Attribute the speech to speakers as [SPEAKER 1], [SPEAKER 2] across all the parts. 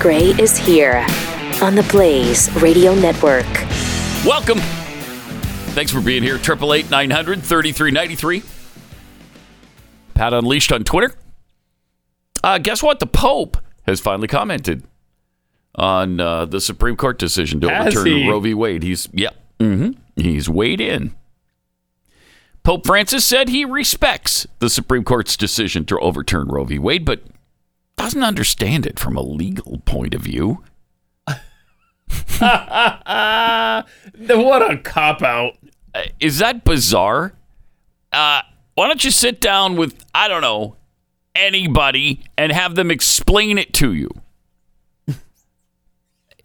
[SPEAKER 1] Gray is here on the Blaze Radio Network.
[SPEAKER 2] Welcome. Thanks for being here. 888 900 3393. Pat Unleashed on Twitter. Uh, guess what? The Pope has finally commented on uh, the Supreme Court decision to
[SPEAKER 3] Has
[SPEAKER 2] overturn
[SPEAKER 3] he?
[SPEAKER 2] Roe v. Wade. He's, yeah, hmm he's weighed in. Pope Francis said he respects the Supreme Court's decision to overturn Roe v. Wade, but doesn't understand it from a legal point of view.
[SPEAKER 3] Then What a cop out.
[SPEAKER 2] Is that bizarre? Uh, why don't you sit down with, I don't know, anybody and have them explain it to you?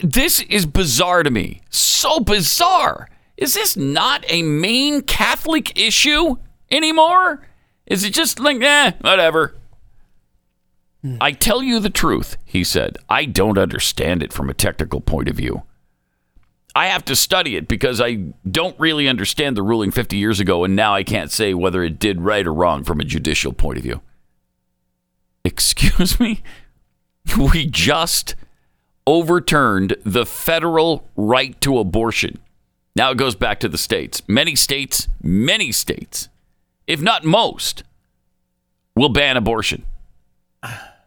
[SPEAKER 2] this is bizarre to me. So bizarre. Is this not a main Catholic issue anymore? Is it just like, eh, whatever? I tell you the truth, he said. I don't understand it from a technical point of view. I have to study it because I don't really understand the ruling 50 years ago, and now I can't say whether it did right or wrong from a judicial point of view. Excuse me? We just overturned the federal right to abortion. Now it goes back to the states. Many states, many states, if not most, will ban abortion.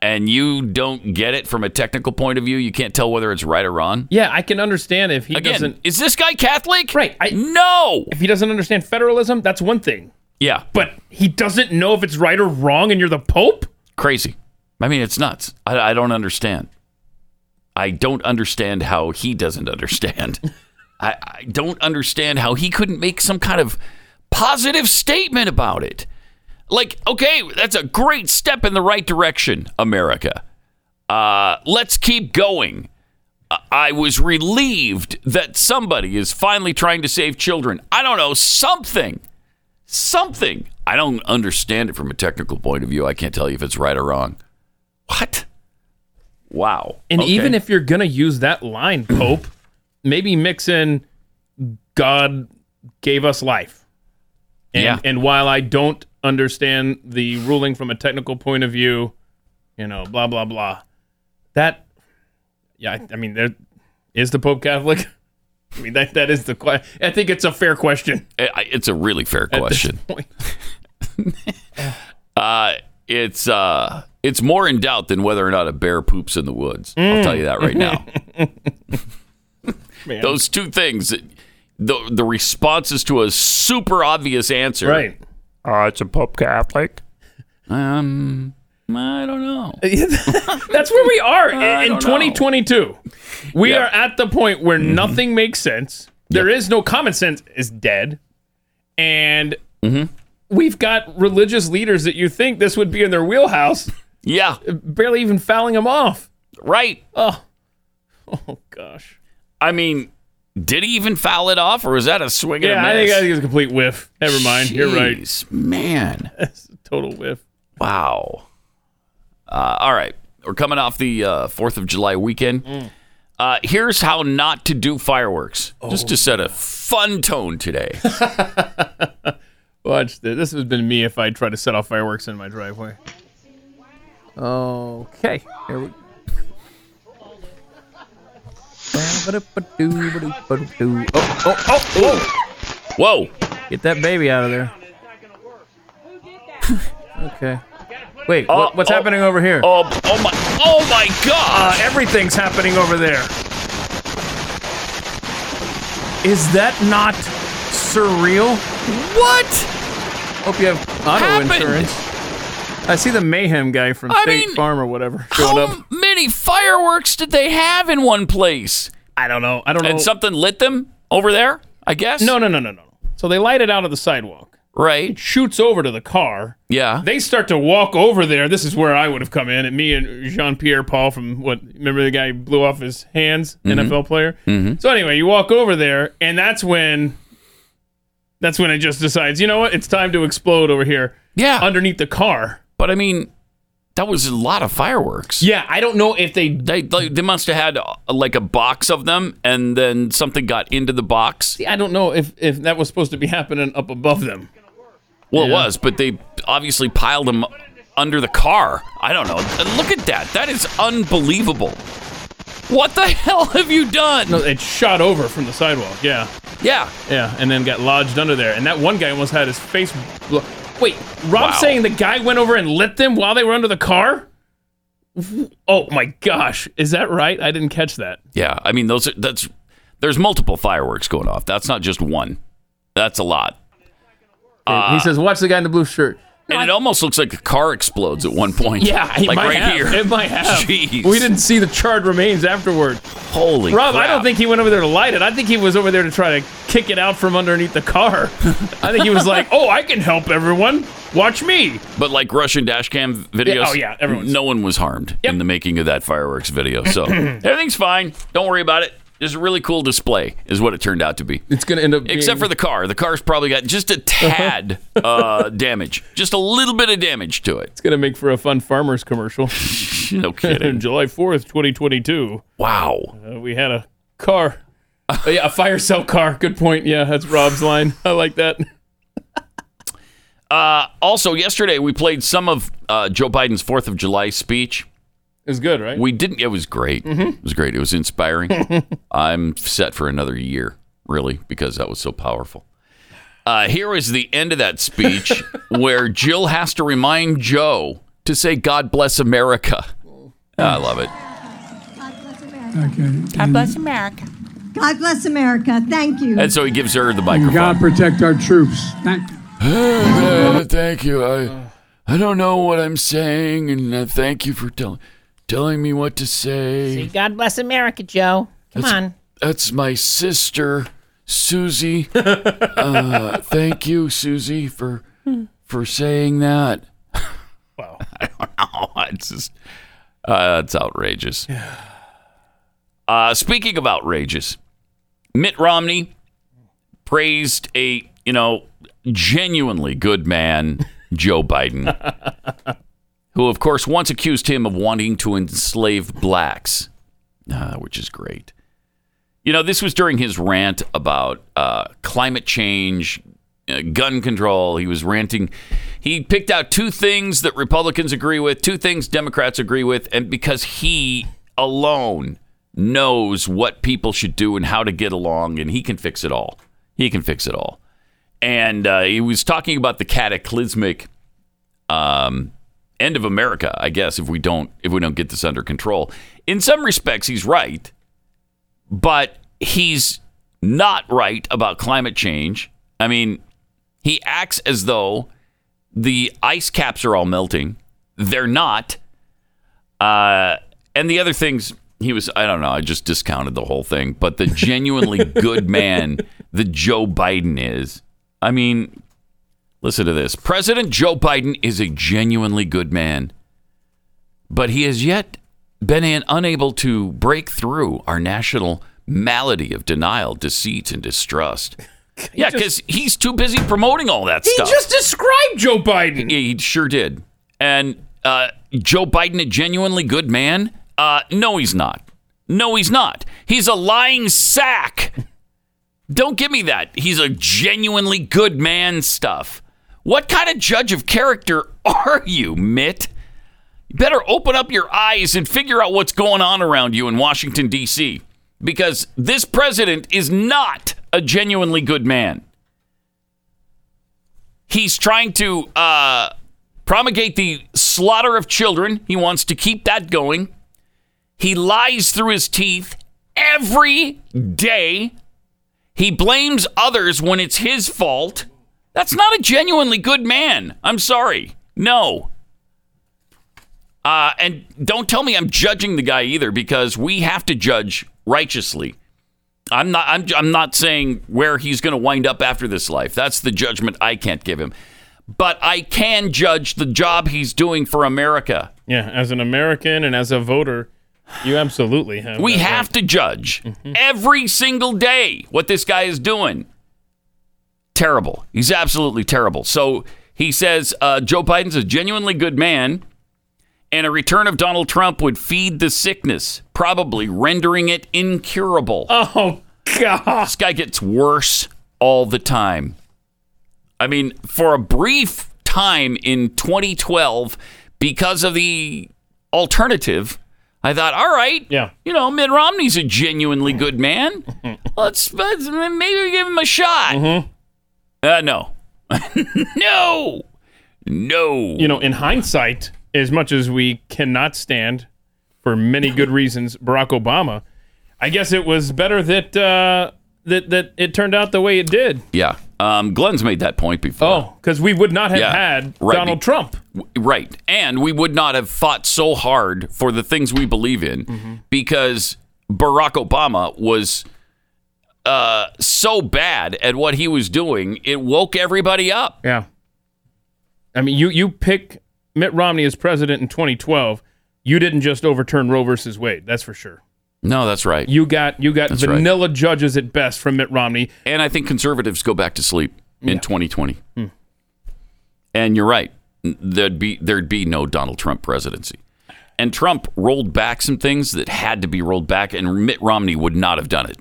[SPEAKER 2] And you don't get it from a technical point of view. You can't tell whether it's right or wrong.
[SPEAKER 3] Yeah, I can understand if he
[SPEAKER 2] Again,
[SPEAKER 3] doesn't
[SPEAKER 2] is this guy Catholic?
[SPEAKER 3] Right, I-
[SPEAKER 2] no.
[SPEAKER 3] if he doesn't understand federalism, that's one thing.
[SPEAKER 2] Yeah.
[SPEAKER 3] But he doesn't know if it's right or wrong and you're the pope?
[SPEAKER 2] Crazy. I mean, it's nuts. I, I don't understand. I don't understand how he doesn't understand. I, I don't understand how he couldn't make some kind of positive statement about it. Like, okay, that's a great step in the right direction, America. Uh, let's keep going. I- I was relieved that somebody is finally trying to save children. I don't know, something something. I don't understand it from a technical point of view. I can't tell you if it's right or wrong. What? Wow.
[SPEAKER 3] And
[SPEAKER 2] Okay.
[SPEAKER 3] even if you're going to use that line, pope, maybe mix in God gave us life. And,
[SPEAKER 2] Yeah.
[SPEAKER 3] and while I don't understand the ruling from a technical point of view, you know, blah, blah, blah. That, yeah, I, I mean, there, is the Pope Catholic? I mean, that, that is the question. I think it's a fair question.
[SPEAKER 2] I- I- it's a really fair
[SPEAKER 3] at this
[SPEAKER 2] question.
[SPEAKER 3] point.
[SPEAKER 2] Uh, it's uh, it's more in doubt than whether or not a bear poops in the woods. I'll tell you that right now.
[SPEAKER 3] Mm. Man.
[SPEAKER 2] Those two things, the the responses to a super obvious answer.
[SPEAKER 3] Right.
[SPEAKER 4] Uh, it's a Pope Catholic.
[SPEAKER 2] Um, I don't know.
[SPEAKER 3] That's where we are in,
[SPEAKER 2] I
[SPEAKER 3] in
[SPEAKER 2] don't know.
[SPEAKER 3] 2022. We
[SPEAKER 2] Yeah.
[SPEAKER 3] are at the point where
[SPEAKER 5] Mm-hmm.
[SPEAKER 3] nothing makes sense. There is no common sense is dead. And
[SPEAKER 5] Mm-hmm.
[SPEAKER 3] we've got religious leaders that you think this would be in their wheelhouse,
[SPEAKER 2] Yeah.
[SPEAKER 3] barely even fouling them off.
[SPEAKER 2] Right.
[SPEAKER 3] Oh. Oh gosh.
[SPEAKER 2] I mean, did he even foul it off, or was that a swing and
[SPEAKER 3] Yeah,
[SPEAKER 2] a
[SPEAKER 3] I think
[SPEAKER 2] miss?
[SPEAKER 3] I think it's a complete whiff. Never mind. You're right.
[SPEAKER 2] Jeez, man.
[SPEAKER 3] It's a total whiff.
[SPEAKER 2] Wow. Uh, all right. We're coming off the uh, 4th of July weekend. Uh, here's how not to do fireworks. Just to set a fun tone today.
[SPEAKER 3] Watch this. This has been me if I try to set off fireworks in my driveway. Okay. Here we
[SPEAKER 5] Ba-da-ba-doo-ba-doo-ba-doo. Oh, oh,
[SPEAKER 2] Whoa.
[SPEAKER 5] get that baby out of there. Okay. Wait,
[SPEAKER 2] Oh,
[SPEAKER 5] what, what's
[SPEAKER 2] oh.
[SPEAKER 5] happening over here?
[SPEAKER 2] Oh, oh my oh my god.
[SPEAKER 3] Uh, Everything's happening over there. Is that not surreal?
[SPEAKER 2] what?
[SPEAKER 3] Hope you have auto
[SPEAKER 2] Happened.
[SPEAKER 3] insurance. I see the mayhem guy from
[SPEAKER 2] I
[SPEAKER 3] State
[SPEAKER 2] mean,
[SPEAKER 3] Farm or whatever showing
[SPEAKER 2] How
[SPEAKER 3] up.
[SPEAKER 2] many fireworks did they have in one place?
[SPEAKER 3] I don't know. I don't know.
[SPEAKER 2] And something lit them over there, I guess?
[SPEAKER 3] no, no, no, no, no. So they light it out of the sidewalk.
[SPEAKER 2] Right.
[SPEAKER 3] Shoots over to the car.
[SPEAKER 2] Yeah.
[SPEAKER 3] They start to walk over there. This is where I would have come in. And me and Jean Pierre Paul from what? Remember the guy who blew off his hands, NFL player. So anyway, you walk over there, and that's when, that's when it just decides. You know what? It's time to explode over here
[SPEAKER 2] yeah.
[SPEAKER 3] underneath the car.
[SPEAKER 2] but I mean, that was a lot of fireworks.
[SPEAKER 3] Yeah, I don't know if they.
[SPEAKER 2] They, they they must have had uh, like a box of them, and then something got into the box.
[SPEAKER 3] I don't know if if that was supposed to be happening up above them.
[SPEAKER 2] Well, it was, but they obviously piled them under the car. I don't know. And Look at that. That is unbelievable. What the hell have you done?
[SPEAKER 3] No, it shot over from the sidewalk. Yeah,
[SPEAKER 2] Yeah.
[SPEAKER 3] yeah, and then got lodged under there. And that one guy almost had his face. Blo- Wait, Rob's
[SPEAKER 2] Wow.
[SPEAKER 3] saying the guy went over and lit them while they were under the car. Oh my gosh, is that right? I didn't catch that.
[SPEAKER 2] Yeah. I mean, those are, that's there's multiple fireworks going off. That's not just one. That's a lot. Uh,
[SPEAKER 5] he says, "Watch the guy in the blue shirt."
[SPEAKER 2] And it almost looks like a car explodes at one point.
[SPEAKER 3] Yeah, it
[SPEAKER 2] like
[SPEAKER 3] might
[SPEAKER 2] right
[SPEAKER 3] have.
[SPEAKER 2] here.
[SPEAKER 3] It might have.
[SPEAKER 2] Jeez.
[SPEAKER 3] We didn't see the charred remains afterward.
[SPEAKER 2] Holy
[SPEAKER 3] Rob, I
[SPEAKER 2] crap.
[SPEAKER 3] don't think he went over there to light it. I think he was over there to try to kick it out from underneath the car. I think he was like, "Oh, I can help everyone. Watch me."
[SPEAKER 2] But like Russian dash cam videos.
[SPEAKER 3] Yeah, oh, yeah, everyone's-
[SPEAKER 2] No one was harmed
[SPEAKER 3] Yep.
[SPEAKER 2] in the making of that fireworks video. So everything's fine. Don't worry about it. Just a really cool display is what it turned out to be.
[SPEAKER 5] It's gonna end up. Being,
[SPEAKER 2] Except for the car. The car's probably got just a tad uh, damage. Just a little bit of damage to it.
[SPEAKER 3] It's gonna make for a fun farmers commercial.
[SPEAKER 2] No kidding.
[SPEAKER 3] July fourth, twenty twenty-two,
[SPEAKER 2] wow.
[SPEAKER 3] uh, we had a car. Oh, yeah, a fire cell car. Good point. Yeah, that's Rob's line. I like that.
[SPEAKER 2] Also, yesterday we played some of uh, Joe Biden's Fourth of July speech.
[SPEAKER 3] It's good, right?
[SPEAKER 2] We didn't. It was great. It was great. It was inspiring. I'm set for another year, really, because that was so powerful. Uh, here is the end of that speech where Jill has to remind Joe to say, God bless America. I love it.
[SPEAKER 6] Mm-hmm.
[SPEAKER 7] God bless America.
[SPEAKER 8] God bless America. Thank you.
[SPEAKER 2] And so he gives her the microphone.
[SPEAKER 9] God protect our troops. Thank
[SPEAKER 2] thank you. I, I don't know what I'm saying, and uh, thank you for telling telling me what to say.
[SPEAKER 7] God bless America, Joe. Come on.
[SPEAKER 2] That's my sister, Susie. uh, thank you, Susie, for for saying that.
[SPEAKER 3] Wow.
[SPEAKER 2] I don't know. It's just uh, it's outrageous. Uh, speaking of outrageous, Mitt Romney praised a you know genuinely good man, Joe Biden, who of course once accused him of wanting to enslave blacks, uh, which is great. You know, this was during his rant about uh, climate change, uh, gun control. He was ranting. He picked out two things that Republicans agree with, two things Democrats agree with, and because he alone knows what people should do and how to get along, and he can fix it all. He can fix it all. And uh, he was talking about the cataclysmic um, end of America, I guess, if we don't if we don't get this under control. In some respects, he's right but he's not right about climate change. I mean, he acts as though the ice caps are all melting. They're not. Uh, and the other things he was, I don't know, I just discounted the whole thing. But the genuinely good man that Joe Biden is, I mean, listen to this President Joe Biden is a genuinely good man, but he has yet been an, unable to break through our national malady of denial, deceit, and distrust. yeah, because he's too busy promoting all that
[SPEAKER 3] he
[SPEAKER 2] stuff.
[SPEAKER 3] just described Joe Biden.
[SPEAKER 2] Yeah, he sure did. And uh, Joe Biden, a genuinely good man? Uh, no, he's not. No, he's not. He's a lying sack. Don't give me that. He's a genuinely good man stuff. What kind of judge of character are you, Mitt? You better open up your eyes and figure out what's going on around you in Washington, D.C., because this president is not a genuinely good man he's trying to uh, promulgate the slaughter of children. He wants to keep that going. He lies through his teeth every day. He blames others when it's his fault. That's not a genuinely good man. I'm sorry. No. Uh, and don't tell me I'm judging the guy either because we have to judge righteously. I'm not. I'm. I'm not saying where he's going to wind up after this life. That's the judgment I can't give him. But I can judge the job he's doing for America.
[SPEAKER 3] Yeah, as an American and as a voter, you absolutely have.
[SPEAKER 2] We
[SPEAKER 3] that right.
[SPEAKER 2] have to judge every single day what this guy is doing. Terrible. He's absolutely terrible. So he says uh, Joe Biden's a genuinely good man, and a return of Donald Trump would feed the sickness, probably rendering it incurable.
[SPEAKER 3] Oh God.
[SPEAKER 2] this guy gets worse all the time. I mean, for a brief time in 2012, because of the alternative, I thought, all right,
[SPEAKER 3] Yeah.
[SPEAKER 2] you know, Mitt Romney's a genuinely good man. let's, let's maybe give him a shot.
[SPEAKER 3] Mm-hmm.
[SPEAKER 2] Uh, no, no, no.
[SPEAKER 3] you know, in hindsight, as much as we cannot stand for many good reasons Barack Obama, I guess it was better that uh, that that it turned out the way it did.
[SPEAKER 2] yeah, um, Glenn's made that point before.
[SPEAKER 3] Oh, because we would not have
[SPEAKER 2] Yeah,
[SPEAKER 3] had
[SPEAKER 2] right.
[SPEAKER 3] Donald Trump.
[SPEAKER 2] Right. And we would not have fought so hard for the things we believe in because Barack Obama was uh, so bad at what he was doing, it woke everybody up.
[SPEAKER 3] Yeah. I mean, you you pick Mitt Romney as president in 2012. You didn't just overturn Roe versus Wade. That's for sure.
[SPEAKER 2] No, that's right.
[SPEAKER 3] You got you got
[SPEAKER 2] That's right.
[SPEAKER 3] vanilla judges at best from Mitt Romney.
[SPEAKER 2] and I think conservatives go back to sleep in 2020. And you're right. There'd be there'd be no Donald Trump presidency. And Trump rolled back some things that had to be rolled back, and Mitt Romney would not have done it.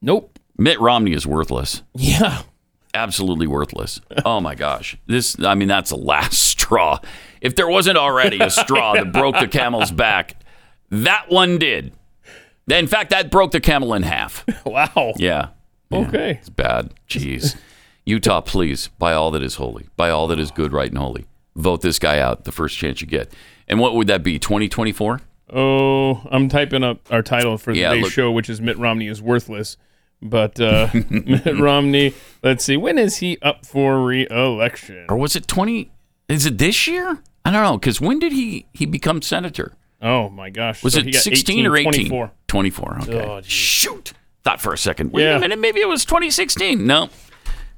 [SPEAKER 3] Nope.
[SPEAKER 2] Mitt Romney is worthless.
[SPEAKER 3] Yeah.
[SPEAKER 2] absolutely worthless. Oh my gosh. This I mean that's the last straw. If there wasn't already a straw that broke the camel's back, that one did. In fact, that broke the camel in half.
[SPEAKER 3] Wow.
[SPEAKER 2] Yeah. Yeah,
[SPEAKER 3] Okay.
[SPEAKER 2] It's bad. Jeez. Utah, please, by all that is holy, by all that is good, right, and holy, vote this guy out the first chance you get. And what would that be? 2024?
[SPEAKER 3] Oh, I'm typing up our title for
[SPEAKER 2] Yeah,
[SPEAKER 3] today's
[SPEAKER 2] look-
[SPEAKER 3] show, which is Mitt Romney is worthless. But uh, Mitt Romney, let's see, when is he up for re-election?
[SPEAKER 2] Or was it 20? Is it this year? I don't know. Because when did he, he become senator?
[SPEAKER 3] Oh my gosh,
[SPEAKER 2] Was
[SPEAKER 3] So he
[SPEAKER 2] it
[SPEAKER 3] got
[SPEAKER 2] 16 or 18?
[SPEAKER 3] 24.
[SPEAKER 2] 24. Okay.
[SPEAKER 3] Oh, geez.
[SPEAKER 2] Shoot. Thought for a second. Wait
[SPEAKER 3] Yeah.
[SPEAKER 2] a minute. Maybe it was 2016. No,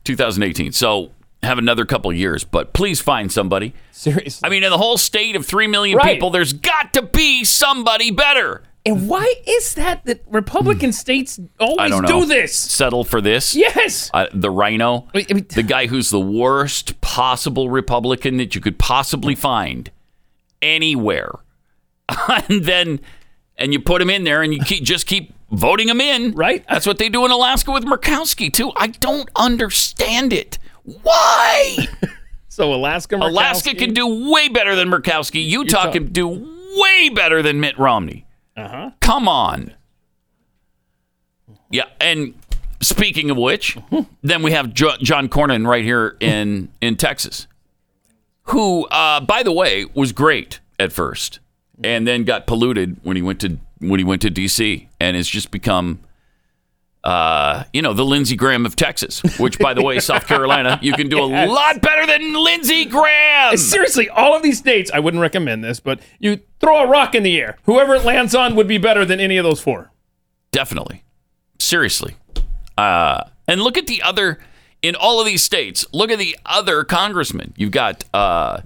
[SPEAKER 2] 2018. So have another couple years, but please find somebody.
[SPEAKER 3] Seriously,
[SPEAKER 2] I mean, in the whole state of 3 million
[SPEAKER 3] Right.
[SPEAKER 2] people, there's got to be somebody better.
[SPEAKER 3] and why is that that Republican
[SPEAKER 6] Hmm.
[SPEAKER 3] states always
[SPEAKER 2] I don't know.
[SPEAKER 3] do this?
[SPEAKER 2] Settle for this?
[SPEAKER 3] Yes,
[SPEAKER 2] Uh, the rhino,
[SPEAKER 3] I mean-
[SPEAKER 2] the guy who's the worst possible Republican that you could possibly find anywhere, and then and you put him in there, and you keep, just keep voting him in.
[SPEAKER 3] Right.
[SPEAKER 2] That's what they do in Alaska with Murkowski too. I don't understand it. Why?
[SPEAKER 3] so Alaska, Murkowski,
[SPEAKER 2] Alaska can do way better than Murkowski. Utah,
[SPEAKER 3] Utah.
[SPEAKER 2] can do way better than Mitt Romney. Uh-huh. Come on. Yeah, and speaking of which, then we have jo- John Cornyn right here in in Texas, who, uh, by the way, was great at first, and then got polluted when he went to when he went to D.C. and has just become. Uh, you know the Lindsey Graham of Texas, which, by the way, South Carolina, you can do a lot better than Lindsey Graham.
[SPEAKER 3] Seriously, all of these states, I wouldn't recommend this, but you throw a rock in the air. Whoever it lands on would be better than any of those four.
[SPEAKER 2] Definitely. Seriously. Uh, and look at the other, in all of these states, look at the other congressmen. You've got, uh,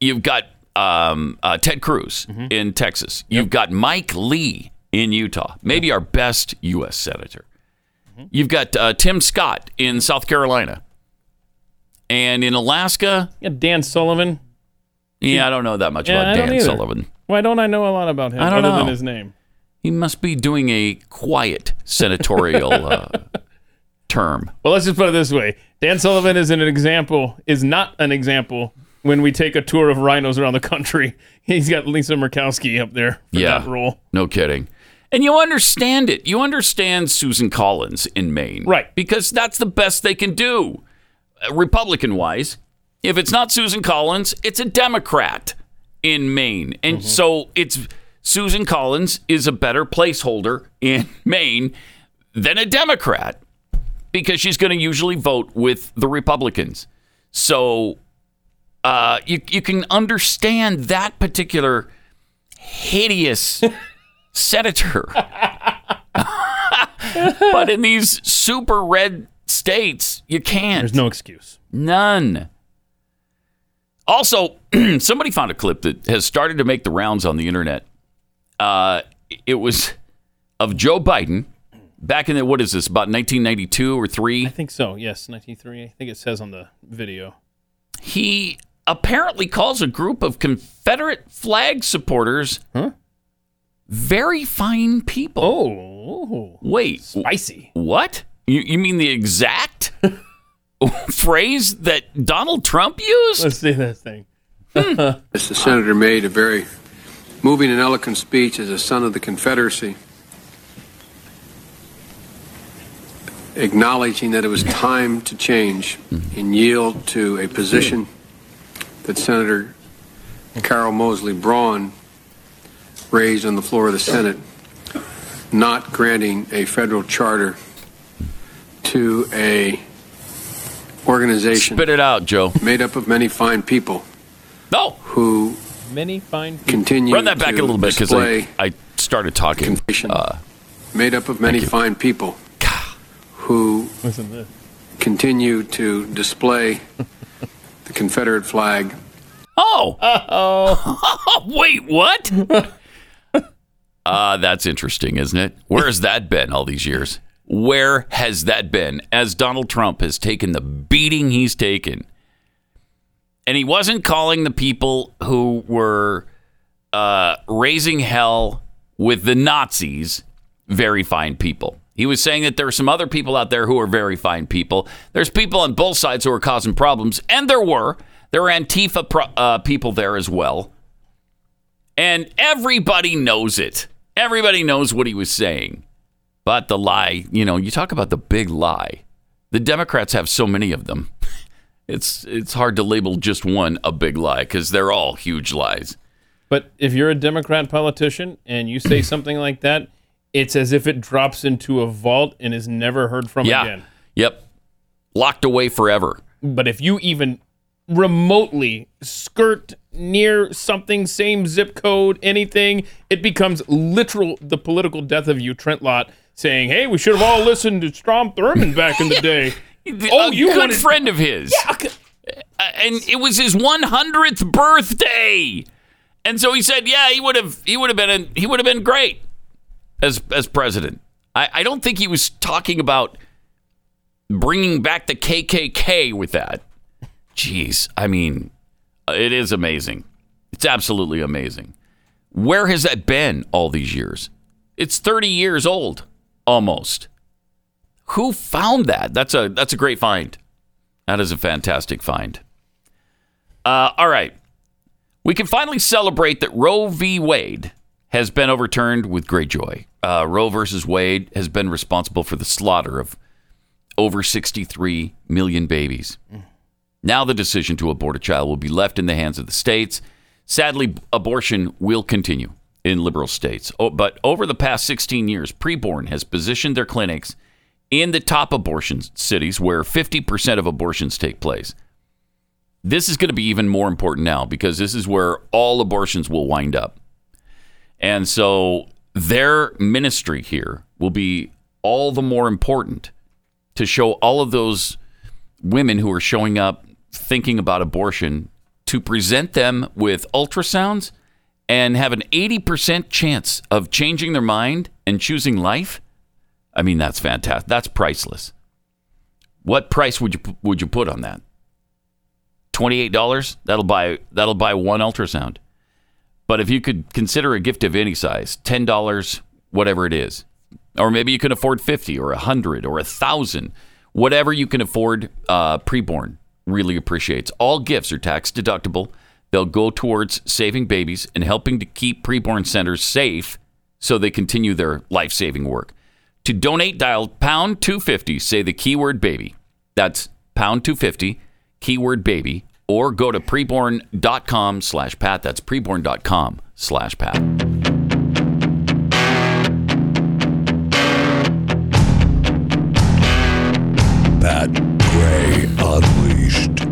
[SPEAKER 2] you've got um, uh, Ted Cruz
[SPEAKER 3] Mm-hmm.
[SPEAKER 2] in Texas. You've got Mike Lee in Utah, maybe our best U.S. senator.
[SPEAKER 3] Mm-hmm.
[SPEAKER 2] You've got uh, Tim Scott in South Carolina. And in Alaska,
[SPEAKER 3] Yeah, Dan Sullivan.
[SPEAKER 2] yeah, I don't know that much
[SPEAKER 3] Yeah, I
[SPEAKER 2] about
[SPEAKER 3] don't
[SPEAKER 2] Dan
[SPEAKER 3] either.
[SPEAKER 2] Sullivan.
[SPEAKER 3] Why don't I know a lot about him
[SPEAKER 2] I don't
[SPEAKER 3] other than
[SPEAKER 2] know.
[SPEAKER 3] his name?
[SPEAKER 2] He must be doing a quiet senatorial uh, term.
[SPEAKER 3] Well, let's just put it this way: Dan Sullivan is an example, is not an example when we take a tour of rhinos around the country. He's got Lisa Murkowski up there for
[SPEAKER 2] Yeah.
[SPEAKER 3] that role.
[SPEAKER 2] No kidding. And you understand it. You understand Susan Collins in Maine.
[SPEAKER 3] Right.
[SPEAKER 2] Because that's the best they can do, Republican wise. If it's not Susan Collins, it's a Democrat in Maine. And so it's Susan Collins is a better placeholder in Maine than a Democrat because she's going to usually vote with the Republicans. So uh, you, you can understand that particular hideous senator. but in these super red states, you can't.
[SPEAKER 3] There's no excuse.
[SPEAKER 2] None. Also, somebody found a clip that has started to make the rounds on the internet. Uh, it was of Joe Biden back in the, what is this, about 1992 or three?
[SPEAKER 3] I think so. Yes, 1903. I think it says on the video.
[SPEAKER 2] he apparently calls a group of Confederate flag supporters very fine people.
[SPEAKER 3] Oh,
[SPEAKER 2] Wait,
[SPEAKER 3] spicy.
[SPEAKER 2] what? You, you mean the exact phrase that Donald Trump used?
[SPEAKER 3] Let's see this thing.
[SPEAKER 10] The senator made a very Moving and eloquent speech as a son of the Confederacy, acknowledging that it was time to change and yield to a position that Senator Carol Mosley Braun raised on the floor of the Senate, not granting a federal charter to a organization
[SPEAKER 2] Spit it out, Joe.
[SPEAKER 10] made up of many fine people
[SPEAKER 2] No,
[SPEAKER 10] who
[SPEAKER 3] Many fine people.
[SPEAKER 10] continue
[SPEAKER 2] run that back
[SPEAKER 10] to
[SPEAKER 2] a little bit because
[SPEAKER 10] display
[SPEAKER 2] I, I started talking.
[SPEAKER 10] Confession.
[SPEAKER 2] Uh,
[SPEAKER 10] made up of many
[SPEAKER 2] Thank you.
[SPEAKER 10] fine people who
[SPEAKER 3] Listen to this.
[SPEAKER 10] continue to display the Confederate flag
[SPEAKER 2] oh, wait, what? uh, that's interesting, isn't it? Where has that been all these years? Where has that been as Donald Trump has taken the beating he's taken? And he wasn't calling the people who were uh, raising hell with the Nazis very fine people. He was saying that there are some other people out there who are very fine people. There's people on both sides who are causing problems, and there were. There were Antifa pro- uh, people there as well. And everybody knows it. Everybody knows what he was saying. But the lie, you know, you talk about the big lie. The Democrats have so many of them. It's it's hard to label just one a big lie because they're all huge lies.
[SPEAKER 3] But if you're a Democrat politician and you say something like that, it's as if it drops into a vault and is never heard from
[SPEAKER 2] Yeah.
[SPEAKER 3] again.
[SPEAKER 2] Yep. Locked away forever.
[SPEAKER 3] But if you even remotely skirt near something, same zip code, anything, it becomes literal the political death of you, Trent Lott, saying, Hey, we should have all listened to Strom Thurmond back in the day.
[SPEAKER 2] Oh,
[SPEAKER 3] Oh,
[SPEAKER 2] a
[SPEAKER 3] you
[SPEAKER 2] good
[SPEAKER 3] wanted-
[SPEAKER 2] friend of his.
[SPEAKER 3] okay.
[SPEAKER 2] Uh, and it was his 100th birthday. And so he said, "Yeah, he would have he would have been he would have been great as as president." I, I don't think he was talking about bringing back the KKK with that. Jeez, I mean, it is amazing. It's absolutely amazing. Where has that been all these years? It's 30 years old almost. Who found that? That's a that's a great find. That is a fantastic find. Uh, all right. We can finally celebrate that Roe v. Wade has been overturned with great joy. Uh, Roe versus Wade has been responsible for the slaughter of over 63 million babies. Now the decision to abort a child will be left in the hands of the states. Sadly, abortion will continue in liberal states. Oh, but over the past 16 years, Preborn has positioned their clinics in the top abortion cities where 50% of abortions take place. This is going to be even more important now because this is where all abortions will wind up. And so their ministry here will be all the more important to show all of those women who are showing up thinking about abortion to present them with ultrasounds and have an 80% chance of changing their mind and choosing life. I mean, that's fantastic. That's priceless. What price would you would you put on that? Twenty-eight dollars. That'll buy that'll buy one ultrasound. But if you could consider a gift of any size, ten dollars, whatever it is, or maybe you can afford fifty or a hundred or a thousand, whatever you can afford, uh, preborn really appreciates. All gifts are tax deductible. They'll go towards saving babies and helping to keep preborn centers safe so they continue their life saving work. To donate, dial pound 250, say the keyword baby. That's pound 250, keyword baby, or go to preborn.com slash Pat. That's preborn.com slash Pat.
[SPEAKER 11] Pat Gray Unleashed.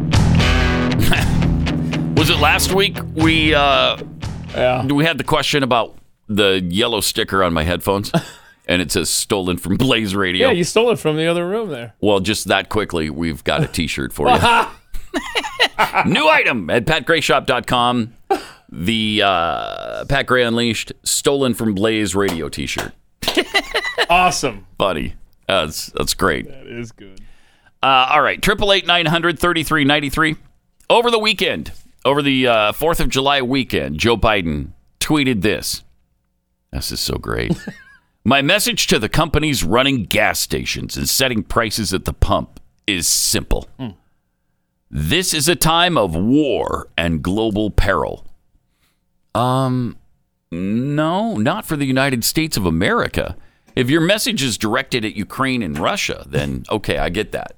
[SPEAKER 2] Was it last week we uh, we had the question about the yellow sticker on my headphones? And it says stolen from Blaze Radio.
[SPEAKER 3] Yeah, you stole it from the other room there.
[SPEAKER 2] Well, just that quickly, we've got a T-shirt for you. New item at patgrayshop.com. The uh, Pat Gray Unleashed stolen from Blaze Radio T-shirt.
[SPEAKER 3] Awesome.
[SPEAKER 2] Buddy, that's that's great.
[SPEAKER 3] That is good.
[SPEAKER 2] Uh, all right, triple eight nine hundred thirty three ninety three. Over the weekend, over the uh, Fourth of July weekend, Joe Biden tweeted this. This is so great. My message to the companies running gas stations and setting prices at the pump is simple. This is a time of war and global peril. Um, No, not for the United States of America. If your message is directed at Ukraine and Russia, then okay, I get that.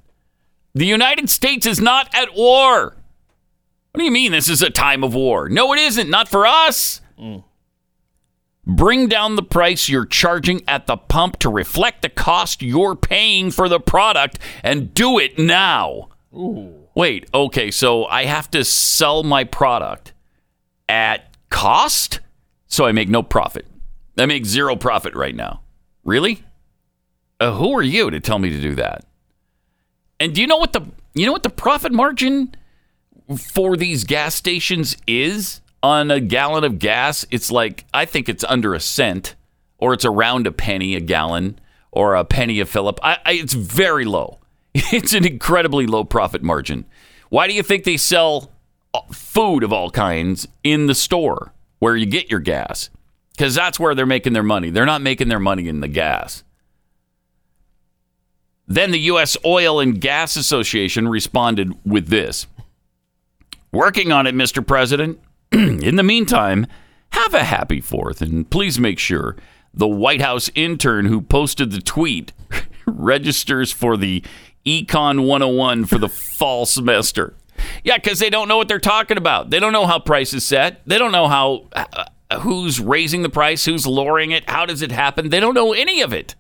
[SPEAKER 2] The United States is not at war. What do you mean this is a time of war? No, it isn't. Not for us. Bring down the price you're charging at the pump to reflect the cost you're paying for the product and do it now. Wait, okay, so I have to sell my product at cost? So I make no profit. I make zero profit right now. Really? Uh, who are you to tell me to do that? And do you know what the you know what the profit margin for these gas stations is on a gallon of gas? It's like I think it's under a cent, or it's around a penny a gallon, or a penny a fillip. I, I, it's very low. It's an incredibly low profit margin. Why do you think they sell uh, food of all kinds in the store where you get your gas? Because that's where they're making their money. They're not making their money in the gas. Then the U.S. Oil and Gas Association responded with this Working on it, Mr. President. in the meantime, have a happy fourth, and please make sure the White House intern who posted the tweet registers for the Econ 101 for the fall semester. Yeah, because they don't know what they're talking about. They don't know how price is set. They don't know how uh, who's raising the price, who's lowering it, how does it happen. They don't know any of it.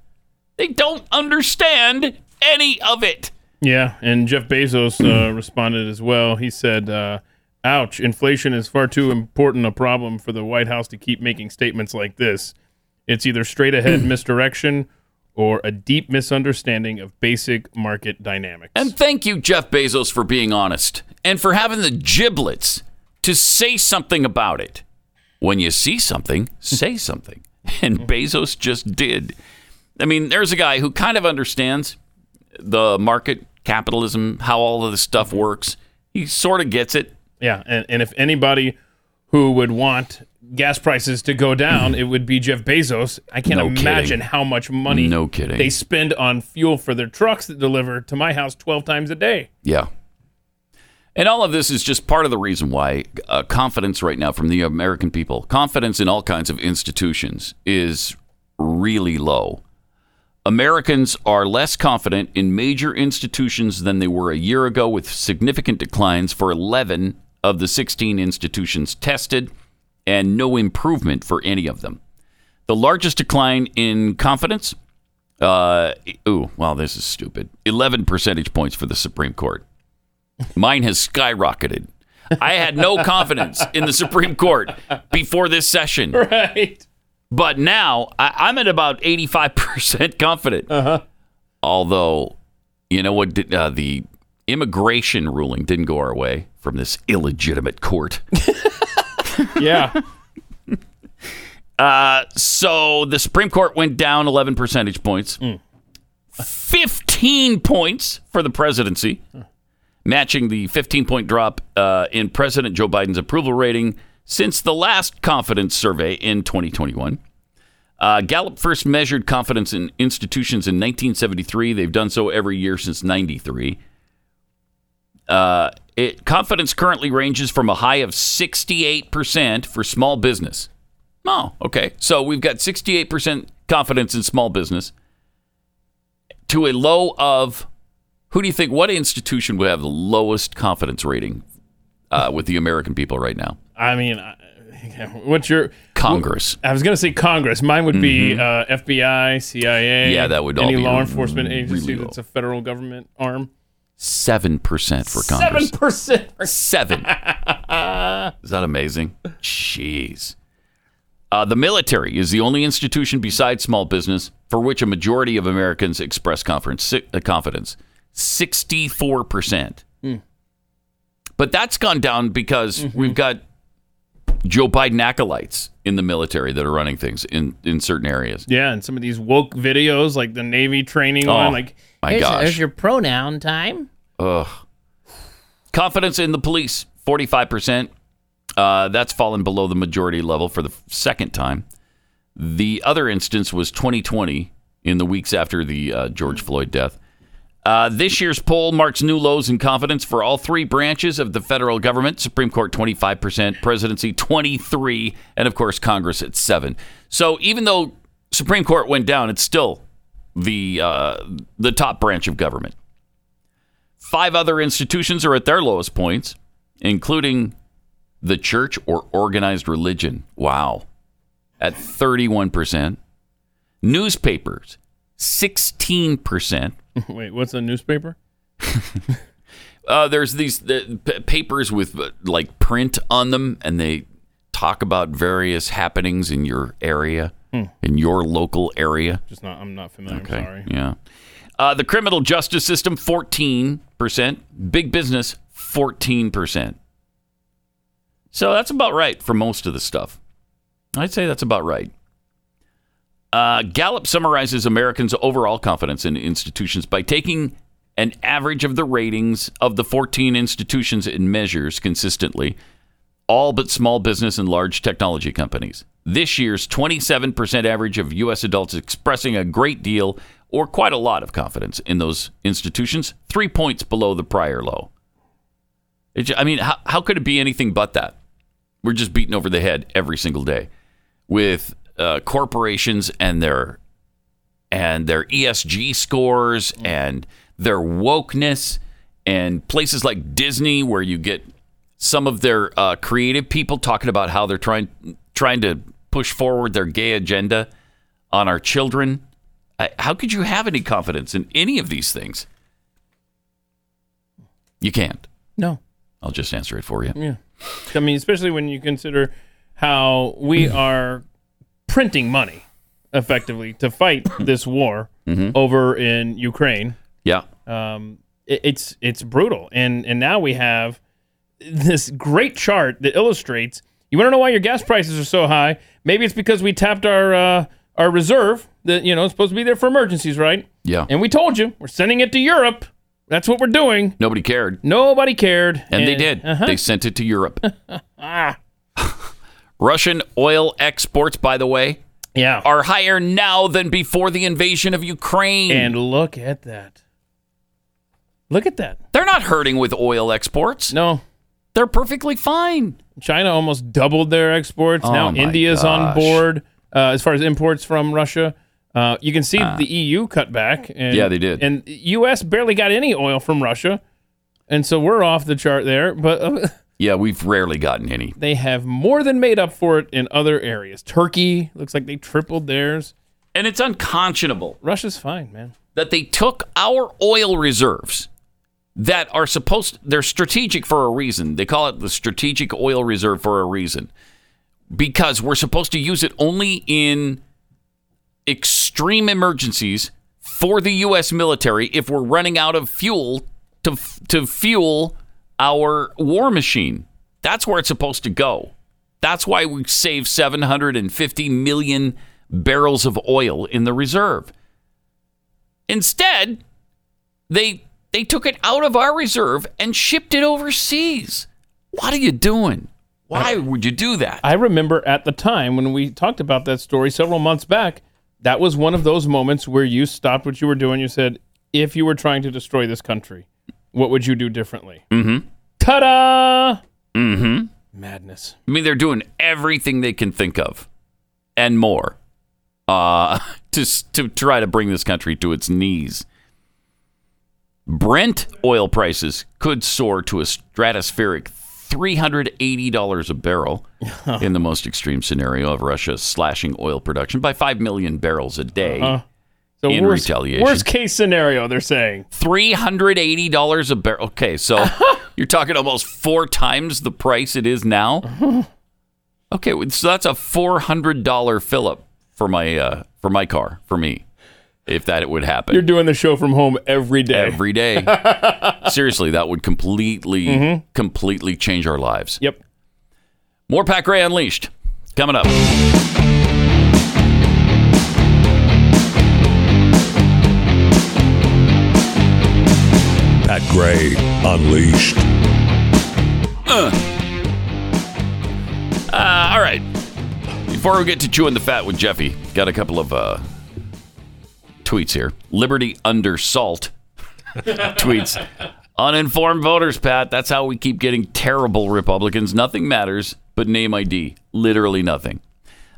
[SPEAKER 2] They don't understand any of it.
[SPEAKER 3] Yeah, and Jeff Bezos
[SPEAKER 2] Hmm.
[SPEAKER 3] uh, responded as well. He said, uh, "Ouch! Inflation is far too important a problem for the White House to keep making statements like this. It's either straight ahead
[SPEAKER 2] Hmm.
[SPEAKER 3] misdirection or a deep misunderstanding of basic market dynamics."
[SPEAKER 2] And thank you, Jeff Bezos, for being honest and for having the giblets to say something about it. When you see something, say something. And Bezos just did. I mean, there's a guy who kind of understands the market, capitalism, how all of this stuff works. He sort of gets it.
[SPEAKER 3] yeah, and, and if anybody who would want gas prices to go down, it would be Jeff Bezos. I can't
[SPEAKER 2] No
[SPEAKER 3] imagine
[SPEAKER 2] kidding.
[SPEAKER 3] how much money
[SPEAKER 2] No kidding.
[SPEAKER 3] they spend on fuel for their trucks that deliver to my house twelve times a day.
[SPEAKER 2] Yeah. And all of this is just part of the reason why uh, confidence right now from the American people, confidence in all kinds of institutions is really low. Americans are less confident in major institutions than they were a year ago, with significant declines for 11 of the 16 institutions tested and no improvement for any of them. The largest decline in confidence uh, ooh, wow, this is stupid. 11 percentage points for the Supreme Court. Mine has skyrocketed. I had no confidence in the Supreme Court before this session,
[SPEAKER 3] Right.
[SPEAKER 2] but now I, I'm at about 85% confident. Uh-huh. Although, you know what? did- Uh, the immigration ruling didn't go our way from this illegitimate court.
[SPEAKER 3] Yeah.
[SPEAKER 2] Uh, So the Supreme Court went down 11 percentage points, 15 points for the presidency, matching the 15 point drop uh, in President Joe Biden's approval rating since the last confidence survey in 2021. Uh, Gallup first measured confidence in institutions in 1973. They've done so every year since 93. Uh, it, confidence currently ranges from a high of 68% for small business Oh, okay. So we've got 68% confidence in small business to a low of who do you think what institution would have the lowest confidence rating uh, with the American people right now?
[SPEAKER 3] I mean, I- what's your?
[SPEAKER 2] Congress. Mm-hmm.
[SPEAKER 3] I was gonna say Congress. Mine would be uh, FBI, CIA.
[SPEAKER 2] Yeah, that would all
[SPEAKER 3] any
[SPEAKER 2] be
[SPEAKER 3] law enforcement
[SPEAKER 2] really
[SPEAKER 3] agency
[SPEAKER 2] low.
[SPEAKER 3] that's a federal government arm.
[SPEAKER 2] 7% for Congress.
[SPEAKER 3] Seven percent.
[SPEAKER 2] 7. is that amazing? Jeez. Uh, the military is the only institution besides small business for which a majority of Americans express conference, si- uh, confidence 64%. But that's gone down because we've got Joe Biden acolytes in the military that are running things in, in certain areas.
[SPEAKER 3] Yeah, and some of these woke videos, like the Navy training
[SPEAKER 2] Oh,
[SPEAKER 3] one, like
[SPEAKER 2] my
[SPEAKER 7] There's,
[SPEAKER 2] gosh.
[SPEAKER 7] there's your pronoun time.
[SPEAKER 2] Ugh. Confidence in the police, 45%. Uh, that's fallen below the majority level for the second time. The other instance was 2020 in the weeks after the uh, George Floyd death. Uh, this year's poll marks new lows in confidence for all three branches of the federal government Supreme Court 25%, presidency 23 and of course Congress at 7 So even though Supreme Court went down, it's still the, uh, the top branch of government. Five other institutions are at their lowest points, including the church or organized religion. Wow. At 31%. Newspapers, 16%.
[SPEAKER 3] Wait, what's a newspaper?
[SPEAKER 2] Uh, there's these the, p- papers with uh, like print on them, and they talk about various happenings in your area, in your local area.
[SPEAKER 3] Just not. I'm not familiar.
[SPEAKER 2] Okay.
[SPEAKER 3] I'm sorry.
[SPEAKER 2] Yeah. Uh, the criminal justice system, 14%. Big business, 14%. So that's about right for most of the stuff. I'd say that's about right. Uh, Gallup summarizes Americans' overall confidence in institutions by taking an average of the ratings of the 14 institutions it measures consistently, all but small business and large technology companies. This year's 27% average of U.S. adults expressing a great deal or quite a lot of confidence in those institutions, three points below the prior low. It, ju- I mean, how, how could it be anything but that? We're just beaten over the head every single day with uh, corporations and their and their ESG scores and their wokeness and places like Disney where you get some of their uh, creative people talking about how they're trying trying to push forward their gay agenda on our children. I, how could you have any confidence in any of these things? You can't.
[SPEAKER 3] No.
[SPEAKER 2] I'll just answer it for you.
[SPEAKER 3] Yeah. I mean, especially when you consider how
[SPEAKER 2] Mm-hmm.
[SPEAKER 3] we are printing money effectively to fight this war
[SPEAKER 2] Mm-hmm.
[SPEAKER 3] over in Ukraine.
[SPEAKER 2] Yeah.
[SPEAKER 3] um, it, it's it's brutal. And and now we have this great chart that illustrates. You want to know why your gas prices are so high? Maybe it's because we tapped our uh, our reserve that you know is supposed to be there for emergencies, right?
[SPEAKER 2] Yeah.
[SPEAKER 3] And we told you we're sending it to Europe. That's what we're doing.
[SPEAKER 2] Nobody cared.
[SPEAKER 3] Nobody cared,
[SPEAKER 2] And they did.
[SPEAKER 3] Uh-huh.
[SPEAKER 2] They sent it to Europe. Russian oil exports, by the way,
[SPEAKER 3] yeah.
[SPEAKER 2] are higher now than before the invasion of Ukraine.
[SPEAKER 3] and look at that. Look at that.
[SPEAKER 2] They're not hurting with oil exports.
[SPEAKER 3] No,
[SPEAKER 2] They're perfectly fine.
[SPEAKER 3] China almost doubled their exports. now
[SPEAKER 2] Oh my
[SPEAKER 3] India's on
[SPEAKER 2] gosh.
[SPEAKER 3] board uh, as far as imports from Russia. Uh, you can see the EU cut back. And,
[SPEAKER 2] Ah. Yeah, they did.
[SPEAKER 3] And U.S. barely got any oil from Russia, and so we're off the chart there. But uh,
[SPEAKER 2] Yeah, we've rarely gotten any.
[SPEAKER 3] they have more than made up for it in other areas. Turkey looks like they tripled theirs.
[SPEAKER 2] And it's unconscionable
[SPEAKER 3] Russia's fine, man.
[SPEAKER 2] that they took our oil reserves that are supposed they're strategic for a reason. They call it the strategic oil reserve for a reason. Because we're supposed to use it only in extreme emergencies for the U.S. military if we're running out of fuel to to fuel our war machine. That's where it's supposed to go. That's why we save 750 million barrels of oil in the reserve. Instead, they they took it out of our reserve and shipped it overseas. What are you doing? Why would you do that?
[SPEAKER 3] I remember at the time when we talked about that story several months back, that was one of those moments where you stopped what you were doing. You said, if you were trying to destroy this country, what would you do differently? Mm-hmm. Ta da! Mm-hmm. Madness.
[SPEAKER 2] I mean, they're doing everything they can think of and more uh, to, s- to try to bring this country to its knees. Brent oil prices could soar to a stratospheric $380 a barrel in the most extreme scenario of Russia slashing oil production by 5 million barrels a day.
[SPEAKER 3] So
[SPEAKER 2] In
[SPEAKER 3] worst,
[SPEAKER 2] retaliation.
[SPEAKER 3] worst case scenario, they're saying.
[SPEAKER 2] $380 a barrel. Okay, so you're talking almost four times the price it is now. Okay, so that's a $400 fill up for my uh, for my car for me if that would happen
[SPEAKER 3] You're doing the show from home every day.
[SPEAKER 2] every day. Seriously, that would completely completely change our lives.
[SPEAKER 3] yep.
[SPEAKER 2] More Pat Gray Unleashed coming up.
[SPEAKER 11] Pat Gray Unleashed.
[SPEAKER 2] Uh, all right. Before we get to chewing the fat with Jeffy, got a couple of uh, tweets here. Liberty under salt. tweets. Uninformed voters, Pat. That's how we keep getting terrible Republicans. Nothing matters but name ID. Literally nothing.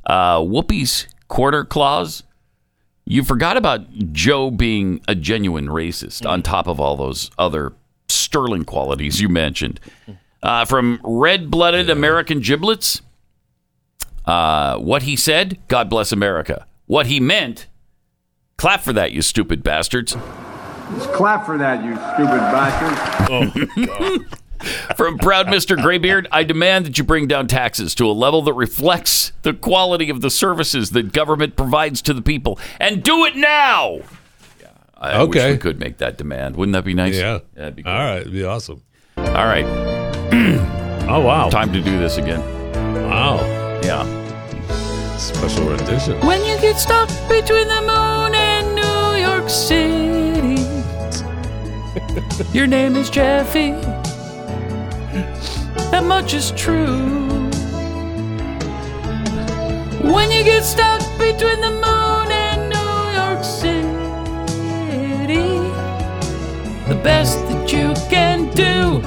[SPEAKER 2] Uh, Whoopi's quarter clause. You forgot about Joe being a genuine racist on top of all those other sterling qualities you mentioned. Uh, from red blooded American giblets, uh, what he said, God bless America. What he meant, clap for that, you stupid bastards.
[SPEAKER 12] Clap for that, you stupid bastard.
[SPEAKER 2] From proud Mr. Graybeard, I demand that you bring down taxes to a level that reflects the quality of the services that government provides to the people, and do it now. I wish
[SPEAKER 13] Okay.
[SPEAKER 2] we could make that demand. Wouldn't that be nice?
[SPEAKER 13] Yeah.
[SPEAKER 2] That'd be
[SPEAKER 13] All right. It'd be awesome.
[SPEAKER 2] All right.
[SPEAKER 13] oh wow.
[SPEAKER 2] Time to do this again.
[SPEAKER 13] Wow.
[SPEAKER 2] Yeah.
[SPEAKER 13] Special rendition.
[SPEAKER 6] When you get stuck between the moon and New York City, your name is Jeffy. That much is true. When you get stuck between the moon and New York City, the best that you can do,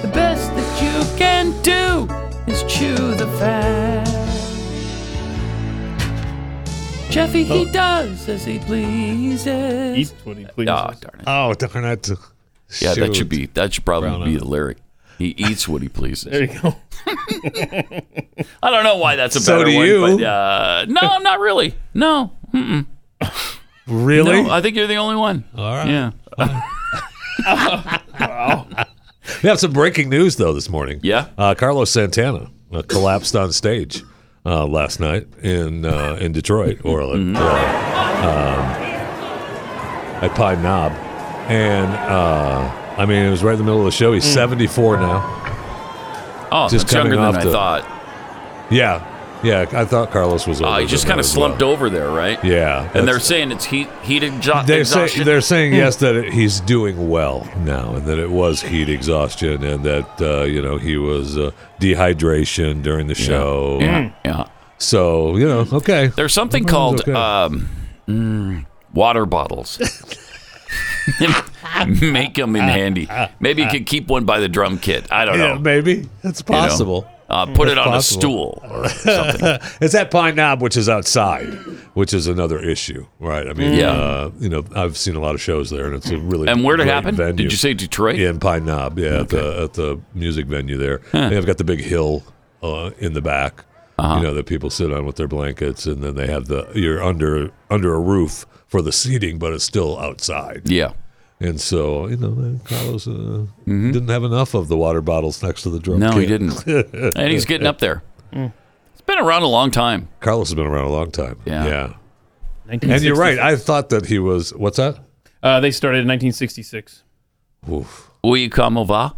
[SPEAKER 6] the best that you can do is chew the fat. Jeffy, he
[SPEAKER 13] Oh.
[SPEAKER 6] does as he pleases.
[SPEAKER 3] Eats what he pleases.
[SPEAKER 2] Ah, darn it.
[SPEAKER 13] Oh, darn it.
[SPEAKER 2] Yeah, that
[SPEAKER 13] Shoot.
[SPEAKER 2] should be that should probably
[SPEAKER 13] Brown
[SPEAKER 2] be
[SPEAKER 13] eye.
[SPEAKER 2] the lyric. He eats what he pleases.
[SPEAKER 3] There you go.
[SPEAKER 2] I don't know why that's a
[SPEAKER 13] So
[SPEAKER 2] better
[SPEAKER 13] do
[SPEAKER 2] one.
[SPEAKER 13] you.
[SPEAKER 2] But, uh, no, not really. No. Mm-mm.
[SPEAKER 13] Really?
[SPEAKER 2] No, I think you're the only one.
[SPEAKER 13] All right.
[SPEAKER 2] Yeah.
[SPEAKER 13] We have some breaking news though this morning.
[SPEAKER 2] Yeah.
[SPEAKER 13] Uh, Carlos Santana uh, collapsed on stage uh, last night in uh, in Detroit or,
[SPEAKER 2] Mm-hmm.
[SPEAKER 13] or, um, at Pine Knob, and uh, I mean it was right in the middle of the show.
[SPEAKER 2] Mm.
[SPEAKER 13] He's 74 now.
[SPEAKER 2] Oh,
[SPEAKER 13] Just
[SPEAKER 2] that's younger
[SPEAKER 13] coming
[SPEAKER 2] than
[SPEAKER 13] off
[SPEAKER 2] I
[SPEAKER 13] the-
[SPEAKER 2] thought.
[SPEAKER 13] Yeah, yeah. I thought Carlos was.
[SPEAKER 2] Oh,
[SPEAKER 13] older
[SPEAKER 2] he just
[SPEAKER 13] than
[SPEAKER 2] kind of
[SPEAKER 13] that as
[SPEAKER 2] slumped
[SPEAKER 13] well.
[SPEAKER 2] over there, right?
[SPEAKER 13] Yeah,
[SPEAKER 2] And they're
[SPEAKER 13] that's-
[SPEAKER 2] saying it's heat, heated exha-
[SPEAKER 13] They
[SPEAKER 2] exhaustion.
[SPEAKER 13] say, they're saying yes that it, he's doing well now, and that it was heat exhaustion, and that uh, you know he was uh, dehydration during the show.
[SPEAKER 2] yeah, yeah.
[SPEAKER 13] So you know, okay.
[SPEAKER 2] There's something called um, mm, water bottles. Make them in handy. Maybe you could keep one by the drum kit. I don't
[SPEAKER 13] yeah,
[SPEAKER 2] know.
[SPEAKER 13] maybe that's
[SPEAKER 2] you know.
[SPEAKER 13] possible.
[SPEAKER 2] Uh, put
[SPEAKER 13] That's
[SPEAKER 2] it on
[SPEAKER 13] possible.
[SPEAKER 2] a stool or something.
[SPEAKER 13] It's at Pine Knob, which is outside, which is another issue, right? I mean,
[SPEAKER 2] Yeah.
[SPEAKER 13] uh, you know, I've seen a lot of shows there, and it's a really
[SPEAKER 2] and where did it
[SPEAKER 13] great
[SPEAKER 2] happen?
[SPEAKER 13] Venue.
[SPEAKER 2] Did you say Detroit?
[SPEAKER 13] Yeah, in Pine Knob, yeah, at the at the music venue there. They've got the big hill uh, in the back,
[SPEAKER 2] Uh-huh.
[SPEAKER 13] you know, that people sit on with their blankets, and then they have the you're under under a roof for the seating, but it's still outside.
[SPEAKER 2] Yeah.
[SPEAKER 13] And so, you know, then Carlos uh, didn't have enough of the water bottles next to the drum.
[SPEAKER 2] Mm-hmm. No, he
[SPEAKER 13] kit.
[SPEAKER 2] didn't. and he's getting up there. It's been around a long time.
[SPEAKER 13] Carlos has been around a long time.
[SPEAKER 2] Yeah.
[SPEAKER 13] And you're right. I thought that he was. What's that?
[SPEAKER 3] Uh, they started in 1966.
[SPEAKER 13] Oof.
[SPEAKER 2] Will you come over?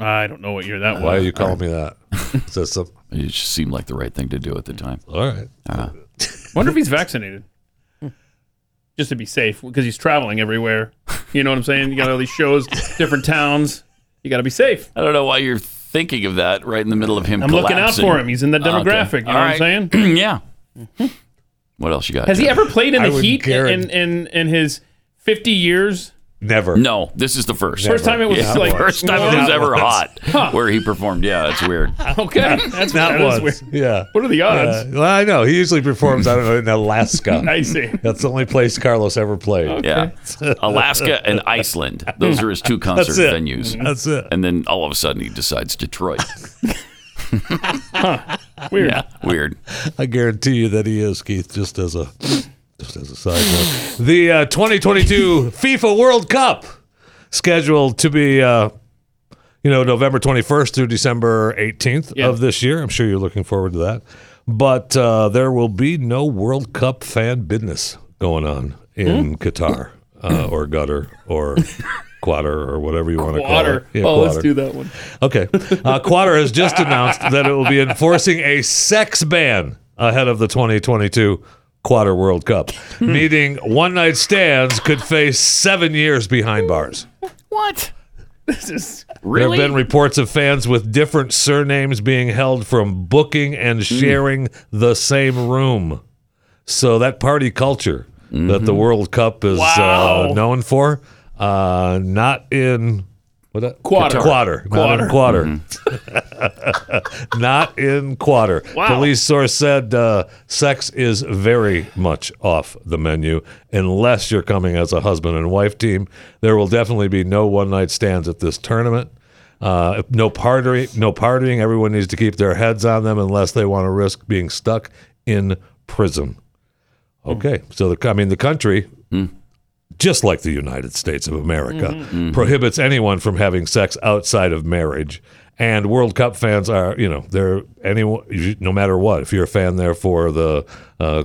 [SPEAKER 3] I don't know what year that
[SPEAKER 13] Why are
[SPEAKER 3] was.
[SPEAKER 13] you calling me that? Is that some?
[SPEAKER 2] It just seemed like the right thing to do at the time.
[SPEAKER 13] All right.
[SPEAKER 3] Wonder if he's vaccinated. Just to be safe, because he's traveling everywhere. You know what I'm saying? You got all these shows, different towns. You got to be safe.
[SPEAKER 2] I don't know why you're thinking of that right in the middle of him.
[SPEAKER 3] I'm looking out
[SPEAKER 2] collapsing.
[SPEAKER 3] for him. He's in the
[SPEAKER 2] Oh, okay.
[SPEAKER 3] demographic. You know
[SPEAKER 2] All
[SPEAKER 3] what I'm
[SPEAKER 2] right.
[SPEAKER 3] saying?
[SPEAKER 2] yeah. What else you got?
[SPEAKER 3] Has he
[SPEAKER 2] Jeff?
[SPEAKER 3] ever played in
[SPEAKER 13] I
[SPEAKER 3] the
[SPEAKER 13] would
[SPEAKER 3] heat in,
[SPEAKER 13] guarantee-
[SPEAKER 3] in in his 50 years?
[SPEAKER 13] Never.
[SPEAKER 2] No, this is the first.
[SPEAKER 3] First time it was
[SPEAKER 2] Yeah,
[SPEAKER 3] like
[SPEAKER 2] first time it
[SPEAKER 3] Not
[SPEAKER 2] was ever
[SPEAKER 13] once.
[SPEAKER 2] hot where he performed. Yeah, that's weird.
[SPEAKER 3] Okay, that's
[SPEAKER 13] Not
[SPEAKER 3] that is
[SPEAKER 13] once.
[SPEAKER 3] weird.
[SPEAKER 13] Yeah.
[SPEAKER 3] What are the
[SPEAKER 13] Uh,
[SPEAKER 3] odds?
[SPEAKER 13] well, I know he usually performs. I don't know in Alaska.
[SPEAKER 3] I see.
[SPEAKER 13] That's the only place Carlos ever played.
[SPEAKER 2] Yeah, Alaska and Iceland. Those are his two concert
[SPEAKER 13] it.
[SPEAKER 2] venues.
[SPEAKER 13] That's it.
[SPEAKER 2] And then all of a sudden he decides Detroit.
[SPEAKER 3] Weird.
[SPEAKER 2] Yeah, weird.
[SPEAKER 13] I guarantee you that he is Keith. Just as a just as a side note, the uh, 2022 FIFA World Cup scheduled to be. Uh, you know, November 21st through December 18th
[SPEAKER 3] Yeah.
[SPEAKER 13] of this year. I'm sure you're looking forward to that. But uh, there will be no World Cup fan business going on
[SPEAKER 3] Hmm?
[SPEAKER 13] in Qatar uh, or Gutter or Quater or whatever you want to call it.
[SPEAKER 3] Water.
[SPEAKER 13] Yeah,
[SPEAKER 3] oh, let's
[SPEAKER 13] Qatar.
[SPEAKER 3] do that one.
[SPEAKER 13] Okay. Uh, Quater has just announced that it will be enforcing a sex ban ahead of the 2022 Quater World Cup, meaning one night stands could face seven years behind bars.
[SPEAKER 2] What?
[SPEAKER 3] This is
[SPEAKER 13] There
[SPEAKER 2] Really?
[SPEAKER 13] have been reports of fans with different surnames being held from booking and sharing the same room. So that party culture that the World Cup is
[SPEAKER 3] Wow.
[SPEAKER 13] uh, known for Uh, not in what uh,
[SPEAKER 3] Quarter.
[SPEAKER 13] quarter, quarter,
[SPEAKER 3] Quarter.
[SPEAKER 13] quarter. not in quarter.
[SPEAKER 3] Wow.
[SPEAKER 13] Police source said uh, sex is very much off the menu unless you're coming as a husband and wife team. There will definitely be no one night stands at this tournament. Uh, no partying, no partying. Everyone needs to keep their heads on them unless they want to risk being stuck in prison. Okay, so the I mean the country, just like the United States of America,
[SPEAKER 2] Mm-hmm.
[SPEAKER 14] Mhm. Mhm.
[SPEAKER 13] prohibits anyone from having sex outside of marriage. And World Cup fans are, you know, they're anyone, you- no matter what. If you're a fan there for the uh,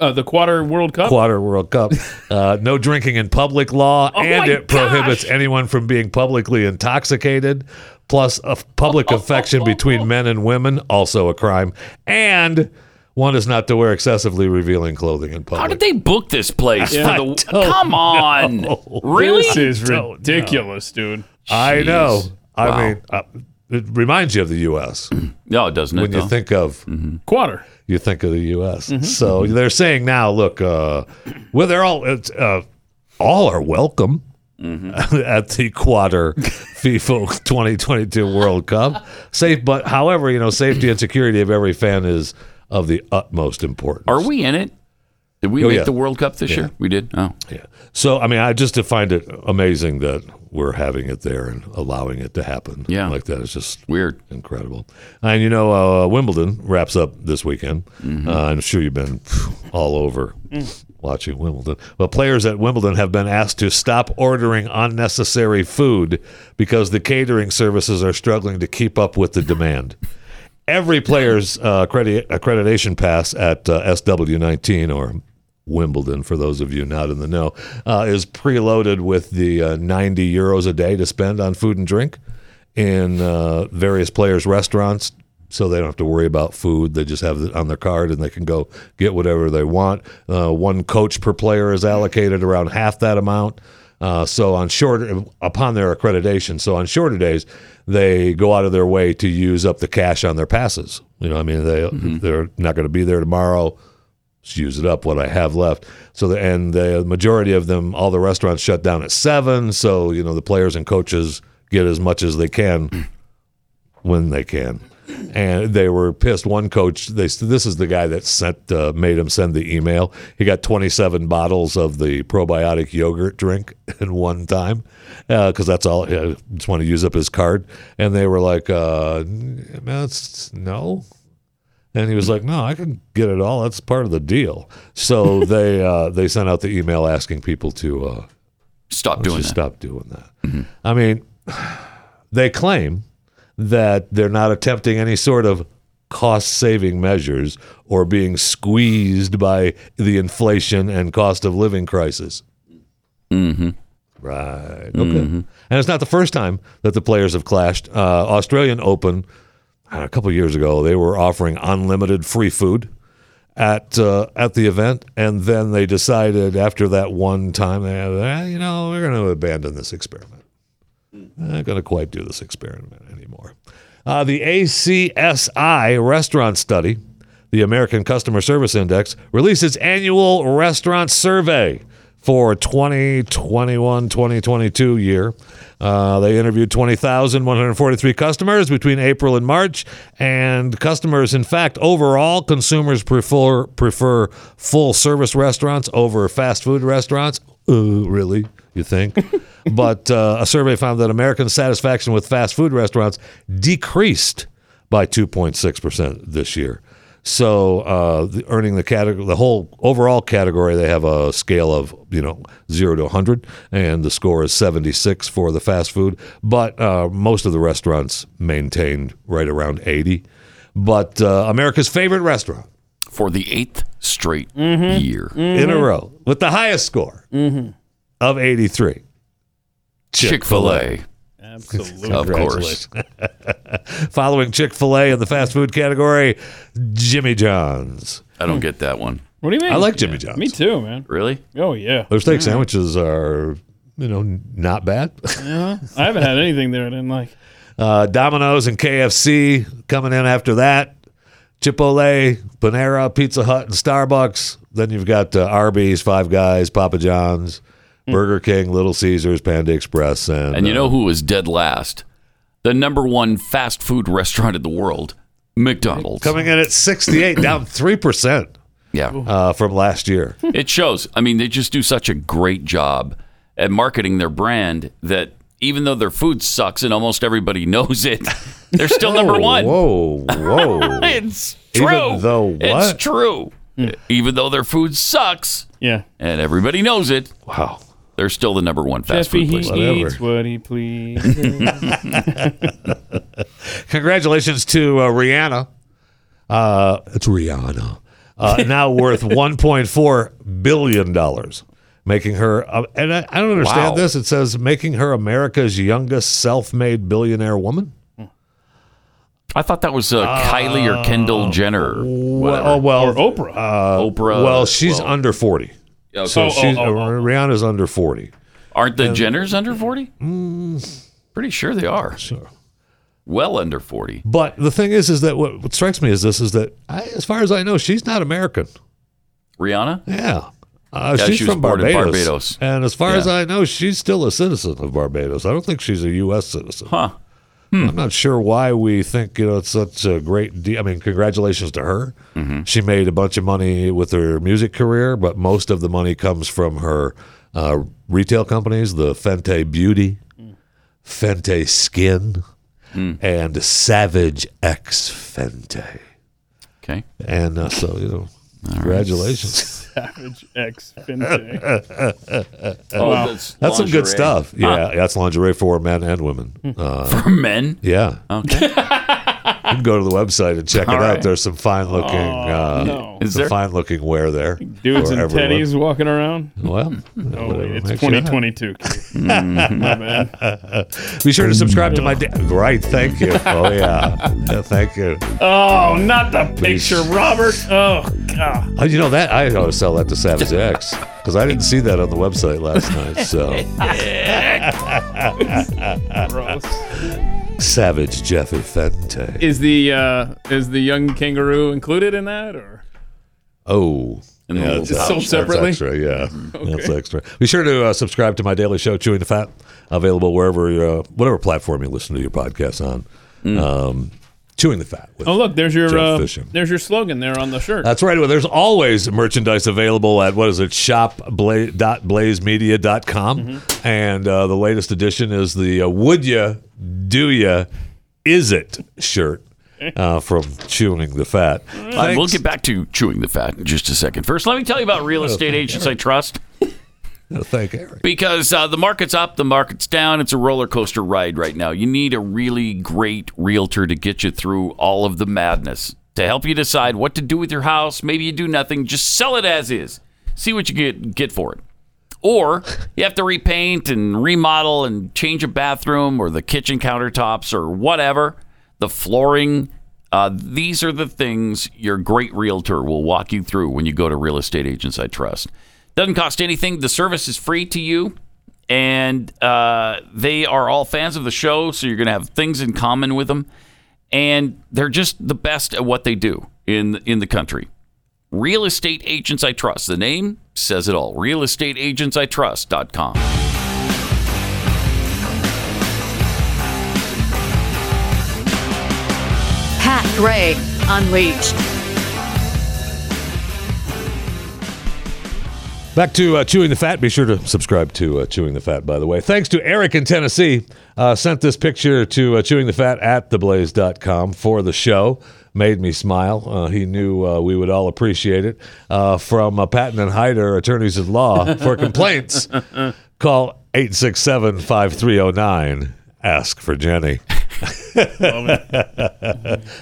[SPEAKER 3] Uh, the quarter World Cup.
[SPEAKER 13] Quarter World Cup. Uh, no drinking in public law,
[SPEAKER 2] Oh
[SPEAKER 13] and
[SPEAKER 3] my
[SPEAKER 13] it prohibits anyone from being publicly intoxicated. Plus, a f-
[SPEAKER 2] Oh,
[SPEAKER 13] public affection between men and women, also a crime. And one is not to wear excessively revealing clothing in
[SPEAKER 2] How
[SPEAKER 13] public.
[SPEAKER 2] did they book this place?
[SPEAKER 13] Yeah.
[SPEAKER 2] for the,
[SPEAKER 13] I don't
[SPEAKER 2] come on,
[SPEAKER 13] know.
[SPEAKER 2] really?
[SPEAKER 13] This is Don't know.
[SPEAKER 3] ridiculous, dude.
[SPEAKER 13] I know. I
[SPEAKER 2] Wow. Mm-hmm.
[SPEAKER 13] mean, uh, it reminds you of the U.S.
[SPEAKER 2] No, Mm-hmm. it doesn't. it,
[SPEAKER 13] when you
[SPEAKER 2] though?
[SPEAKER 13] think of
[SPEAKER 3] quarter.
[SPEAKER 13] You think of the U.S. So
[SPEAKER 2] Mm-hmm.
[SPEAKER 13] they're saying now, look, uh, well, they're all it's, uh, all are welcome
[SPEAKER 2] Mm-hmm.
[SPEAKER 13] at the quarter FIFA 2022 World Cup. Safe, but however, you know, safety and security of every fan is of the utmost importance.
[SPEAKER 2] Are we in it? Did we
[SPEAKER 13] Oh,
[SPEAKER 2] make
[SPEAKER 13] yeah.
[SPEAKER 2] the World Cup this
[SPEAKER 13] Yeah.
[SPEAKER 2] year? We did. Oh,
[SPEAKER 13] Yeah. So I mean, I just find it amazing that we're having it there and allowing it to happen.
[SPEAKER 2] Yeah.
[SPEAKER 13] like that is just
[SPEAKER 2] weird,
[SPEAKER 13] incredible. And you know, uh, Wimbledon wraps up this weekend. Uh, I'm sure you've been phew, all over
[SPEAKER 14] Mm.
[SPEAKER 13] watching Wimbledon. But players at Wimbledon have been asked to stop ordering unnecessary food because the catering services are struggling to keep up with the demand. Every player's uh, accredi- accreditation pass at uh, SW19 or Wimbledon, for those of you not in the know, uh, is preloaded with the uh, 90 euros a day to spend on food and drink in uh, various players' restaurants. So they don't have to worry about food. They just have it on their card and they can go get whatever they want. Uh, one coach per player is allocated around half that amount. Uh, so on shorter upon their accreditation, so on shorter days, they go out of their way to use up the cash on their passes. You know, I mean, they they're not going to be there tomorrow just use it up what I have left. So the, and the majority of them, all the restaurants shut down at seven. So you know the players and coaches get as much as they can when they can. And they were pissed. One coach, they this is the guy that sent uh, made him send the email. He got 27 bottles of the probiotic yogurt drink in one time because that's all. I just want to use up his card. And they were like, uh, "N- "That's no." And he was like, "No, I can get it all. That's part of the deal." So they uh, they sent out the email asking people to uh,
[SPEAKER 2] stop
[SPEAKER 13] doing that. Stop doing that. I mean, they claim that they're not attempting any sort of cost saving measures or being squeezed by the inflation and cost of living crisis.
[SPEAKER 2] Mm-hmm.
[SPEAKER 13] Right. Okay. And it's not the first time that the players have clashed. Uh, Australian Open uh, a couple years ago, they were offering unlimited free food at uh, at the event, and then they decided after that one time, they eh, you know, we're going to abandon this experiment. Not going to quite do this experiment anymore. Uh, the ACSI restaurant study, the American Customer Service Index, released its annual restaurant survey for 2021 2022 year. Uh, they interviewed 20,143 customers between April and March, and customers, in fact, overall, consumers prefer, prefer full service restaurants over fast food restaurants. Uh, really? You think? but uh, a survey found that American satisfaction with fast food restaurants decreased by 2.6% this year. So, uh, the, earning the category, the whole overall category, they have a scale of you know zero to 100, and the score is 76 for the fast food. But uh, most of the restaurants maintained right around 80. But uh, America's favorite restaurant
[SPEAKER 2] for the eighth straight
[SPEAKER 13] Mm-hmm.
[SPEAKER 2] year
[SPEAKER 13] in a
[SPEAKER 3] Mm-hmm.
[SPEAKER 13] row with the highest score of 83.
[SPEAKER 2] Chick Fil A.
[SPEAKER 3] Absolutely.
[SPEAKER 2] Of course.
[SPEAKER 13] Following Chick fil A in the fast food category, Jimmy John's.
[SPEAKER 2] I don't get that one.
[SPEAKER 3] What do you mean?
[SPEAKER 13] I like Jimmy John's.
[SPEAKER 3] Me too, man.
[SPEAKER 2] Really?
[SPEAKER 3] Oh yeah.
[SPEAKER 13] Their steak sandwiches are, you know, n- not bad.
[SPEAKER 3] Yeah. I haven't had anything there I didn't like.
[SPEAKER 13] Uh, Domino's and KFC coming in after that. Chipotle, Panera, Pizza Hut, and Starbucks. Then you've got uh, Arby's, Five Guys, Papa John's,
[SPEAKER 3] Hmm.
[SPEAKER 13] Burger King, Little Caesars, Panda Express, and,
[SPEAKER 2] And you
[SPEAKER 13] uh,
[SPEAKER 2] know who was dead last? The number one fast food restaurant in the world, McDonald's.
[SPEAKER 13] coming in at 68, down 3%.
[SPEAKER 2] Yeah.
[SPEAKER 13] Uh, from last year.
[SPEAKER 2] It shows. I mean, they just do such a great job at marketing their brand that even though their food sucks and almost everybody knows it, they're still number one.
[SPEAKER 13] Whoa, whoa.
[SPEAKER 2] it's true.
[SPEAKER 13] Even though what?
[SPEAKER 2] It's true. Even though their food sucks.
[SPEAKER 3] Yeah.
[SPEAKER 2] And everybody knows it.
[SPEAKER 13] Wow.
[SPEAKER 2] They're still the number one fast
[SPEAKER 3] Jeffy,
[SPEAKER 2] food
[SPEAKER 3] he
[SPEAKER 2] place.
[SPEAKER 3] eats what he pleases.
[SPEAKER 13] Congratulations to uh, Rihanna. Uh, it's Rihanna. Uh, now worth $1.4 billion, making her, uh, and I, I don't understand
[SPEAKER 2] Wow.
[SPEAKER 13] this. It says making her America's youngest self made billionaire woman.
[SPEAKER 2] I thought that was uh,
[SPEAKER 13] Ah.
[SPEAKER 2] Kylie or Kendall Jenner.
[SPEAKER 13] Well, oh, well, or
[SPEAKER 3] Oprah.
[SPEAKER 13] Uh,
[SPEAKER 2] Oprah,
[SPEAKER 13] Well, she's
[SPEAKER 2] well-
[SPEAKER 13] under 40.
[SPEAKER 2] Okay.
[SPEAKER 13] So
[SPEAKER 2] Oh, oh,
[SPEAKER 13] she's,
[SPEAKER 2] oh, oh,
[SPEAKER 13] Rihanna's under 40.
[SPEAKER 2] Aren't the Jenners
[SPEAKER 13] Mm.
[SPEAKER 2] under 40? Pretty sure they are. Well under 40.
[SPEAKER 13] But the thing is, is that what, what strikes me is this is that, I, as far as I know, she's not American.
[SPEAKER 2] Rihanna?
[SPEAKER 13] Yeah. Uh,
[SPEAKER 2] Yeah,
[SPEAKER 13] she's
[SPEAKER 2] she was
[SPEAKER 13] from
[SPEAKER 2] born in
[SPEAKER 13] Barbados.
[SPEAKER 2] Barbados.
[SPEAKER 13] And as far
[SPEAKER 2] Yeah.
[SPEAKER 13] as I know, she's still a citizen of Barbados. I don't think she's a U.S. citizen.
[SPEAKER 2] Huh. Hmm.
[SPEAKER 13] I'm not sure why we think you know it's such a great deal. I mean, congratulations to her.
[SPEAKER 2] Mm-hmm.
[SPEAKER 13] She made a bunch of money with her music career, but most of the money comes from her uh, retail companies, the Fente Beauty, Fente Skin,
[SPEAKER 2] Hmm.
[SPEAKER 13] and Savage X Fente.
[SPEAKER 2] Okay.
[SPEAKER 13] And uh, so you know, congratulations.
[SPEAKER 3] Savage X Fintech.
[SPEAKER 2] Oh,
[SPEAKER 3] Wow.
[SPEAKER 2] that's-
[SPEAKER 13] That's some good
[SPEAKER 2] lingerie.
[SPEAKER 13] stuff. Yeah, that's lingerie for men and women.
[SPEAKER 3] Hmm.
[SPEAKER 13] Uh,
[SPEAKER 2] For men?
[SPEAKER 13] Yeah. Okay. you can go to the website and check it
[SPEAKER 3] All
[SPEAKER 13] out.
[SPEAKER 3] right. Oh,
[SPEAKER 13] There's some fine looking uh,
[SPEAKER 3] no.
[SPEAKER 2] Is there?
[SPEAKER 13] fine looking wear there.
[SPEAKER 3] Dudes
[SPEAKER 13] for
[SPEAKER 3] and
[SPEAKER 13] everyone.
[SPEAKER 3] teddies walking around.
[SPEAKER 13] Well,
[SPEAKER 3] Oh,
[SPEAKER 13] whatever
[SPEAKER 3] wait, it's
[SPEAKER 13] makes you Mm-hmm.
[SPEAKER 3] 2022.
[SPEAKER 13] happy.
[SPEAKER 3] kid. My bad.
[SPEAKER 13] Be sure to subscribe to my da- right. Thank you. Oh yeah. Yeah, thank you.
[SPEAKER 3] Oh, not the
[SPEAKER 13] Please.
[SPEAKER 3] picture, Robert. Oh, God.
[SPEAKER 13] Oh, you know that I always sell that to Savage X because I didn't see that on the website last night. So
[SPEAKER 3] Gross.
[SPEAKER 13] Savage Jeffy Fente.
[SPEAKER 3] Is the uh, is the young kangaroo included in that, or
[SPEAKER 13] Oh.
[SPEAKER 2] And the
[SPEAKER 13] yeah,
[SPEAKER 2] little
[SPEAKER 13] that's
[SPEAKER 2] pouch.
[SPEAKER 3] Sold separately?
[SPEAKER 13] That's extra, yeah. That's extra. Be sure to uh, subscribe to my daily show, Chewing the Fat, available wherever, uh, whatever platform you listen to your podcast on. Um, Chewing the Fat. With
[SPEAKER 3] Mm. oh look, there's your
[SPEAKER 13] Jeff
[SPEAKER 3] uh,
[SPEAKER 13] Fisher.
[SPEAKER 3] there's your slogan there on the shirt.
[SPEAKER 13] That's right. Well, there's always merchandise available at what is it? Shop.blazemedia.com.
[SPEAKER 3] Mm-hmm.
[SPEAKER 13] And uh, the latest edition is the uh, Would Ya, Do Ya, Is It shirt uh, from Chewing the Fat.
[SPEAKER 2] Uh, we'll get back to chewing the fat in just a second. First, let me tell you about real estate agents I trust
[SPEAKER 13] Thank Eric.
[SPEAKER 2] because uh, the market's up, the market's down. It's a roller coaster ride right now. You need a really great realtor to get you through all of the madness, to help you decide what to do with your house. Maybe you do nothing, just sell it as is. See what you get get for it. Or you have to repaint and remodel and change a bathroom or the kitchen countertops or whatever, the flooring. Uh, these are the things your great realtor will walk you through when you go to Real Estate Agents I Trust. Doesn't cost anything. The service is free to you, and uh, they are all fans of the show, so you're going to have things in common with them. And they're just the best at what they do in in the country. Real Estate Agents I Trust. The name says it all. RealEstateAgentsITrust.com.
[SPEAKER 14] Pat Gray Unleashed.
[SPEAKER 13] Back to uh, Chewing the Fat. Be sure to subscribe to uh, Chewing the Fat, by the way. Thanks to Eric in Tennessee. Uh, sent this picture to uh, Chewing the Fat at theblaze.com for the show. Made me smile. Uh, he knew uh, we would all appreciate it. Uh, from uh, Patton and Hyder, attorneys at law, for complaints, call 867 5309. Ask for Jenny.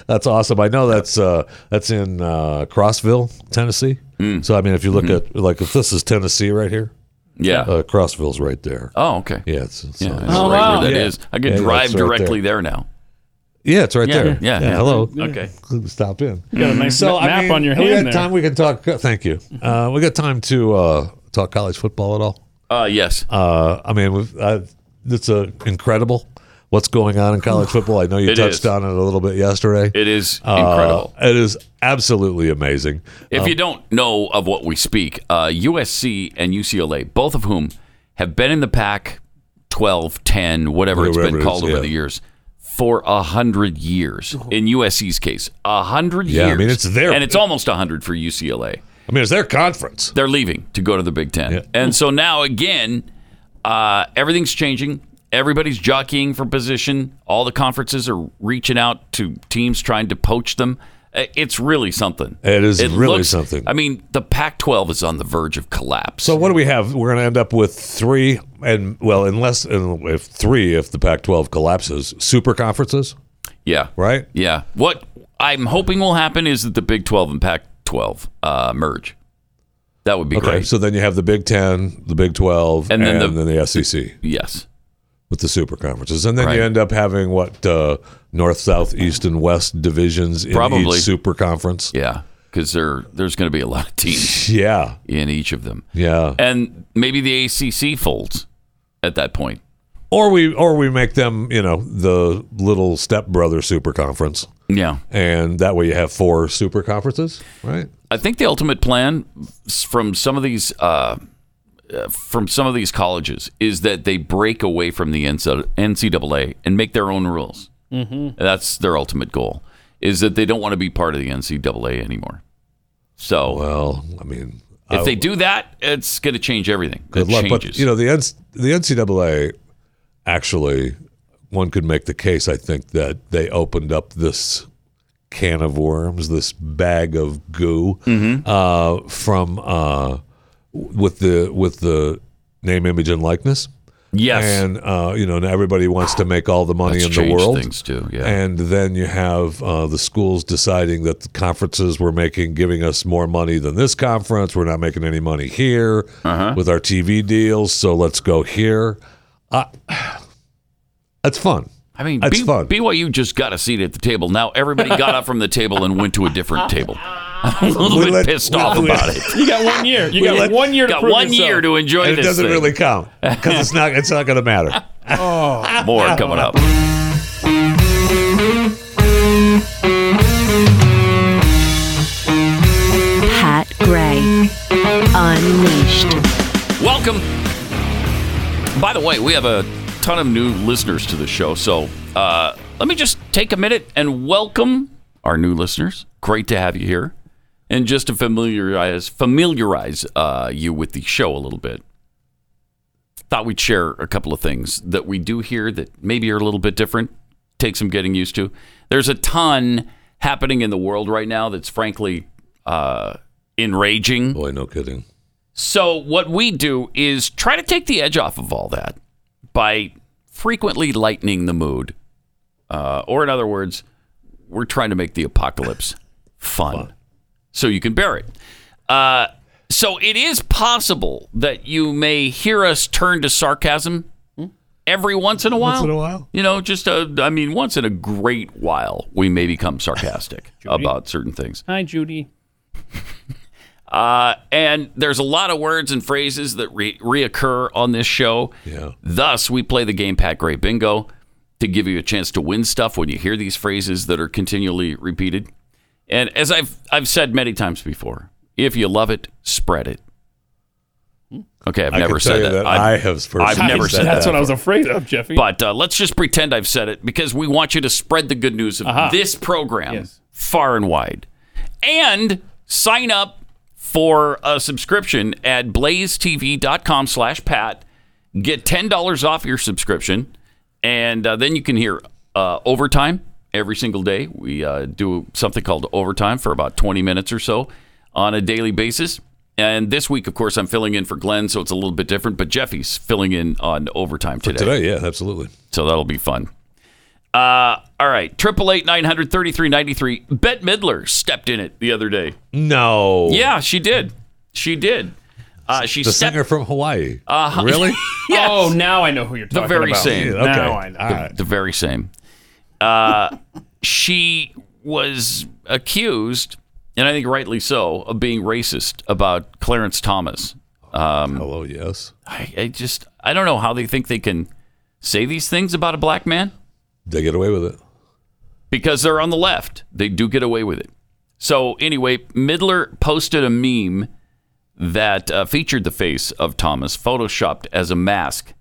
[SPEAKER 13] that's awesome. I know that's uh, that's in uh, Crossville, Tennessee. So I mean, if you look at like if this is Tennessee right here,
[SPEAKER 2] Yeah.
[SPEAKER 13] uh, Crossville's right there.
[SPEAKER 2] Oh, okay.
[SPEAKER 13] Yeah, it's, it's
[SPEAKER 2] Yeah,
[SPEAKER 13] on-
[SPEAKER 2] I know right
[SPEAKER 13] wow.
[SPEAKER 2] where that
[SPEAKER 13] Yeah.
[SPEAKER 2] is. I could
[SPEAKER 13] Yeah, yeah,
[SPEAKER 2] drive
[SPEAKER 13] it's right
[SPEAKER 2] directly there. now.
[SPEAKER 13] Yeah, it's right
[SPEAKER 2] Yeah,
[SPEAKER 13] there.
[SPEAKER 2] yeah, yeah.
[SPEAKER 13] Hello.
[SPEAKER 2] Okay.
[SPEAKER 13] Stop in.
[SPEAKER 3] You got a nice
[SPEAKER 13] so
[SPEAKER 3] ma- map
[SPEAKER 13] I mean,
[SPEAKER 3] on your
[SPEAKER 13] have we
[SPEAKER 3] hand
[SPEAKER 13] got
[SPEAKER 3] there.
[SPEAKER 13] time we can talk. Thank you. Uh, we got time to uh, talk college football at all.
[SPEAKER 2] Uh, yes.
[SPEAKER 13] Uh, I mean, we've, uh, it's uh, incredible what's going on in college football. I know you
[SPEAKER 2] It
[SPEAKER 13] touched
[SPEAKER 2] is.
[SPEAKER 13] on it a little bit yesterday.
[SPEAKER 2] It is
[SPEAKER 13] Uh,
[SPEAKER 2] incredible.
[SPEAKER 13] It is absolutely amazing.
[SPEAKER 2] If
[SPEAKER 13] Um,
[SPEAKER 2] uh, you don't know of what we speak, uh, USC and UCLA, both of whom have been in the pack 12, 10, whatever it's
[SPEAKER 13] Whatever
[SPEAKER 2] been
[SPEAKER 13] it
[SPEAKER 2] called
[SPEAKER 13] is,
[SPEAKER 2] over
[SPEAKER 13] yeah.
[SPEAKER 2] the years for a hundred years. In USC's case, a hundred
[SPEAKER 13] Yeah, I
[SPEAKER 2] years.
[SPEAKER 13] mean, it's their-
[SPEAKER 2] and it's almost a hundred for UCLA.
[SPEAKER 13] I mean, it's their conference.
[SPEAKER 2] They're leaving to go to the Big Ten, and so now again, uh, everything's changing. Everybody's jockeying for position. All the conferences are reaching out to teams trying to poach them. Uh, It's really something.
[SPEAKER 13] It is really
[SPEAKER 2] looks-
[SPEAKER 13] something.
[SPEAKER 2] I mean, the Pac-12 is on the verge of collapse.
[SPEAKER 13] So what do we have? We're going to end up with three, and well, unless and if three, if the Pac-12 collapses, super conferences.
[SPEAKER 2] Yeah.
[SPEAKER 13] Right.
[SPEAKER 2] Yeah. What I'm hoping will happen is that the Big 12 and Pac 12 uh, merge. That would be
[SPEAKER 13] okay.
[SPEAKER 2] great.
[SPEAKER 13] So then you have the Big Ten, the Big Twelve, and
[SPEAKER 2] And
[SPEAKER 13] then,
[SPEAKER 2] then
[SPEAKER 13] the, SEC.
[SPEAKER 2] Yes.
[SPEAKER 13] With the super conferences, and then
[SPEAKER 2] Right.
[SPEAKER 13] you end up having what uh, north, south, east, and west divisions in
[SPEAKER 2] Probably.
[SPEAKER 13] each super conference.
[SPEAKER 2] Yeah. Because there, there's going to be a lot of teams
[SPEAKER 13] Yeah.
[SPEAKER 2] in each of them.
[SPEAKER 13] Yeah.
[SPEAKER 2] And maybe the ACC folds at that point.
[SPEAKER 13] Or we or we make them, you know, the little stepbrother super conference.
[SPEAKER 2] Yeah.
[SPEAKER 13] And that way you have four super conferences, right?
[SPEAKER 2] I think the ultimate plan s- from some of these uh, uh, from some of these colleges is that they break away from the NCAA and make their own rules.
[SPEAKER 6] Mhm.
[SPEAKER 13] Mm-hmm.
[SPEAKER 2] That's their ultimate goal. Is that they don't want to be part of the NCAA anymore. So
[SPEAKER 13] well, I mean,
[SPEAKER 2] if
[SPEAKER 13] I-
[SPEAKER 2] they do that, it's going to change everything.
[SPEAKER 13] Good
[SPEAKER 2] it
[SPEAKER 13] luck.
[SPEAKER 2] changes.
[SPEAKER 13] But you know, the N- the NCAA actually one could make the case I think that they opened up this can of worms, this bag of goo
[SPEAKER 2] Mm-hmm.
[SPEAKER 13] uh, from uh, with the with the name, image, and likeness.
[SPEAKER 2] Yes.
[SPEAKER 13] and uh, you know now everybody wants to make all the money
[SPEAKER 2] That's
[SPEAKER 13] in the
[SPEAKER 2] changed
[SPEAKER 13] world.
[SPEAKER 2] things, too, yeah.
[SPEAKER 13] and then you have uh, the schools deciding that the conferences were making, giving us more money than this conference. We're not making any money here
[SPEAKER 2] Uh-huh.
[SPEAKER 13] with our TV deals, so let's go here. Uh, that's fun.
[SPEAKER 2] I mean,
[SPEAKER 13] that's
[SPEAKER 2] B-
[SPEAKER 13] fun.
[SPEAKER 2] BYU just got a seat at the table. Now everybody got up from the table and went to a different table. I'm a little
[SPEAKER 13] We
[SPEAKER 2] bit
[SPEAKER 13] let-
[SPEAKER 2] pissed
[SPEAKER 13] we-
[SPEAKER 2] off
[SPEAKER 13] we-
[SPEAKER 2] about it.
[SPEAKER 3] You got one year. You
[SPEAKER 13] We
[SPEAKER 3] got
[SPEAKER 13] let-
[SPEAKER 3] one year. to
[SPEAKER 2] got
[SPEAKER 3] prove
[SPEAKER 2] one
[SPEAKER 3] yourself.
[SPEAKER 2] year to enjoy
[SPEAKER 13] And it
[SPEAKER 2] this.
[SPEAKER 13] doesn't
[SPEAKER 2] thing.
[SPEAKER 13] really count because it's not. It's not going to matter.
[SPEAKER 2] Oh, more coming up.
[SPEAKER 14] Pat Gray. Unleashed.
[SPEAKER 2] Welcome. By the way, we have a ton of new listeners to the show, so uh, let me just take a minute and welcome our new listeners. Great to have you here, and just to familiarize familiarize uh, you with the show a little bit. Thought we'd share a couple of things that we do here that maybe are a little bit different. Take some getting used to. There's a ton happening in the world right now that's frankly uh, enraging.
[SPEAKER 13] Boy, no kidding.
[SPEAKER 2] So what we do is try to take the edge off of all that by frequently lightening the mood, uh, or in other words, we're trying to make the apocalypse fun, so you can bear it. Uh, so it is possible that you may hear us turn to sarcasm every once in a while.
[SPEAKER 13] Once in a while.
[SPEAKER 2] you know, just a, I mean, once in a great while, we may become sarcastic about certain things.
[SPEAKER 3] Hi, Judy.
[SPEAKER 2] Uh, and there's a lot of words and phrases that re- reoccur on this show.
[SPEAKER 13] Yeah.
[SPEAKER 2] Thus, we play the game Pat Gray Bingo to give you a chance to win stuff when you hear these phrases that are continually repeated. And as I've I've said many times before, if you love it, spread it. Okay, I've
[SPEAKER 13] Hmm. I
[SPEAKER 2] never
[SPEAKER 13] can tell
[SPEAKER 2] said
[SPEAKER 13] you
[SPEAKER 2] that.
[SPEAKER 13] that
[SPEAKER 2] I've-
[SPEAKER 13] I have personally
[SPEAKER 2] I've never said
[SPEAKER 3] That's
[SPEAKER 2] that.
[SPEAKER 3] what I was afraid of, Jeffy.
[SPEAKER 2] But uh, let's just pretend I've said it because we want you to spread the good news of
[SPEAKER 3] Aha.
[SPEAKER 2] this program
[SPEAKER 3] Yes.
[SPEAKER 2] far and wide. And sign up for a subscription at blazetv.com slash pat. Get $10 off your subscription. And uh, then you can hear uh, overtime every single day. We uh, do something called overtime for about 20 minutes or so on a daily basis. And this week, of course, I'm filling in for Glenn, so it's a little bit different. But Jeffy's filling in on overtime today.
[SPEAKER 13] Today, yeah, absolutely.
[SPEAKER 2] So that'll be fun. Uh, all right, triple eight nine hundred thirty three ninety three. Bette Midler stepped in it the other day.
[SPEAKER 13] No.
[SPEAKER 2] Yeah, she did. She did. Uh, she
[SPEAKER 13] The
[SPEAKER 2] stepped
[SPEAKER 13] singer from Hawaii.
[SPEAKER 2] Uh-huh.
[SPEAKER 13] Really?
[SPEAKER 3] Oh, now I know who you're
[SPEAKER 2] the
[SPEAKER 3] talking
[SPEAKER 2] very
[SPEAKER 3] about.
[SPEAKER 2] same.
[SPEAKER 13] Yeah, okay.
[SPEAKER 3] Now I know.
[SPEAKER 13] All right.
[SPEAKER 2] The, the very same. Uh, she was accused, and I think rightly so, of being racist about Clarence Thomas. Um,
[SPEAKER 13] Hello, yes.
[SPEAKER 2] I, I just I don't know how they think they can say these things about a black man.
[SPEAKER 13] They get away with it.
[SPEAKER 2] because they're on the left. They do get away with it. So anyway, Midler posted a meme that uh, featured the face of Thomas, photoshopped as a mask.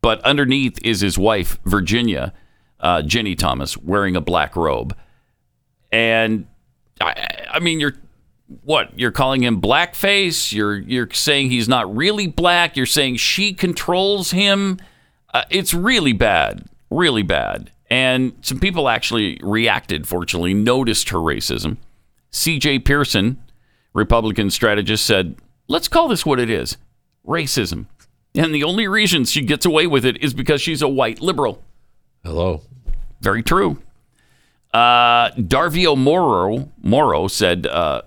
[SPEAKER 2] But underneath is his wife, Virginia, uh, Jenny Thomas, wearing a black robe. And I, I mean, you're what? You're calling him blackface. You're you're saying he's not really black. You're saying she controls him. Uh, it's really bad, really bad. And some people actually reacted. Fortunately, noticed her racism. C.J. Pearson, Republican strategist, said, "Let's call this what it is: racism." And the only reason she gets away with it is because she's a white liberal.
[SPEAKER 13] Hello.
[SPEAKER 2] Very true. Uh, Darvio Moro, Moro said uh,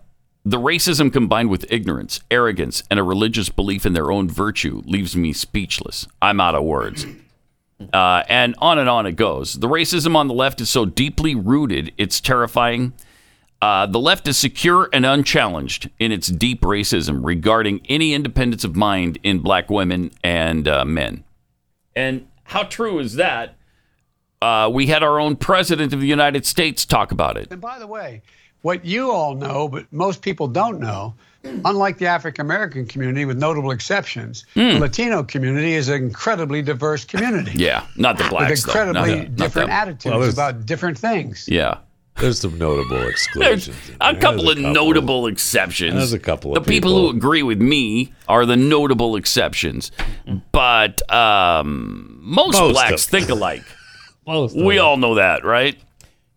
[SPEAKER 2] the racism combined with ignorance, arrogance, and a religious belief in their own virtue leaves me speechless. I'm out of words. Uh, and on and on it goes. The racism on the left is so deeply rooted, it's terrifying. Uh, the left is secure and unchallenged in its deep racism regarding any independence of mind in black women and uh, men. And how true is that? Uh, we had our own president of the United States talk about it.
[SPEAKER 15] And by the way, what you all know, but most people don't know, unlike the African American community, with notable exceptions, the Latino community is an incredibly diverse community.
[SPEAKER 2] Hmm. Yeah, not the blacks.
[SPEAKER 15] with
[SPEAKER 2] though. Not-
[SPEAKER 15] incredibly
[SPEAKER 2] not- not
[SPEAKER 15] different
[SPEAKER 2] them.
[SPEAKER 15] attitudes about different things.
[SPEAKER 2] Yeah.
[SPEAKER 13] There's some notable
[SPEAKER 2] There's
[SPEAKER 13] exclusions.
[SPEAKER 2] a couple of
[SPEAKER 13] There's a couple.
[SPEAKER 2] notable exceptions.
[SPEAKER 13] There's a couple
[SPEAKER 2] the
[SPEAKER 13] of
[SPEAKER 2] people. who agree with me are the notable exceptions, but um, most,
[SPEAKER 3] Most
[SPEAKER 2] blacks
[SPEAKER 3] of-
[SPEAKER 2] think alike. we all know that, right?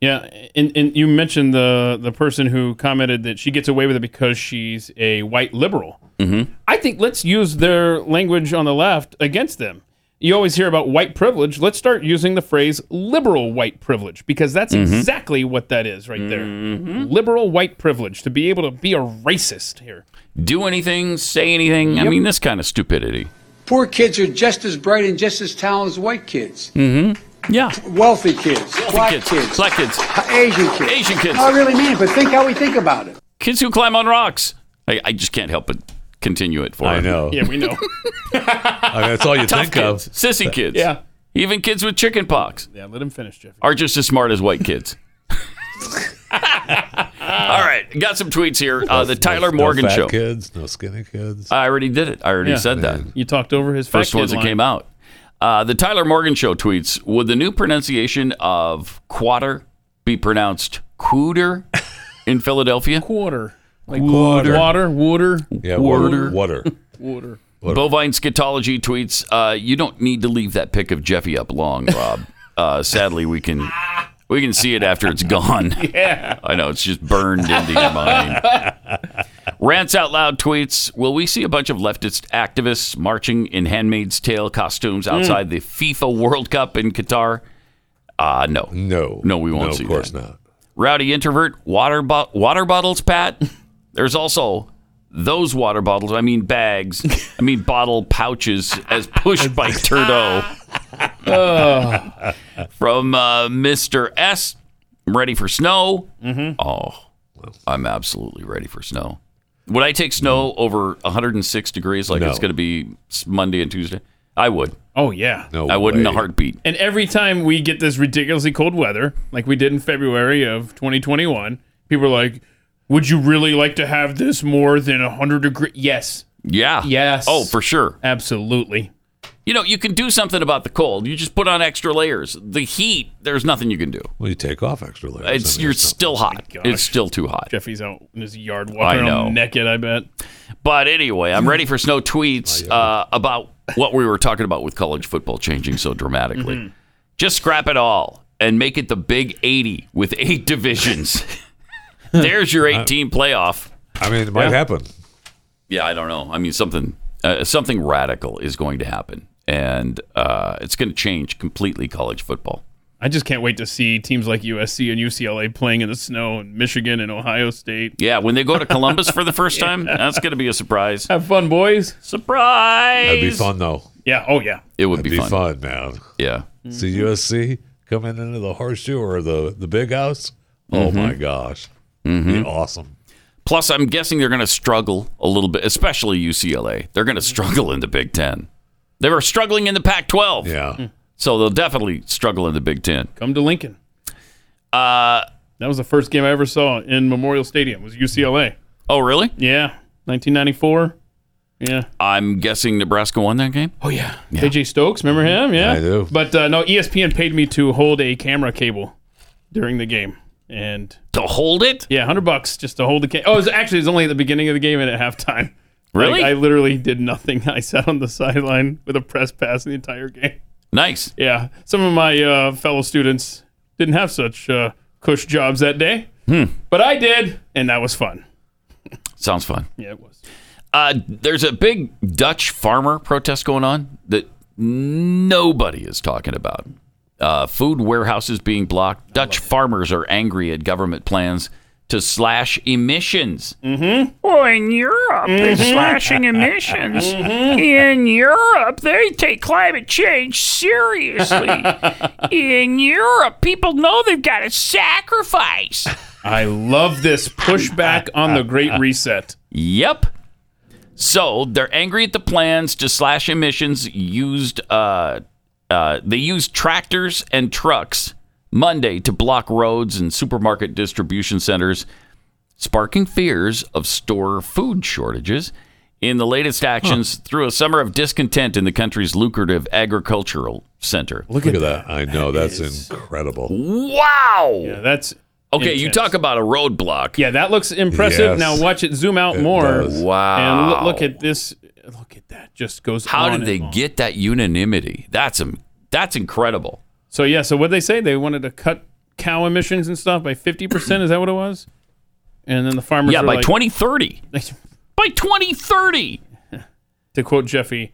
[SPEAKER 3] Yeah, and, and you mentioned the the person who commented that she gets away with it because she's a white liberal.
[SPEAKER 2] Mm-hmm.
[SPEAKER 3] I think let's use their language on the left against them. You always hear about white privilege. Let's start using the phrase liberal white privilege because that's
[SPEAKER 2] Mhm.
[SPEAKER 3] exactly what that is right there.
[SPEAKER 2] Mm-hmm.
[SPEAKER 3] Liberal white privilege to be able to be a racist here.
[SPEAKER 2] Do anything, say anything. I
[SPEAKER 15] Yep.
[SPEAKER 2] mean, this kind of stupidity.
[SPEAKER 15] Poor kids are just as bright and just as talented as white kids.
[SPEAKER 2] Mm-hmm. Yeah.
[SPEAKER 15] Wealthy kids, black
[SPEAKER 2] kids,
[SPEAKER 15] kids,
[SPEAKER 2] black kids,
[SPEAKER 15] Asian kids.
[SPEAKER 2] Asian kids.
[SPEAKER 15] No, I really mean it, but think how we think about it.
[SPEAKER 2] Kids who climb on rocks. I, I just can't help but continue it for
[SPEAKER 13] I
[SPEAKER 2] him.
[SPEAKER 13] know. Yeah,
[SPEAKER 3] we know.
[SPEAKER 13] I mean, that's all you
[SPEAKER 2] Tough
[SPEAKER 13] think
[SPEAKER 2] kids,
[SPEAKER 13] of.
[SPEAKER 2] sissy kids.
[SPEAKER 3] Yeah.
[SPEAKER 2] Even kids with chicken pox
[SPEAKER 3] Yeah, let him finish, Jeff.
[SPEAKER 2] are just as smart as white kids. All right, got some tweets here. Uh, the Tyler
[SPEAKER 13] no
[SPEAKER 2] Morgan
[SPEAKER 13] fat
[SPEAKER 2] Show. Uh,
[SPEAKER 13] Kids, no skinny kids.
[SPEAKER 2] I already did it. I already
[SPEAKER 13] Yeah.
[SPEAKER 2] said that.
[SPEAKER 3] You talked over his
[SPEAKER 2] First ones that came out. Uh, the Tyler Morgan Show tweets Would the new pronunciation of quarter be pronounced cooter in Philadelphia?
[SPEAKER 3] Quarter. Like
[SPEAKER 2] Water.
[SPEAKER 3] Water. Water.
[SPEAKER 13] Yeah,
[SPEAKER 2] Water.
[SPEAKER 13] water. Water.
[SPEAKER 3] Water.
[SPEAKER 2] Bovine Scatology tweets uh, You don't need to leave that pic of Jeffy up long, Rob. uh, sadly, we can. We can see it after it's gone.
[SPEAKER 3] Yeah.
[SPEAKER 2] I know, it's just burned into your mind. Rants Out Loud tweets Will we see a bunch of leftist activists marching in Handmaid's Tale costumes outside the FIFA World Cup in Qatar? Uh, no.
[SPEAKER 13] No.
[SPEAKER 2] No, we won't
[SPEAKER 13] No, of
[SPEAKER 2] see
[SPEAKER 13] course
[SPEAKER 2] that. not. Rowdy Introvert, water, bo- water bottles, Pat. There's also those water bottles, I mean bags, I mean bottle pouches as pushed by Turdo. From uh, Mr. S. I'm ready for snow. Mm-hmm. Oh, I'm absolutely ready for snow. Would I take snow over 106 degrees like
[SPEAKER 3] No.
[SPEAKER 2] it's going to be s- Monday and Tuesday? I would.
[SPEAKER 3] Oh yeah.
[SPEAKER 2] No I would in a
[SPEAKER 3] way.
[SPEAKER 2] heartbeat.
[SPEAKER 3] And every time we get this ridiculously cold weather, like we did in February of 2021, people are like, "Would you really like to have this more than 100 degrees?" Yes.
[SPEAKER 2] Yeah.
[SPEAKER 3] Yes.
[SPEAKER 2] Oh, for sure.
[SPEAKER 3] Absolutely.
[SPEAKER 2] You know, you can do something about the cold. You just put on extra layers. The heat, there's nothing you can do.
[SPEAKER 13] Well, you take off extra layers.
[SPEAKER 2] It's you're still hot. It's still too hot.
[SPEAKER 3] Jeffy's out in his yard walking
[SPEAKER 2] I know.
[SPEAKER 3] around naked. I bet.
[SPEAKER 2] But anyway, I'm ready for snow tweets uh, about what we were talking about with college football changing so dramatically.
[SPEAKER 6] Mhm.
[SPEAKER 2] Just scrap it all and make it the Big 80 with eight divisions. There's your 18 playoff.
[SPEAKER 13] I mean, it might happen.
[SPEAKER 2] Yeah, I don't know. I mean, something uh, something radical is going to happen, and uh, it's going to change completely college football.
[SPEAKER 3] I just can't wait to see teams like USC and UCLA playing in the snow, and Michigan and Ohio State.
[SPEAKER 2] Yeah, when they go to Columbus for the first time, that's going to be a surprise.
[SPEAKER 3] Have fun, boys.
[SPEAKER 2] Surprise.
[SPEAKER 13] That'd be fun though.
[SPEAKER 3] Yeah. Oh yeah.
[SPEAKER 2] It would
[SPEAKER 13] That'd
[SPEAKER 2] be
[SPEAKER 13] be
[SPEAKER 2] fun.
[SPEAKER 13] fun, man.
[SPEAKER 2] Yeah.
[SPEAKER 13] See USC coming into the horseshoe or the the big house. Oh
[SPEAKER 2] Mhm.
[SPEAKER 13] my gosh,
[SPEAKER 2] Mm-hmm.
[SPEAKER 13] be awesome.
[SPEAKER 2] Plus, I'm guessing they're going to struggle a little bit, especially UCLA. They're going to struggle in the Big Ten. They were struggling in the Pac 12.
[SPEAKER 13] Yeah.
[SPEAKER 2] So they'll definitely struggle in the Big Ten.
[SPEAKER 3] Come to Lincoln. Uh, that was the first game I ever saw in Memorial Stadium. Was UCLA?
[SPEAKER 2] Oh, really?
[SPEAKER 3] Yeah, 1994. Yeah.
[SPEAKER 2] I'm guessing Nebraska won that game.
[SPEAKER 3] Oh yeah. AJ Stokes, remember him? Yeah,
[SPEAKER 2] I do.
[SPEAKER 3] But uh, no, ESPN paid me to hold a camera cable during the game, and
[SPEAKER 2] to hold it.
[SPEAKER 3] Yeah, hundred bucks just to hold the. Ca- oh, it was actually it was only at the beginning of the game and at halftime. Like,
[SPEAKER 2] Really?
[SPEAKER 3] I literally did nothing. I sat on the sideline with a press pass the entire game.
[SPEAKER 2] Nice.
[SPEAKER 3] Yeah, some of my uh, fellow students didn't have such uh, cush jobs that day,
[SPEAKER 2] Hmm.
[SPEAKER 3] but I did, and that was fun.
[SPEAKER 2] Sounds fun.
[SPEAKER 3] Yeah, it was.
[SPEAKER 2] Uh, there's a big Dutch farmer protest going on that nobody is talking about. Uh, food warehouses being blocked. Dutch farmers are angry at government plans to slash emissions. Mm-hmm.
[SPEAKER 4] Well, Oh, in Europe, it's
[SPEAKER 3] Mm-hmm.
[SPEAKER 2] Mhm.
[SPEAKER 4] slashing emissions. In Europe, they take climate change seriously. in Europe, people know they've got to sacrifice.
[SPEAKER 3] I love this pushback on the Great Reset.
[SPEAKER 2] Yep. So they're angry at the plans to slash emissions. Used uh, uh, they used tractors and trucks Monday to block roads and supermarket distribution centers, sparking fears of store food shortages. In the latest actions, through a summer of discontent in the country's lucrative agricultural center.
[SPEAKER 16] Look, at that. I know. That's incredible.
[SPEAKER 2] Wow.
[SPEAKER 3] Yeah, that's
[SPEAKER 2] Okay, you
[SPEAKER 3] intense.
[SPEAKER 2] talk about a roadblock.
[SPEAKER 3] Yeah, that looks impressive.
[SPEAKER 2] Yes.
[SPEAKER 3] Now watch it zoom out more.
[SPEAKER 2] does. Wow.
[SPEAKER 3] And loo- look, at this. Look at that. Just goes.
[SPEAKER 2] How
[SPEAKER 3] on
[SPEAKER 2] did
[SPEAKER 3] and
[SPEAKER 2] they
[SPEAKER 3] on.
[SPEAKER 2] get that unanimity? That's um, that's incredible.
[SPEAKER 3] So yeah. So what they say? They wanted to cut cow emissions and stuff by fifty percent. Is that what it was? And then the farmers.
[SPEAKER 2] yeah,
[SPEAKER 3] were
[SPEAKER 2] by
[SPEAKER 3] like-
[SPEAKER 2] 2030. By 2030.
[SPEAKER 3] To quote Jeffy,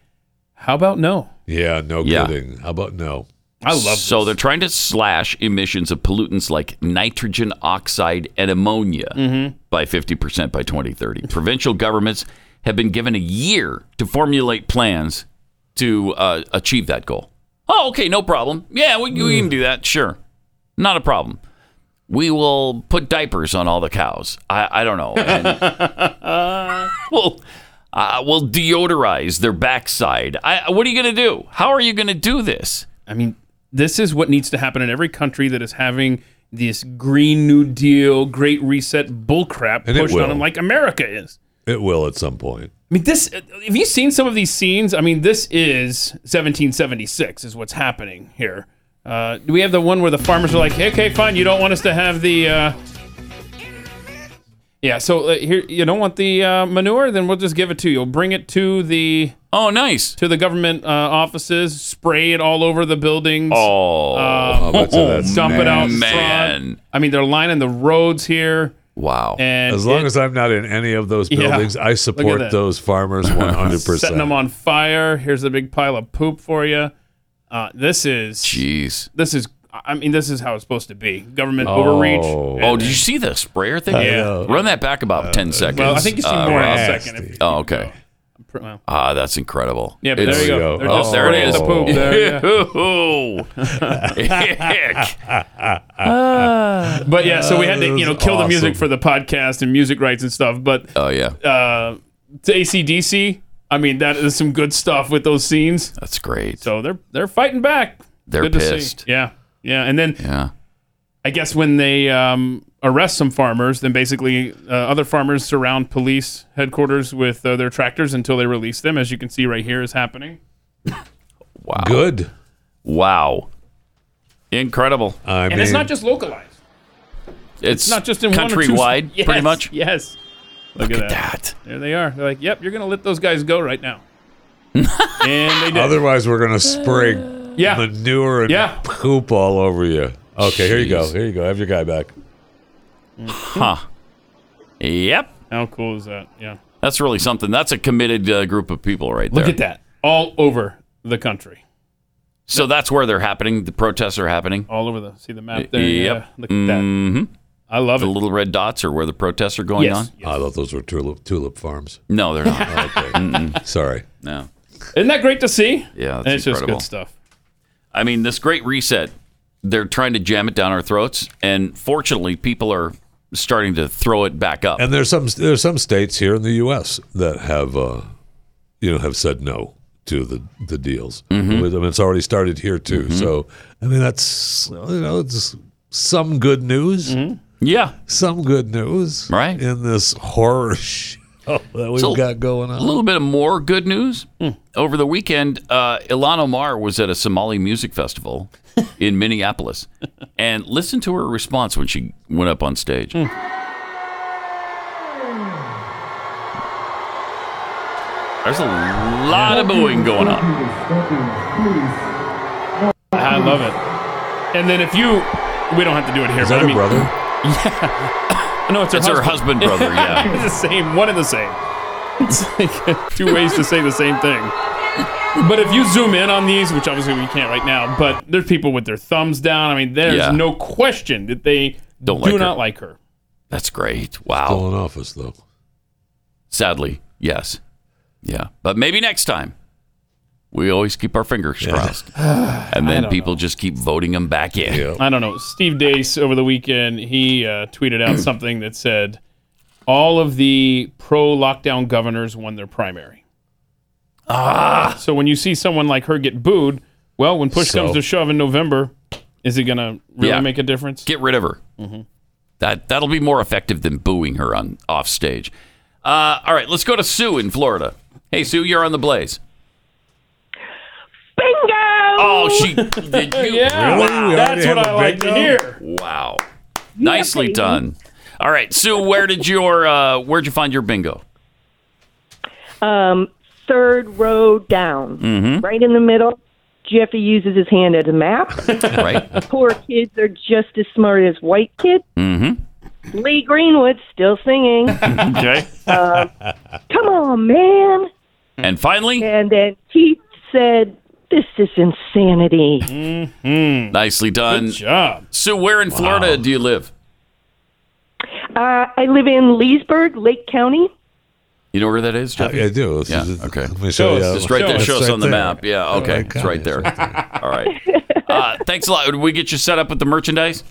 [SPEAKER 3] how about no?
[SPEAKER 16] Yeah, no
[SPEAKER 2] Yeah.
[SPEAKER 16] kidding. How about no?
[SPEAKER 3] I love
[SPEAKER 2] So
[SPEAKER 3] this.
[SPEAKER 2] they're trying to slash emissions of pollutants like nitrogen oxide and ammonia
[SPEAKER 3] Mhm.
[SPEAKER 2] by 50% by 2030. Provincial governments have been given a year to formulate plans to uh, achieve that goal. Oh, okay, no problem. Yeah, we, we can do that. Sure. Not a problem. We will put diapers on all the cows. I, I don't know. And we'll, uh, we'll deodorize their backside. I, what are you going to do? How are you going to do this?
[SPEAKER 3] I mean, this is what needs to happen in every country that is having this Green New Deal, Great Reset bullcrap
[SPEAKER 16] And it
[SPEAKER 3] pushed
[SPEAKER 16] will.
[SPEAKER 3] on them like America is.
[SPEAKER 16] It will at some point.
[SPEAKER 3] I mean, this. Have you seen some of these scenes? I mean, this is 1776 is what's happening here. Uh, do we have the one where the farmers are like, "Hey, "Okay, fine, you don't want us to have the." Uh, yeah, so uh, here you don't want the uh, manure, then we'll just give it to you. We'll bring it to the
[SPEAKER 2] oh, nice
[SPEAKER 3] to the government uh, offices, spray it all over the buildings.
[SPEAKER 2] Oh,
[SPEAKER 16] I bet you that's
[SPEAKER 3] Uh, dump it out,
[SPEAKER 16] nasty.
[SPEAKER 3] man. I mean, they're lining the roads here.
[SPEAKER 2] Wow.
[SPEAKER 3] And
[SPEAKER 16] as long
[SPEAKER 3] it-
[SPEAKER 16] as I'm not in any of those
[SPEAKER 3] Yeah.
[SPEAKER 16] buildings,
[SPEAKER 3] Look
[SPEAKER 16] I
[SPEAKER 3] at
[SPEAKER 16] support
[SPEAKER 3] that.
[SPEAKER 16] those farmers 100.
[SPEAKER 3] setting them
[SPEAKER 16] percent
[SPEAKER 3] on fire. Here's a big pile of poop for you. Uh, this is
[SPEAKER 2] jeez.
[SPEAKER 3] This is I mean this is how it's supposed to be. Government overreach.
[SPEAKER 2] Oh, did you see the sprayer thing?
[SPEAKER 3] I know. Uh,
[SPEAKER 2] Run that back about 10 seconds.
[SPEAKER 3] well, I think you see more in a
[SPEAKER 2] Rob.
[SPEAKER 3] second if you
[SPEAKER 2] Oh, okay.
[SPEAKER 3] pr- well.
[SPEAKER 2] Ah, that's incredible.
[SPEAKER 3] Yeah, but there
[SPEAKER 2] It's-
[SPEAKER 3] you go. They're
[SPEAKER 2] Oh,
[SPEAKER 3] just
[SPEAKER 2] there it
[SPEAKER 3] spraying
[SPEAKER 2] is.
[SPEAKER 3] the poop
[SPEAKER 2] Ick.
[SPEAKER 3] but yeah, so we had to you know kill the music
[SPEAKER 2] Awesome.
[SPEAKER 3] for the podcast and music rights and stuff. But
[SPEAKER 2] oh yeah,
[SPEAKER 3] uh, to ACDC, I mean that is some good stuff with those scenes.
[SPEAKER 2] That's great.
[SPEAKER 3] So they're they're fighting back.
[SPEAKER 2] They're
[SPEAKER 3] Good to see.
[SPEAKER 2] pissed.
[SPEAKER 3] Yeah, yeah, and then
[SPEAKER 2] yeah.
[SPEAKER 3] I guess when they um, arrest some farmers, then basically uh, other farmers surround police headquarters with uh, their tractors until they release them, as you can see right here is happening.
[SPEAKER 2] Wow. Good. Wow. Incredible. I
[SPEAKER 3] and it's not just localized.
[SPEAKER 2] it's,
[SPEAKER 3] not just in one or two-
[SPEAKER 2] countrywide,
[SPEAKER 3] Yes,
[SPEAKER 2] pretty much.
[SPEAKER 3] Yes. Look, at,
[SPEAKER 2] that.
[SPEAKER 3] There they are. They're like, "Yep, you're gonna let those guys go right now." and they did.
[SPEAKER 16] Otherwise, we're gonna spray
[SPEAKER 3] Uh, Yeah.
[SPEAKER 16] manure and
[SPEAKER 3] Yeah.
[SPEAKER 16] poop all over you. Okay, here you go.
[SPEAKER 2] Jeez.
[SPEAKER 16] Here you go. Have your guy back.
[SPEAKER 2] Huh. Yep.
[SPEAKER 3] How cool is that? Yeah.
[SPEAKER 2] That's really something. That's a committed uh, group of people right there.
[SPEAKER 3] Look at that. All over the country.
[SPEAKER 2] So that's where they're happening. The protests are happening.
[SPEAKER 3] All over the. See the map there?
[SPEAKER 2] Yep.
[SPEAKER 3] Yeah. Look at that.
[SPEAKER 2] Mhm.
[SPEAKER 3] I love
[SPEAKER 2] the
[SPEAKER 3] it.
[SPEAKER 2] little red dots are where the protests are going
[SPEAKER 3] Yes,
[SPEAKER 2] on.
[SPEAKER 16] I thought those were tulip tulip farms.
[SPEAKER 2] No, they're not.
[SPEAKER 16] Sorry.
[SPEAKER 2] No.
[SPEAKER 3] Isn't that great to see?
[SPEAKER 2] Yeah, that's
[SPEAKER 3] it's just
[SPEAKER 2] incredible.
[SPEAKER 3] good stuff.
[SPEAKER 2] I mean, this great reset, they're trying to jam it down our throats, and fortunately, people are starting to throw it back up.
[SPEAKER 16] And there's some there's some states here in the U.S. that have uh, you know have said no to the the deals.
[SPEAKER 2] Mhm.
[SPEAKER 16] With them, it's already started here too.
[SPEAKER 2] Mhm.
[SPEAKER 16] So I mean that's you know it's some good news.
[SPEAKER 2] Yeah,
[SPEAKER 16] some good news.
[SPEAKER 2] Right
[SPEAKER 16] in this horror sh- that we've
[SPEAKER 2] So,
[SPEAKER 16] got going on.
[SPEAKER 2] A little bit of more good news. Over the weekend, uh, Ilan Omar was at a Somali music festival in Minneapolis, and listen to her response when she went up on stage. There's a lot of booing going on.
[SPEAKER 3] I love it. And then if you, we don't have to do it here.
[SPEAKER 16] Is
[SPEAKER 3] but
[SPEAKER 16] that
[SPEAKER 3] I
[SPEAKER 16] her
[SPEAKER 3] mean,
[SPEAKER 16] brother?
[SPEAKER 3] Yeah. no, it's her.
[SPEAKER 2] It's her husband brother, yeah.
[SPEAKER 3] it's the same. One and the same. It's like two ways to say the same thing. But if you zoom in on these, which obviously we can't right now, but there's people with their thumbs down. I mean, there's
[SPEAKER 2] Yeah.
[SPEAKER 3] no question that they
[SPEAKER 2] Don't
[SPEAKER 3] do
[SPEAKER 2] like her.
[SPEAKER 3] not like her.
[SPEAKER 2] That's great. Wow.
[SPEAKER 16] Still in office though.
[SPEAKER 2] Sadly, yes. Yeah. But maybe next time. We always keep our fingers crossed. and
[SPEAKER 3] I
[SPEAKER 2] then
[SPEAKER 3] don't
[SPEAKER 2] people just keep voting them back in.
[SPEAKER 3] I don't know. Steve Dace over the weekend, he uh, tweeted out something that said, "All of the pro-lockdown governors won their primary." Ah. So when you see someone like her get booed, well, when push
[SPEAKER 2] So-
[SPEAKER 3] comes to shove in November, is it going to really
[SPEAKER 2] Yeah.
[SPEAKER 3] make a difference?
[SPEAKER 2] Get rid of her. That that'll be more effective than booing her on off stage. Uh, all right, let's go to Sue in Florida. Hey, Sue, you're on the blaze.
[SPEAKER 4] Bingo!
[SPEAKER 2] Oh, she did you?
[SPEAKER 4] Yeah,
[SPEAKER 2] Wow.
[SPEAKER 4] we already That's have what a I like to bingo? hear.
[SPEAKER 2] Wow, nicely done. All right, Sue, where did your uh, where'd you find your bingo?
[SPEAKER 17] Um, third row down,
[SPEAKER 2] Mhm.
[SPEAKER 17] right in the middle. Jeffy uses his hand as a map.
[SPEAKER 2] Right.
[SPEAKER 17] Poor kids are just as smart as white kids.
[SPEAKER 2] Mm-hmm.
[SPEAKER 17] Lee Greenwood still singing.
[SPEAKER 2] Okay.
[SPEAKER 17] Come on, man.
[SPEAKER 2] and finally,
[SPEAKER 17] And then Keith said, This is insanity.
[SPEAKER 2] Mm-hmm. nicely done. Good
[SPEAKER 3] job,
[SPEAKER 2] Sue. Where in Florida do you live?
[SPEAKER 17] Uh, I live in Leesburg, Lake County.
[SPEAKER 2] You know where that is, Jeff?
[SPEAKER 16] I do. This
[SPEAKER 2] Yeah.
[SPEAKER 16] is-
[SPEAKER 2] okay. Let
[SPEAKER 16] me show you.
[SPEAKER 2] It's right there.
[SPEAKER 16] It's
[SPEAKER 2] Show us
[SPEAKER 16] right
[SPEAKER 2] on the
[SPEAKER 16] there.
[SPEAKER 2] map. Yeah.
[SPEAKER 16] Oh,
[SPEAKER 2] Okay.
[SPEAKER 16] my
[SPEAKER 2] it's
[SPEAKER 16] God,
[SPEAKER 2] right
[SPEAKER 16] it's
[SPEAKER 2] there. All right. Uh, thanks a lot. Did we get you set up with the merchandise?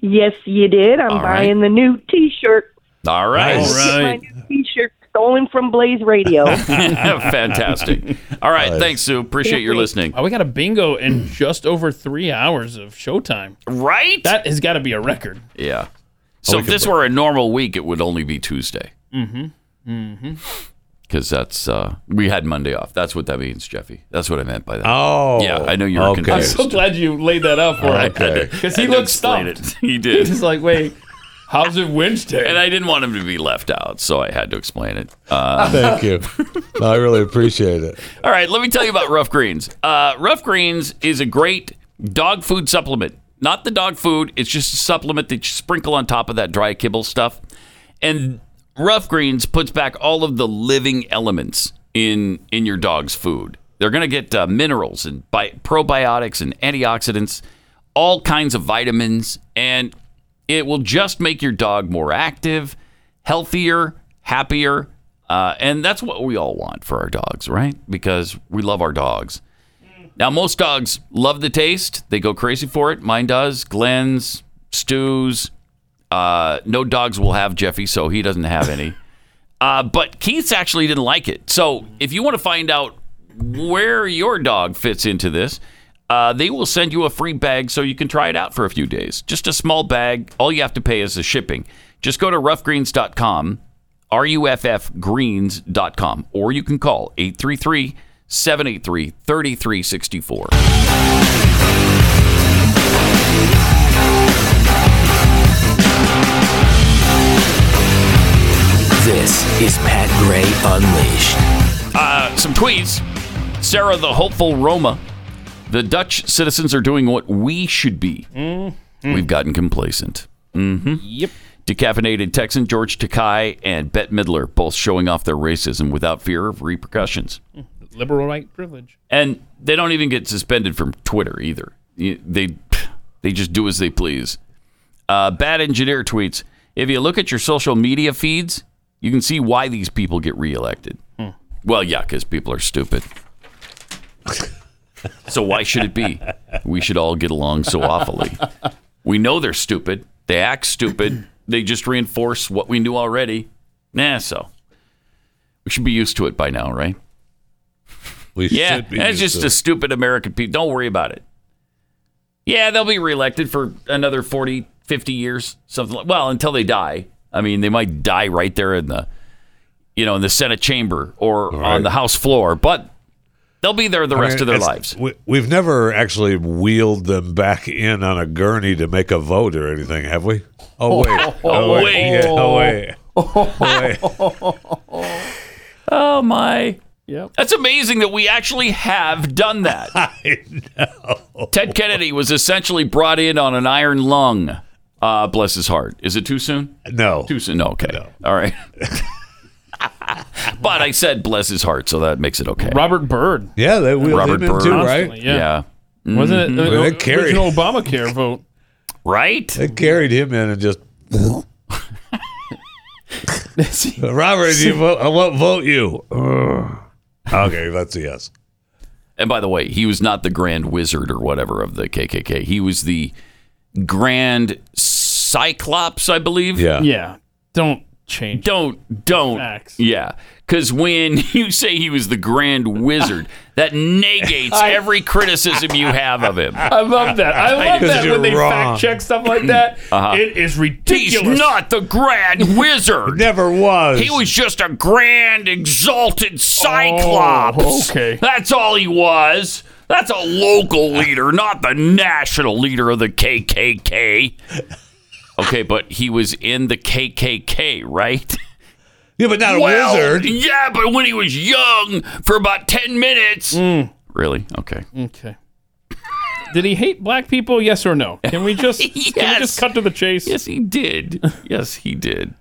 [SPEAKER 17] Yes, you did. I'm
[SPEAKER 2] All right.
[SPEAKER 17] buying the new t shirt.
[SPEAKER 2] All right.
[SPEAKER 17] My new t shirt stolen from Blaze Radio.
[SPEAKER 2] Fantastic. All right.
[SPEAKER 3] Nice.
[SPEAKER 2] Thanks, Sue. Appreciate your listening.
[SPEAKER 3] Oh, we got a bingo in just over three hours of showtime.
[SPEAKER 2] Right?
[SPEAKER 3] That has got to be a record.
[SPEAKER 2] Yeah. So
[SPEAKER 3] we
[SPEAKER 2] if
[SPEAKER 3] could
[SPEAKER 2] this
[SPEAKER 3] put-
[SPEAKER 2] were a normal week, it would only be Tuesday
[SPEAKER 3] Mm-hmm. Mm-hmm.
[SPEAKER 2] because that's uh, we had Monday off. That's what that means, Jeffy. That's what I meant by that.
[SPEAKER 16] Oh.
[SPEAKER 2] yeah. I know you were
[SPEAKER 16] Okay.
[SPEAKER 3] I'm
[SPEAKER 2] confused.
[SPEAKER 3] so glad you laid that up for him.
[SPEAKER 2] Okay.
[SPEAKER 3] Because
[SPEAKER 2] I
[SPEAKER 3] he
[SPEAKER 2] had to
[SPEAKER 3] looked
[SPEAKER 2] explain
[SPEAKER 3] stumped.
[SPEAKER 2] it. He did.
[SPEAKER 3] He's like, wait, how's it Wednesday?
[SPEAKER 2] And I didn't want him to be left out, so I had to explain it. Uh,
[SPEAKER 16] Thank you. No, I really appreciate it.
[SPEAKER 2] All right, let me tell you about Rough Greens. Uh, Rough Greens is a great dog food supplement. Not the dog food, it's just a supplement that you sprinkle on top of that dry kibble stuff. And Rough Greens puts back all of the living elements in in your dog's food. They're going to get uh, minerals and bi- probiotics and antioxidants, all kinds of vitamins, and it will just make your dog more active, healthier, happier, uh, and that's what we all want for our dogs, right? Because we love our dogs. Now, most dogs love the taste; they go crazy for it. Mine does. Glenn's, Stu's. Uh, no dogs will have Jeffy, so he doesn't have any. Uh, but Keith's actually didn't like it. So if you want to find out where your dog fits into this, uh, they will send you a free bag so you can try it out for a few days. Just a small bag. All you have to pay is the shipping. Just go to roughgreens.com, R U F F greens.com, or you can call 833 783 3364.
[SPEAKER 18] This is Pat Gray Unleashed.
[SPEAKER 2] Uh, some tweets. Sarah the Hopeful Roma. The Dutch citizens are doing what we should be. We've gotten complacent. Mm-hmm. Yep. Decaffeinated Texan George Takai and Bette Midler both showing off their racism without fear of repercussions.
[SPEAKER 3] Liberal right privilege.
[SPEAKER 2] And they don't even get suspended from Twitter either. You- They they just do as they please. Uh, Bad engineer tweets: If you look at your social media feeds, you can see why these people get reelected.
[SPEAKER 6] Hmm.
[SPEAKER 2] Well, yeah, because people are stupid. so why should it be? We should all get along so awfully. We know they're stupid. They act stupid. They just reinforce what we knew already. Nah, so we should be used to it by now, right?
[SPEAKER 16] We
[SPEAKER 2] yeah,
[SPEAKER 16] should be
[SPEAKER 2] that's
[SPEAKER 16] used
[SPEAKER 2] just
[SPEAKER 16] to
[SPEAKER 2] a
[SPEAKER 16] it.
[SPEAKER 2] stupid American people. Don't worry about it. Yeah, they'll be reelected for another 40, 50 years, something like Well, until they die. I mean, they might die right there in the you know, in the Senate chamber or
[SPEAKER 16] right.
[SPEAKER 2] on the House floor, but they'll be there the
[SPEAKER 16] I
[SPEAKER 2] rest
[SPEAKER 16] mean,
[SPEAKER 2] of their
[SPEAKER 16] it's-
[SPEAKER 2] lives.
[SPEAKER 16] We, we've never actually wheeled them back in on a gurney to make a vote or anything, have we? Oh wait! Oh wait! Yeah, oh wait!
[SPEAKER 2] Oh my. Yep. That's amazing that we actually have done that. I know. Ted Kennedy was essentially brought in on an iron lung. Uh, bless his heart. Is it too soon?
[SPEAKER 16] No.
[SPEAKER 2] Too soon. No, okay. All right. but I said bless his heart, so that makes it okay.
[SPEAKER 3] Robert Byrd.
[SPEAKER 16] Yeah, they wheeled
[SPEAKER 2] Robert
[SPEAKER 16] him in
[SPEAKER 2] Byrd.
[SPEAKER 16] too, right?
[SPEAKER 2] Yeah.
[SPEAKER 3] Wasn't it
[SPEAKER 2] Mhm.
[SPEAKER 3] uh, original Obamacare vote?
[SPEAKER 2] Right?
[SPEAKER 16] They carried him in and just. Robert, you vote, I won't vote you. Ugh. okay, that's a yes.
[SPEAKER 2] And by the way, he was not the grand wizard or whatever of the KKK. He was the grand cyclops, I believe.
[SPEAKER 3] Yeah. Don't change.
[SPEAKER 2] Don't. Don't.
[SPEAKER 3] Facts.
[SPEAKER 2] Yeah. Because when you say he was the grand wizard, that negates
[SPEAKER 3] I-
[SPEAKER 2] every criticism you have of him.
[SPEAKER 3] I love that. I love
[SPEAKER 2] Because
[SPEAKER 3] that
[SPEAKER 2] you're
[SPEAKER 3] when they
[SPEAKER 2] wrong.
[SPEAKER 3] fact check stuff like that.
[SPEAKER 2] Uh-huh.
[SPEAKER 3] It is ridiculous.
[SPEAKER 2] He's not the grand wizard.
[SPEAKER 16] Never was.
[SPEAKER 2] He was just a grand exalted cyclops.
[SPEAKER 3] Oh, okay.
[SPEAKER 2] That's all he was. That's a local leader, not the national leader of the KKK. Okay, but he was in the KKK, right?
[SPEAKER 16] Yeah, but not a
[SPEAKER 2] Well,
[SPEAKER 16] wizard.
[SPEAKER 2] Yeah, but when he was young for about 10 minutes.
[SPEAKER 16] Mm.
[SPEAKER 2] Really? Okay.
[SPEAKER 3] Okay. Did he hate black people? Yes or no? Can we just can we just cut to the chase?
[SPEAKER 2] Yes, he did. Yes, he did.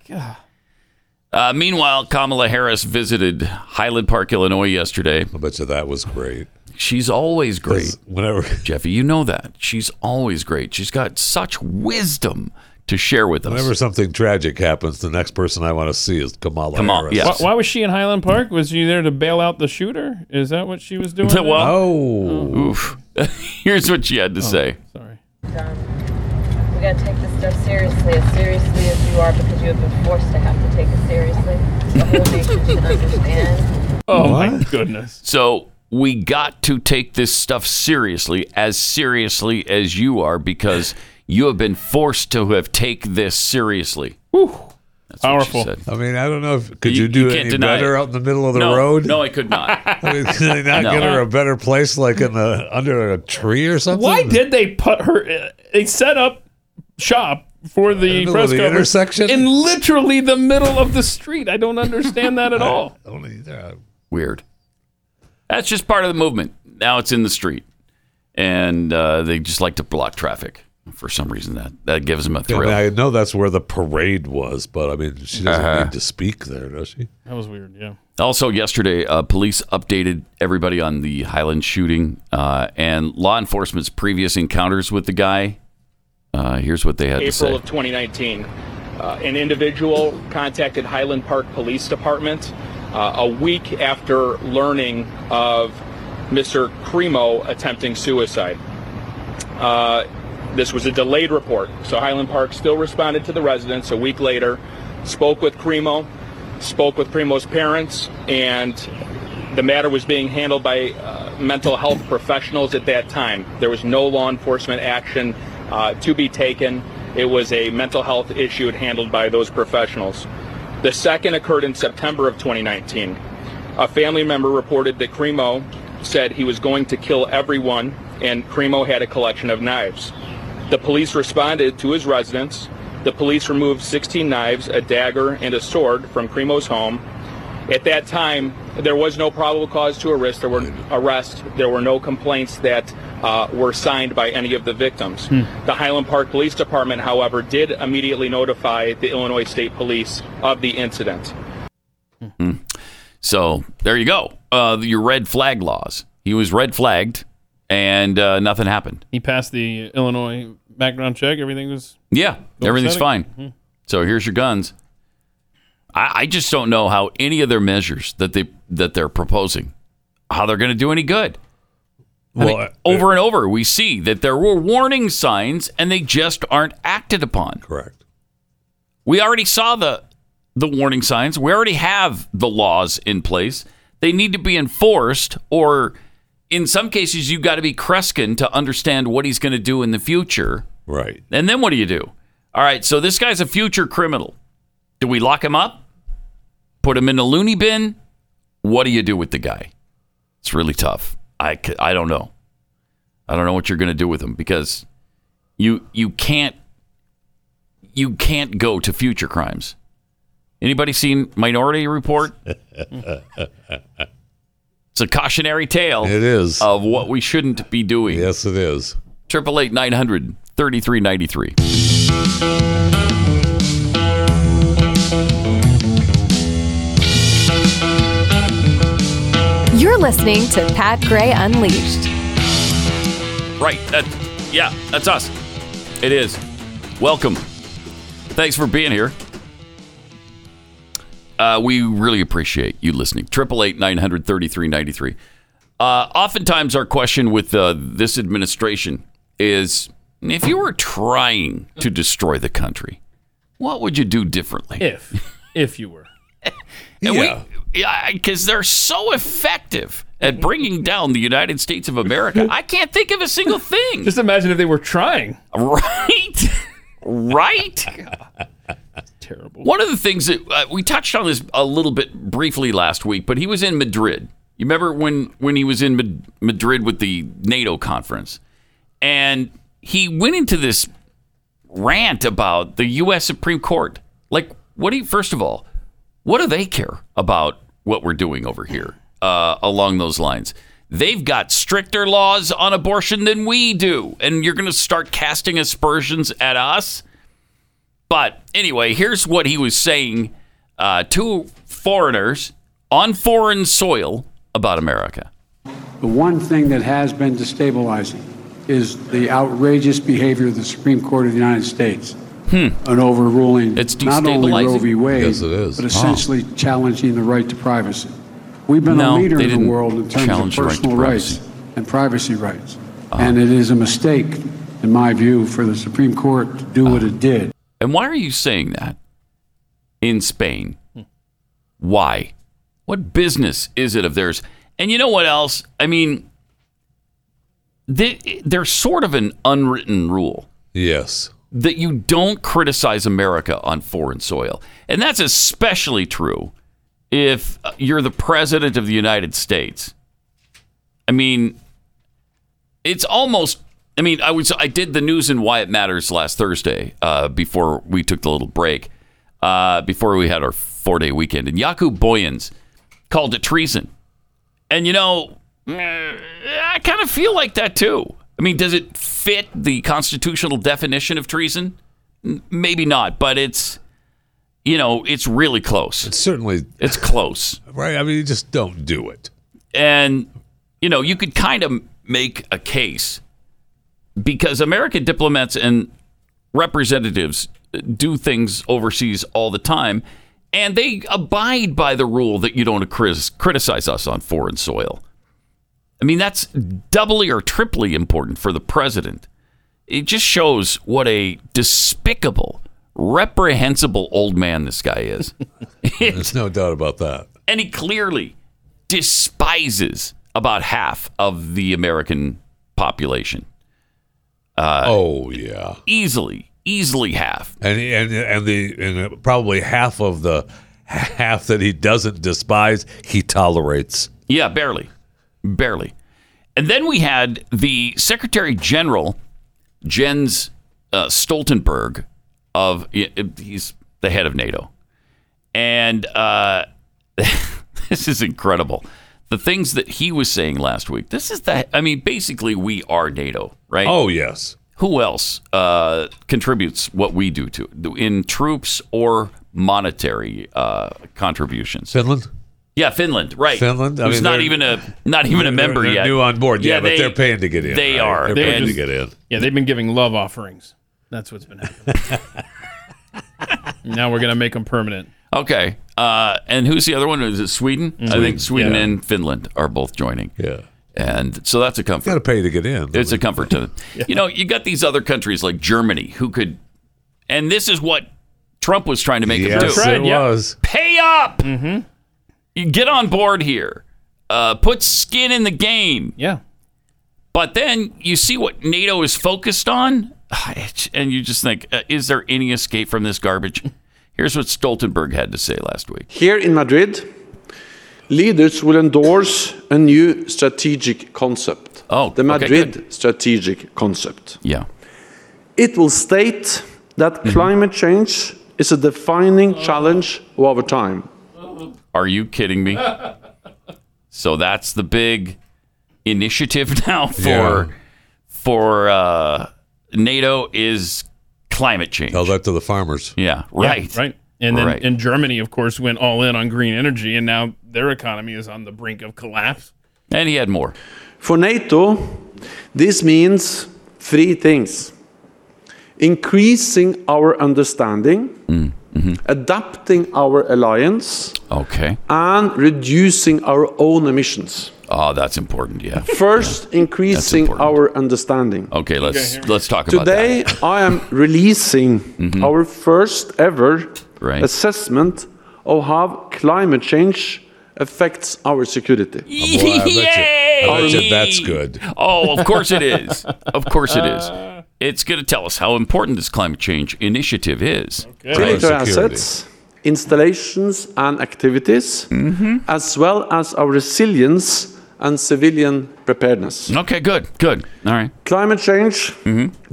[SPEAKER 2] Uh, meanwhile, Kamala Harris visited Highland Park, Illinois yesterday.
[SPEAKER 16] I bet you that was great.
[SPEAKER 2] She's always great.
[SPEAKER 16] Whenever
[SPEAKER 2] Jeffy, you know that. She's always great. She's got such wisdom to share with us.
[SPEAKER 16] Whenever something tragic happens, the next person I want to see is Kamala
[SPEAKER 2] Kamala,
[SPEAKER 16] Harris.
[SPEAKER 3] Why, why was she in Highland Park? Was she there to bail out the shooter? Is that what she was doing? there?
[SPEAKER 16] oh.
[SPEAKER 2] Oof. Here's what she had to say.
[SPEAKER 19] We gotta take this stuff seriously, as seriously as you are, because you have been forced to have to take it seriously. The whole nation should understand.
[SPEAKER 3] Oh my goodness.
[SPEAKER 2] So we got to take this stuff seriously, as seriously as you are, because you have been forced to have take this seriously. That's
[SPEAKER 3] Powerful.
[SPEAKER 2] What she said.
[SPEAKER 16] I mean, I don't know if could you,
[SPEAKER 2] You-
[SPEAKER 16] do
[SPEAKER 2] you can't
[SPEAKER 16] any
[SPEAKER 2] deny
[SPEAKER 16] better
[SPEAKER 2] it.
[SPEAKER 16] out in the middle of the
[SPEAKER 2] no,
[SPEAKER 16] road?
[SPEAKER 2] No, I could not.
[SPEAKER 16] I mean, can they not
[SPEAKER 2] No.
[SPEAKER 16] get her a better place, like in a under a tree or something?
[SPEAKER 3] Why did they put her? They set up shop for the
[SPEAKER 16] In the middle
[SPEAKER 3] press
[SPEAKER 16] of the
[SPEAKER 3] conference
[SPEAKER 16] intersection?
[SPEAKER 3] in literally the middle of the street. I don't understand that at all.
[SPEAKER 2] Weird. That's just part of the movement. Now it's in the street, and uh, they just like to block traffic for some reason. That that gives them a
[SPEAKER 16] I,
[SPEAKER 2] thrill.
[SPEAKER 16] mean, I know that's where the parade was, but I mean, she doesn't
[SPEAKER 2] Uh-huh.
[SPEAKER 16] need to speak there, does she?
[SPEAKER 3] That was weird. Yeah.
[SPEAKER 2] Also, yesterday, uh, police updated everybody on the Highland shooting uh, and law enforcement's previous encounters with the guy. Uh, here's what they had to
[SPEAKER 20] April
[SPEAKER 2] say.
[SPEAKER 20] of 2019. Uh, an individual contacted Highland Park Police Department uh, a week after learning of Mr. Primo attempting suicide. Uh, this was a delayed report, so Highland Park still responded to the residents a week later, spoke with Primo, spoke with Primo's parents, and the matter was being handled by uh, mental health professionals at that time. There was no law enforcement action uh, to be taken. It was a mental health issue handled by those professionals. The second occurred in September of 2019. A family member reported that Cremo said he was going to kill everyone, and Cremo had a collection of knives. The police responded to his residence. The police removed 16 knives, a dagger, and a sword from Cremo's home. At that time, there was no probable cause to arrest. There were arrest. There were no complaints that uh, were signed by any of the victims.
[SPEAKER 21] Hmm.
[SPEAKER 20] The Highland Park Police Department, however, did immediately notify the Illinois State Police of the incident.
[SPEAKER 2] So there you go. Uh, your red flag laws. He was red flagged, and uh, nothing happened.
[SPEAKER 3] He passed the Illinois background check. Everything was
[SPEAKER 2] Yeah, everything's fine.
[SPEAKER 3] Copacetic?
[SPEAKER 16] Mm-hmm.
[SPEAKER 2] So here's your guns. I, I just don't know how any of their measures that they that they're proposing, how they're going to do any good. I mean,
[SPEAKER 16] Well, uh,
[SPEAKER 2] over and over, we see that there were warning signs, and they just aren't acted upon.
[SPEAKER 16] Correct.
[SPEAKER 2] We already saw the the warning signs. We already have the laws in place. They need to be enforced, or in some cases, you've got to be Kreskin to understand what he's going to do in the future.
[SPEAKER 16] Right.
[SPEAKER 2] And then what do you do? All right, so this guy's a future criminal. Do we lock him up? put him in a loony bin. What do you do with the guy? It's really tough. I, c- I don't know. I don't know what you're going to do with him because you you can't you can't go to future crimes. Anybody seen Minority Report? it's a cautionary tale. It is of what we shouldn't be doing. Yes, it is. Triple eight nine hundred thirty three ninety three.
[SPEAKER 21] You're listening to Pat Gray Unleashed.
[SPEAKER 2] Right. That, yeah, that's us. It is. Welcome. Thanks for being here. Uh, we really appreciate you listening. Triple eight nine hundred thirty three ninety three. Oftentimes, our question with uh, this administration is: If you were trying to destroy the country, what would you do differently?
[SPEAKER 3] If if you were.
[SPEAKER 2] yeah. Because they're so effective at bringing down the United States of America. I can't think of a single thing.
[SPEAKER 3] Just imagine if they were trying.
[SPEAKER 2] Right? right? terrible. One of the things that uh, we touched on this a little bit briefly last week, but he was in Madrid. You remember when, when he was in Mad- Madrid with the NATO conference? And he went into this rant about the U.S. Supreme Court. Like, what do you, first of all, what do they care about what we're doing over here uh, along those lines? They've got stricter laws on abortion than we do, and you're going to start casting aspersions at us. But anyway, here's what he was saying uh, to foreigners on foreign soil about America.
[SPEAKER 12] The one thing that has been destabilizing is the outrageous behavior of the Supreme Court of the United States
[SPEAKER 2] hmm.
[SPEAKER 12] in overruling
[SPEAKER 2] It's
[SPEAKER 12] not only Roe
[SPEAKER 2] destabilizing?
[SPEAKER 12] v. Wade,
[SPEAKER 2] Yes, it is.
[SPEAKER 12] but
[SPEAKER 2] Huh.
[SPEAKER 12] essentially challenging the right to privacy. We've been
[SPEAKER 2] No,
[SPEAKER 12] a leader
[SPEAKER 2] they
[SPEAKER 12] in the
[SPEAKER 2] didn't
[SPEAKER 12] world in terms
[SPEAKER 2] challenge
[SPEAKER 12] of
[SPEAKER 2] the right to
[SPEAKER 12] personal
[SPEAKER 2] privacy. Ah.
[SPEAKER 12] rights and privacy rights, and it is a mistake, in my view, for the Supreme Court to do what
[SPEAKER 2] Ah.
[SPEAKER 12] it did.
[SPEAKER 2] And why are you saying that in Spain? Why? What business is it of theirs? And you know what else? I mean, they, they're sort of an unwritten rule. Yes. That you don't criticize America on foreign soil. And that's especially true if uh, you're the president of the United States. I mean, it's almost i mean i was i did the news and why it matters last thursday uh, before we took the little break uh, before we had our four day weekend and yaku boyens called it treason and you know eh, i kind of feel like that too i mean does it fit the constitutional definition of treason N- maybe not but it's you know it's really close it's certainly it's close
[SPEAKER 16] Right? I mean, you just don't do it.
[SPEAKER 2] and you know you could kind of make a case because American diplomats and representatives do things overseas all the time, and they abide by the rule that you don't cris- criticize us on foreign soil. I mean, that's doubly or triply important for the president. It just shows what a despicable, reprehensible old man this guy is. There's no doubt about that. And he clearly despises about half of the American population. Uh,
[SPEAKER 16] oh yeah,
[SPEAKER 2] easily, easily half.
[SPEAKER 16] And and and the and probably half of the half that he doesn't despise, he tolerates.
[SPEAKER 2] Yeah, barely, barely. And then we had the Secretary General Jens uh, Stoltenberg of he- he's the head of NATO, and uh, this is incredible. The things that he was saying last week. This is the. I mean, basically, we are NATO, right?
[SPEAKER 16] Oh, yes.
[SPEAKER 2] Who else uh, contributes what we do to it in troops or monetary uh, contributions?
[SPEAKER 16] Finland.
[SPEAKER 2] Yeah, Finland, right?
[SPEAKER 16] Finland? I
[SPEAKER 2] who's
[SPEAKER 16] mean,
[SPEAKER 2] not
[SPEAKER 16] they're-
[SPEAKER 2] even a not even a
[SPEAKER 16] they're-
[SPEAKER 2] member
[SPEAKER 16] they're
[SPEAKER 2] yet.
[SPEAKER 16] new on board. Yeah, but they're paying to get in,
[SPEAKER 2] They
[SPEAKER 16] right?
[SPEAKER 2] are.
[SPEAKER 16] They're
[SPEAKER 2] And-
[SPEAKER 16] paying to get in.
[SPEAKER 3] Yeah, they've been giving love offerings. That's what's been happening. now we're gonna make them permanent.
[SPEAKER 2] Okay. Uh, and who's the other one? Is it Sweden? I think Sweden
[SPEAKER 3] yeah.
[SPEAKER 2] and Finland are both joining.
[SPEAKER 16] Yeah.
[SPEAKER 2] And so that's a comfort.
[SPEAKER 16] Got to pay to get in.
[SPEAKER 2] It's a comfort to them. You know, you got these other countries like Germany who could, and this is what Trump was trying to make them
[SPEAKER 16] Yes,
[SPEAKER 2] do.
[SPEAKER 16] it was.
[SPEAKER 2] Pay up. Mm-hmm. You get on board here. Uh, put skin in the game.
[SPEAKER 3] Yeah.
[SPEAKER 2] But then you see what NATO is focused on, and you just think, uh, is there any escape from this garbage? Here's what Stoltenberg had to say last week.
[SPEAKER 1] Here in Madrid, leaders will endorse a new strategic concept.
[SPEAKER 2] Oh,
[SPEAKER 1] the Madrid strategic concept.
[SPEAKER 2] Yeah.
[SPEAKER 1] It will state that climate change is a defining challenge of our time.
[SPEAKER 2] Are you kidding me? so that's the big initiative now for
[SPEAKER 16] Yeah.
[SPEAKER 2] for uh, NATO is climate change. Tell
[SPEAKER 16] that to the farmers.
[SPEAKER 2] Oh. Yeah,
[SPEAKER 3] Yeah,
[SPEAKER 2] right,
[SPEAKER 3] right. And then
[SPEAKER 2] Right.
[SPEAKER 3] and Germany, of course, went all in on green energy, and now their economy is on the brink of collapse.
[SPEAKER 2] And he had more.
[SPEAKER 1] For NATO, this means three things increasing our understanding, adapting our alliance,
[SPEAKER 2] okay.
[SPEAKER 1] and reducing our own emissions.
[SPEAKER 2] Oh, that's important. Yeah.
[SPEAKER 1] First, increasing our understanding.
[SPEAKER 2] Okay, let's let's talk about that. Mm-hmm.
[SPEAKER 1] Today, I am releasing our first ever
[SPEAKER 2] Right.
[SPEAKER 1] assessment of how climate change affects our security.
[SPEAKER 2] boy, I bet you- I bet you that's
[SPEAKER 16] good.
[SPEAKER 2] Oh, of course it is. Of course it
[SPEAKER 3] Uh.
[SPEAKER 2] is. It's going to tell us how important this climate change initiative is.
[SPEAKER 1] Critical assets, installations, and activities,
[SPEAKER 2] Mm-hmm.
[SPEAKER 1] as well as our resilience and civilian preparedness.
[SPEAKER 2] Okay, good, good. All right.
[SPEAKER 1] Climate change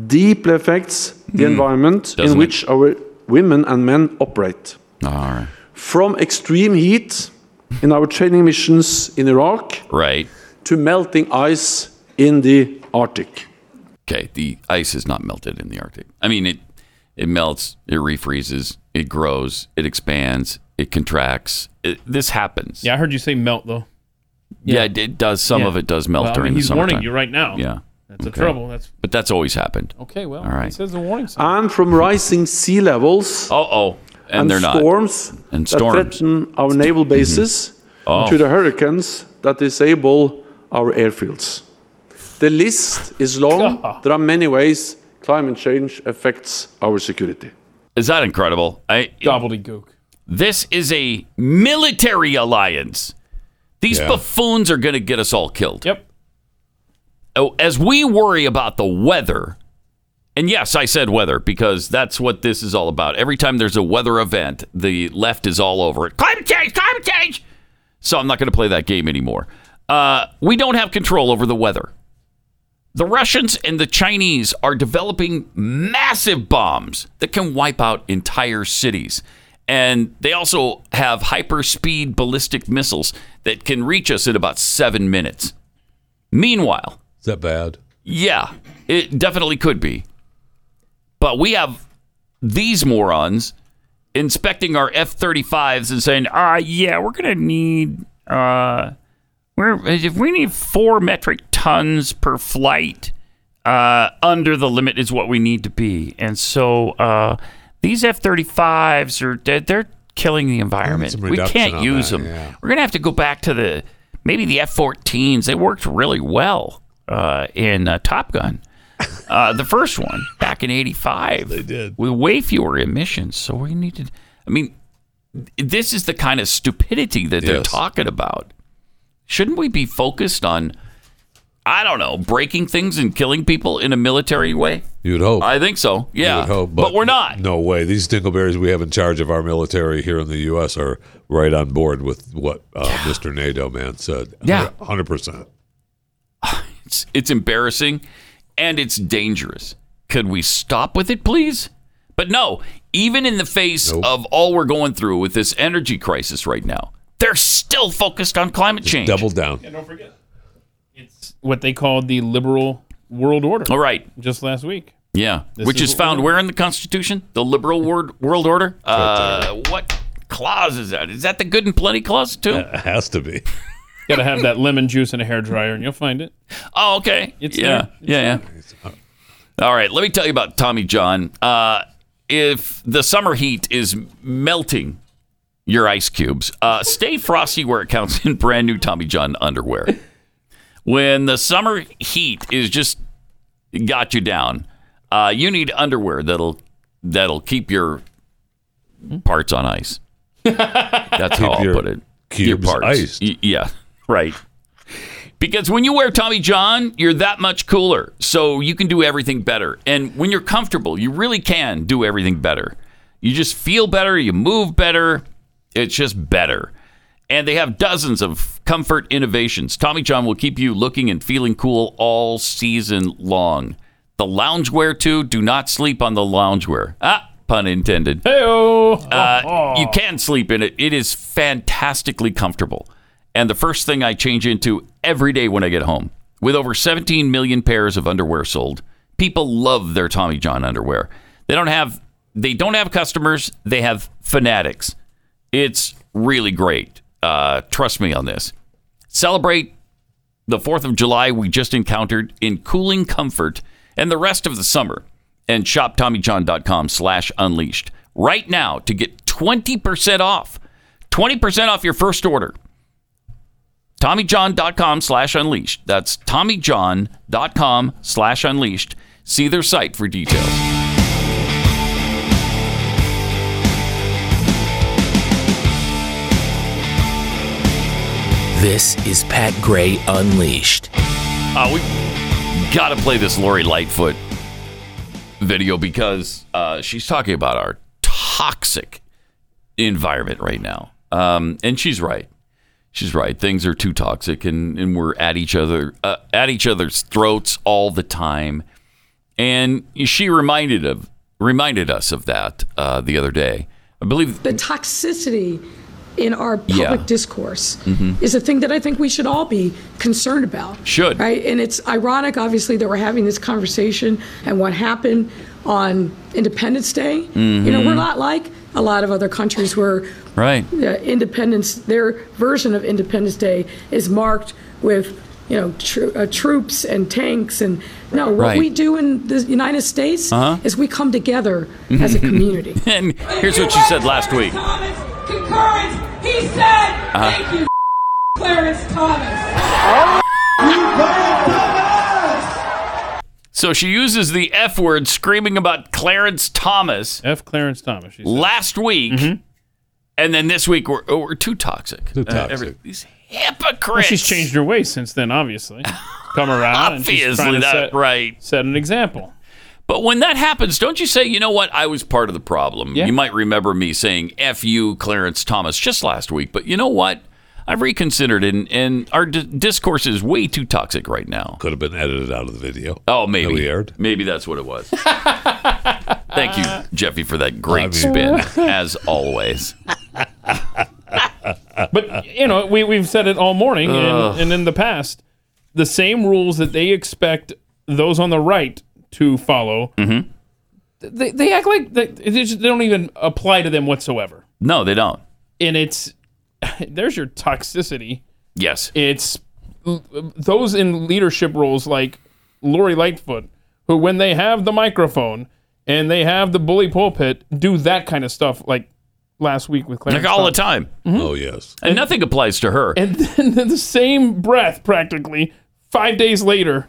[SPEAKER 1] deeply affects the
[SPEAKER 2] Mm.
[SPEAKER 1] environment
[SPEAKER 2] Mm-hmm. Doesn't
[SPEAKER 1] in
[SPEAKER 2] it?
[SPEAKER 1] which our women and men operate.
[SPEAKER 2] All right.
[SPEAKER 1] From extreme heat in our training missions in Iraq
[SPEAKER 2] Right.
[SPEAKER 1] to melting ice in the Arctic.
[SPEAKER 2] Okay. The ice is not melted in the Arctic. I mean, it it melts, it refreezes, it grows, it expands, it contracts. It, this happens.
[SPEAKER 3] Yeah, I heard you say melt though.
[SPEAKER 2] Yeah, it, it does. Some
[SPEAKER 3] Yeah.
[SPEAKER 2] of it does melt
[SPEAKER 3] Well, I mean,
[SPEAKER 2] during the
[SPEAKER 3] he's
[SPEAKER 2] summer.
[SPEAKER 3] warning you right now.
[SPEAKER 2] Yeah.
[SPEAKER 3] That's the trouble. That's-
[SPEAKER 2] but that's always happened.
[SPEAKER 3] Okay, well,
[SPEAKER 2] All right.
[SPEAKER 3] says the warning
[SPEAKER 1] And from rising sea levels.
[SPEAKER 2] Uh oh. And, they're not.
[SPEAKER 1] storms
[SPEAKER 2] And
[SPEAKER 1] that
[SPEAKER 2] storms.
[SPEAKER 1] threaten our naval
[SPEAKER 2] Mm-hmm.
[SPEAKER 1] bases
[SPEAKER 2] Oh.
[SPEAKER 1] to the hurricanes that disable our airfields. The list is long. there are many ways climate change affects our security.
[SPEAKER 2] Is that incredible? I
[SPEAKER 3] gobbledygook.
[SPEAKER 2] This is a military alliance. These
[SPEAKER 3] Yeah.
[SPEAKER 2] buffoons are going to get us all killed.
[SPEAKER 3] Yep.
[SPEAKER 2] Oh, as we worry about the weather, and yes, I said weather because that's what this is all about. Every time there's a weather event, the left is all over it. Climate change, climate change. So I'm not going to play that game anymore. Uh, we don't have control over the weather. The Russians and the Chinese are developing massive bombs that can wipe out entire cities. And they also have hyperspeed ballistic missiles that can reach us in about seven minutes. Meanwhile,
[SPEAKER 16] is that bad?
[SPEAKER 2] Yeah, it definitely could be. But we have these morons inspecting our F 35s and saying,
[SPEAKER 4] Uh, yeah, we're gonna need uh, we're if we need four metric tons per flight, uh, under the limit is what we need to be, and so uh, these F thirty fives are they're, they're killing the environment.
[SPEAKER 2] some
[SPEAKER 4] We
[SPEAKER 2] reduction
[SPEAKER 4] can't
[SPEAKER 2] on
[SPEAKER 4] use
[SPEAKER 2] that,
[SPEAKER 4] them.
[SPEAKER 2] yeah.
[SPEAKER 4] We're gonna have to go back to the maybe the F fourteens. They worked really well uh, in uh, Top Gun. Uh, the first one back in '85, they did with way fewer emissions. So we need to. I mean,
[SPEAKER 2] this is the kind of stupidity that they're
[SPEAKER 4] Yes.
[SPEAKER 2] talking about. Shouldn't we be focused on, I don't know, breaking things and killing people in a military way?
[SPEAKER 16] You'd hope.
[SPEAKER 2] I think so. Yeah.
[SPEAKER 16] You would hope,
[SPEAKER 2] but, we're not.
[SPEAKER 16] No way. These dingleberries we have in charge of our military here in the U.S. are right on board with what uh, Mr. NATO man said.
[SPEAKER 2] Yeah.
[SPEAKER 16] 100%.
[SPEAKER 2] It's, it's embarrassing and it's dangerous. Could we stop with it, please? But no, even in the face of all we're going through with this energy crisis right now, they're still focused on climate change.
[SPEAKER 16] Double down.
[SPEAKER 3] What they called the liberal world order.
[SPEAKER 2] All right.
[SPEAKER 3] Just last week.
[SPEAKER 2] Yeah,
[SPEAKER 3] This
[SPEAKER 2] which
[SPEAKER 3] is
[SPEAKER 2] is,
[SPEAKER 3] what
[SPEAKER 2] found where in the Constitution? The liberal word, world order? Uh, what clause is that? Is that the good and plenty clause, too?
[SPEAKER 16] It has to be.
[SPEAKER 3] Got to have that lemon juice and a hairdryer, and you'll find it.
[SPEAKER 2] Oh, okay.
[SPEAKER 3] It's
[SPEAKER 2] yeah,
[SPEAKER 3] there.
[SPEAKER 2] yeah, yeah. All right, let me tell you about Tommy John. Uh, if the summer heat is melting your ice cubes, uh, stay frosty where it counts in brand new Tommy John underwear. When the summer heat is just got you down, uh, you need underwear that'll that'll keep your parts on ice. That's how
[SPEAKER 16] Keep
[SPEAKER 2] I'll
[SPEAKER 16] your
[SPEAKER 2] put it.
[SPEAKER 16] cubes iced.
[SPEAKER 2] Y- yeah, right. Because when you wear Tommy John, you're that much cooler. So you can do everything better. And when you're comfortable, you really can do everything better. You just feel better, you move better. It's just better. And they have dozens of comfort innovations. Tommy John will keep you looking and feeling cool all season long. The loungewear, too. Do not sleep on the loungewear. Ah, pun intended. Hey, uh, You can sleep in it. It is fantastically comfortable. And the first thing I change into every day when I get home. With over 17 million pairs of underwear sold, people love their Tommy John underwear. They don't have they don't have customers, they have fanatics. It's really great. Uh, trust me on this. Celebrate the 4th of July we just encountered in cooling comfort and the rest of the summer and shop TommyJohn.com slash unleashed right now to get 20% off. 20% off your first order. TommyJohn.com slash unleashed. That's TommyJohn.com slash unleashed. See their site for details.
[SPEAKER 18] This is Pat Gray Unleashed.
[SPEAKER 2] Uh, we got to play this Lori Lightfoot video because uh, she's talking about our toxic environment right now. Um, and she's right. She's right. Things are too toxic, and, and we're at each other uh, at each other's throats all the time. And she reminded of reminded us of that uh, the other day. I believe.
[SPEAKER 5] the toxicity in our public
[SPEAKER 2] Yeah.
[SPEAKER 5] discourse
[SPEAKER 2] Mhm.
[SPEAKER 5] is a thing that I think we should all be concerned about.
[SPEAKER 2] Should.
[SPEAKER 5] Right? And it's ironic, obviously, that we're having this conversation and what happened on Independence Day. You know, we're
[SPEAKER 2] Mhm.
[SPEAKER 5] not like a lot of other countries where
[SPEAKER 2] Right.
[SPEAKER 5] uh, independence, their version of Independence Day is marked with, you know, tro- uh, troops and tanks. And no, what
[SPEAKER 2] Right.
[SPEAKER 5] we do in the United States
[SPEAKER 2] Uh-huh.
[SPEAKER 5] is we come together as a community.
[SPEAKER 2] and here's what she said last week.
[SPEAKER 22] Current, he said,
[SPEAKER 2] Uh-huh.
[SPEAKER 22] "Thank you, Clarence Thomas."
[SPEAKER 2] So she uses the F word screaming about Clarence Thomas. F Clarence Thomas. Last week.
[SPEAKER 3] Mm-hmm.
[SPEAKER 2] And then this week, we're, oh, we're too toxic. Too
[SPEAKER 3] toxic.
[SPEAKER 2] these
[SPEAKER 3] Well,
[SPEAKER 2] hypocrites.
[SPEAKER 3] she's changed her ways since then, obviously. Come around. and she's trying
[SPEAKER 2] Obviously,
[SPEAKER 3] to
[SPEAKER 2] that
[SPEAKER 3] set,
[SPEAKER 2] right.
[SPEAKER 3] Set an example.
[SPEAKER 2] But when that happens, don't you say, you know what? I was part of the problem.
[SPEAKER 3] Yeah.
[SPEAKER 2] You might remember me saying F you, Clarence Thomas, just last week. But you know what? I've reconsidered, and, and our d- discourse is way too toxic right now. Could have been edited out of the video. Oh, maybe.
[SPEAKER 16] we aired.
[SPEAKER 2] Maybe that's what it was. Thank you, Jeffy, for that great spin, as always.
[SPEAKER 3] But you know, we we've said it all morning
[SPEAKER 2] Ugh.
[SPEAKER 3] and, and in the past, the same rules that they expect those on the right to follow,
[SPEAKER 2] Mhm.
[SPEAKER 3] they, they act like they, they, just, they don't even apply to them whatsoever.
[SPEAKER 2] No, they don't.
[SPEAKER 3] And it's there's your toxicity.
[SPEAKER 2] Yes.
[SPEAKER 3] It's those in leadership roles like Lori Lightfoot, who when they have the microphone and they have the bully pulpit, do that kind of stuff like last week with Clarence
[SPEAKER 2] Like all the
[SPEAKER 3] Thomas.
[SPEAKER 2] time. Oh, yes. And nothing applies to her.
[SPEAKER 3] And then in the same breath, practically, five days later,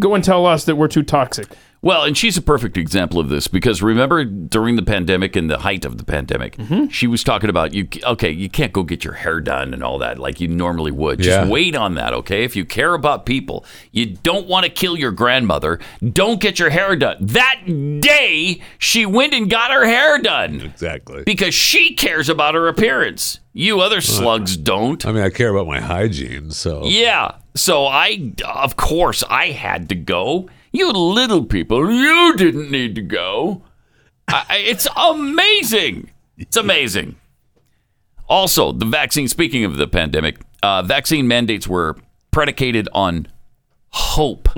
[SPEAKER 3] go and tell us that we're too toxic.
[SPEAKER 2] Well, and she's a perfect example of this because remember during the pandemic and the height of the pandemic, she was talking about you. Okay, you can't go get your hair done and all that like you normally would. Just
[SPEAKER 16] Yeah.
[SPEAKER 2] wait on that, okay? If you care about people, you don't want to kill your grandmother. Don't get your hair done. That day, she went and got her hair done. Exactly. Because she cares about her appearance. You other slugs don't.
[SPEAKER 16] I mean, I care about my hygiene, so
[SPEAKER 2] Yeah. So I, of course, I had to go. You little people, you didn't need to go. I, I- it's amazing. It's amazing. Also, the vaccine, speaking of the pandemic, uh, vaccine mandates were predicated on hope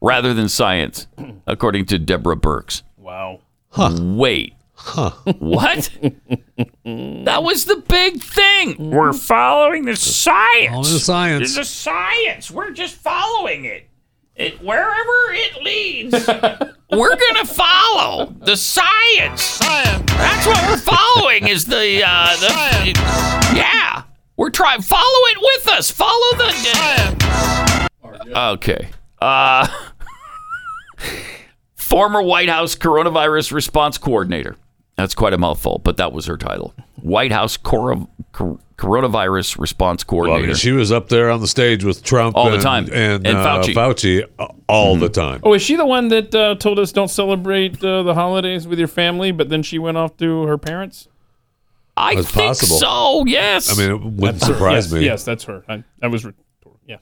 [SPEAKER 2] rather than science, according to Deborah Burks.
[SPEAKER 3] Wow.
[SPEAKER 2] Wait. What? that was the big thing.
[SPEAKER 4] We're following the science.
[SPEAKER 2] Follow the
[SPEAKER 4] It's
[SPEAKER 2] science.
[SPEAKER 4] a science. We're just following it. It wherever it leads.
[SPEAKER 2] we're gonna follow the science. Science. That's what we're following is the uh, the science. Yeah, we're trying. Follow it with us. Follow the Okay. Uh, former White House coronavirus response coordinator. That's quite a mouthful, but that was her title. White House coro- cor- coronavirus response coordinator.
[SPEAKER 16] I mean, she was up there on the stage with Trump
[SPEAKER 2] All the
[SPEAKER 16] and,
[SPEAKER 2] time.
[SPEAKER 16] and,
[SPEAKER 2] And
[SPEAKER 16] uh,
[SPEAKER 2] Fauci. Mm-hmm.
[SPEAKER 16] Fauci uh, all the time.
[SPEAKER 3] Oh, is she the one that uh, told us don't celebrate uh, the holidays with your family, but then she went off to her parents?
[SPEAKER 2] I
[SPEAKER 16] That's think possible.
[SPEAKER 2] so, yes.
[SPEAKER 16] I mean, it wouldn't surprise
[SPEAKER 3] yes,
[SPEAKER 16] me.
[SPEAKER 3] Yes, that's her. I, I was. Re- yeah.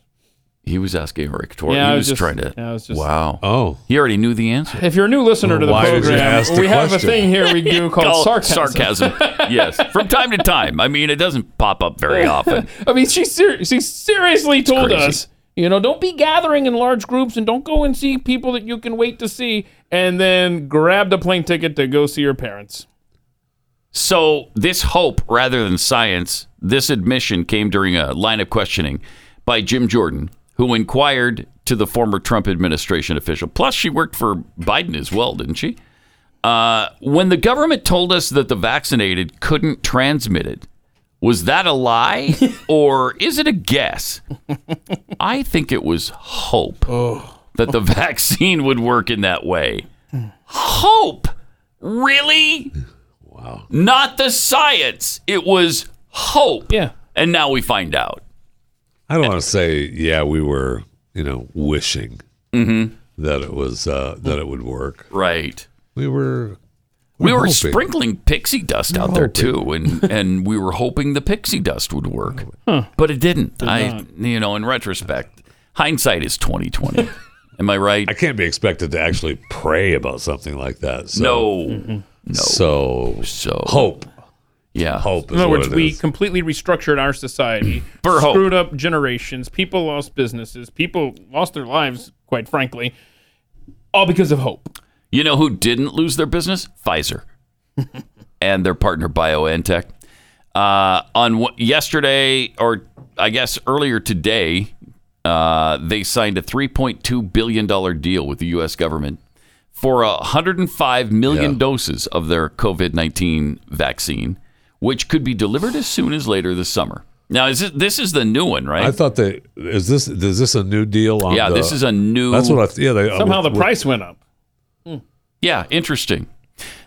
[SPEAKER 2] He was asking her rhetorically.
[SPEAKER 3] Yeah, I
[SPEAKER 2] he
[SPEAKER 3] was
[SPEAKER 2] was
[SPEAKER 3] just-
[SPEAKER 2] trying to.
[SPEAKER 3] yeah, I was just-
[SPEAKER 2] wow.
[SPEAKER 16] Oh.
[SPEAKER 2] He already knew the answer.
[SPEAKER 3] If you're a new listener to the
[SPEAKER 2] Why did you
[SPEAKER 3] program,
[SPEAKER 2] ask the
[SPEAKER 3] we have
[SPEAKER 2] question?
[SPEAKER 3] a thing here we do called
[SPEAKER 2] Call-
[SPEAKER 3] sarcasm.
[SPEAKER 2] sarcasm. yes. From time to time. I mean, it doesn't pop up very often.
[SPEAKER 3] I mean, she ser- she seriously told
[SPEAKER 2] crazy.
[SPEAKER 3] us, you know, don't be gathering in large groups and don't go and see people that you can wait to see, and then grabbed a plane ticket to go see your parents.
[SPEAKER 2] So, this hope rather than science, this admission came during a line of questioning by Jim Jordan, who inquired to the former Trump administration official. Plus, she worked for Biden as well, didn't she? Uh, when the government told us that the vaccinated couldn't transmit it, was that a lie or is it a guess? I think it was hope that the vaccine would work in that way. Hope? Really? Wow. Not the science. It was hope.
[SPEAKER 3] Yeah.
[SPEAKER 2] And now we find out.
[SPEAKER 16] I don't want to say, yeah, we were, you know, wishing
[SPEAKER 2] Mm-hmm.
[SPEAKER 16] that it was uh, that it would work.
[SPEAKER 2] Right.
[SPEAKER 16] We were.
[SPEAKER 2] We were
[SPEAKER 16] hoping.
[SPEAKER 2] sprinkling pixie dust out there too, and, and we were hoping the pixie dust would work, but it didn't. I, you know, in retrospect, hindsight is twenty twenty. Am I right?
[SPEAKER 16] I can't be expected to actually pray about something like that. So,
[SPEAKER 2] no, no.
[SPEAKER 16] So,
[SPEAKER 2] so
[SPEAKER 16] hope.
[SPEAKER 2] Yeah,
[SPEAKER 16] hope.
[SPEAKER 3] In
[SPEAKER 16] is
[SPEAKER 3] other
[SPEAKER 16] what
[SPEAKER 3] words,
[SPEAKER 16] it
[SPEAKER 3] we
[SPEAKER 16] is.
[SPEAKER 3] completely restructured our society,
[SPEAKER 2] For hope.
[SPEAKER 3] screwed up generations, people lost businesses, people lost their lives, quite frankly, all because of hope.
[SPEAKER 2] You know who didn't lose their business? Pfizer and their partner BioNTech. Uh, on wh- yesterday, or I guess earlier today, uh, they signed a 3.2 billion dollar deal with the U.S. government for 105 million doses of their COVID-19 vaccine, which could be delivered as soon as later this summer. Now, is it, this is the new one, right?
[SPEAKER 16] I thought that is this is this a new deal on
[SPEAKER 2] Yeah,
[SPEAKER 16] the-
[SPEAKER 2] this is a new-
[SPEAKER 16] That's what I yeah they uh,
[SPEAKER 3] Somehow the
[SPEAKER 16] Oh, with-
[SPEAKER 3] price went up.
[SPEAKER 2] Yeah, interesting.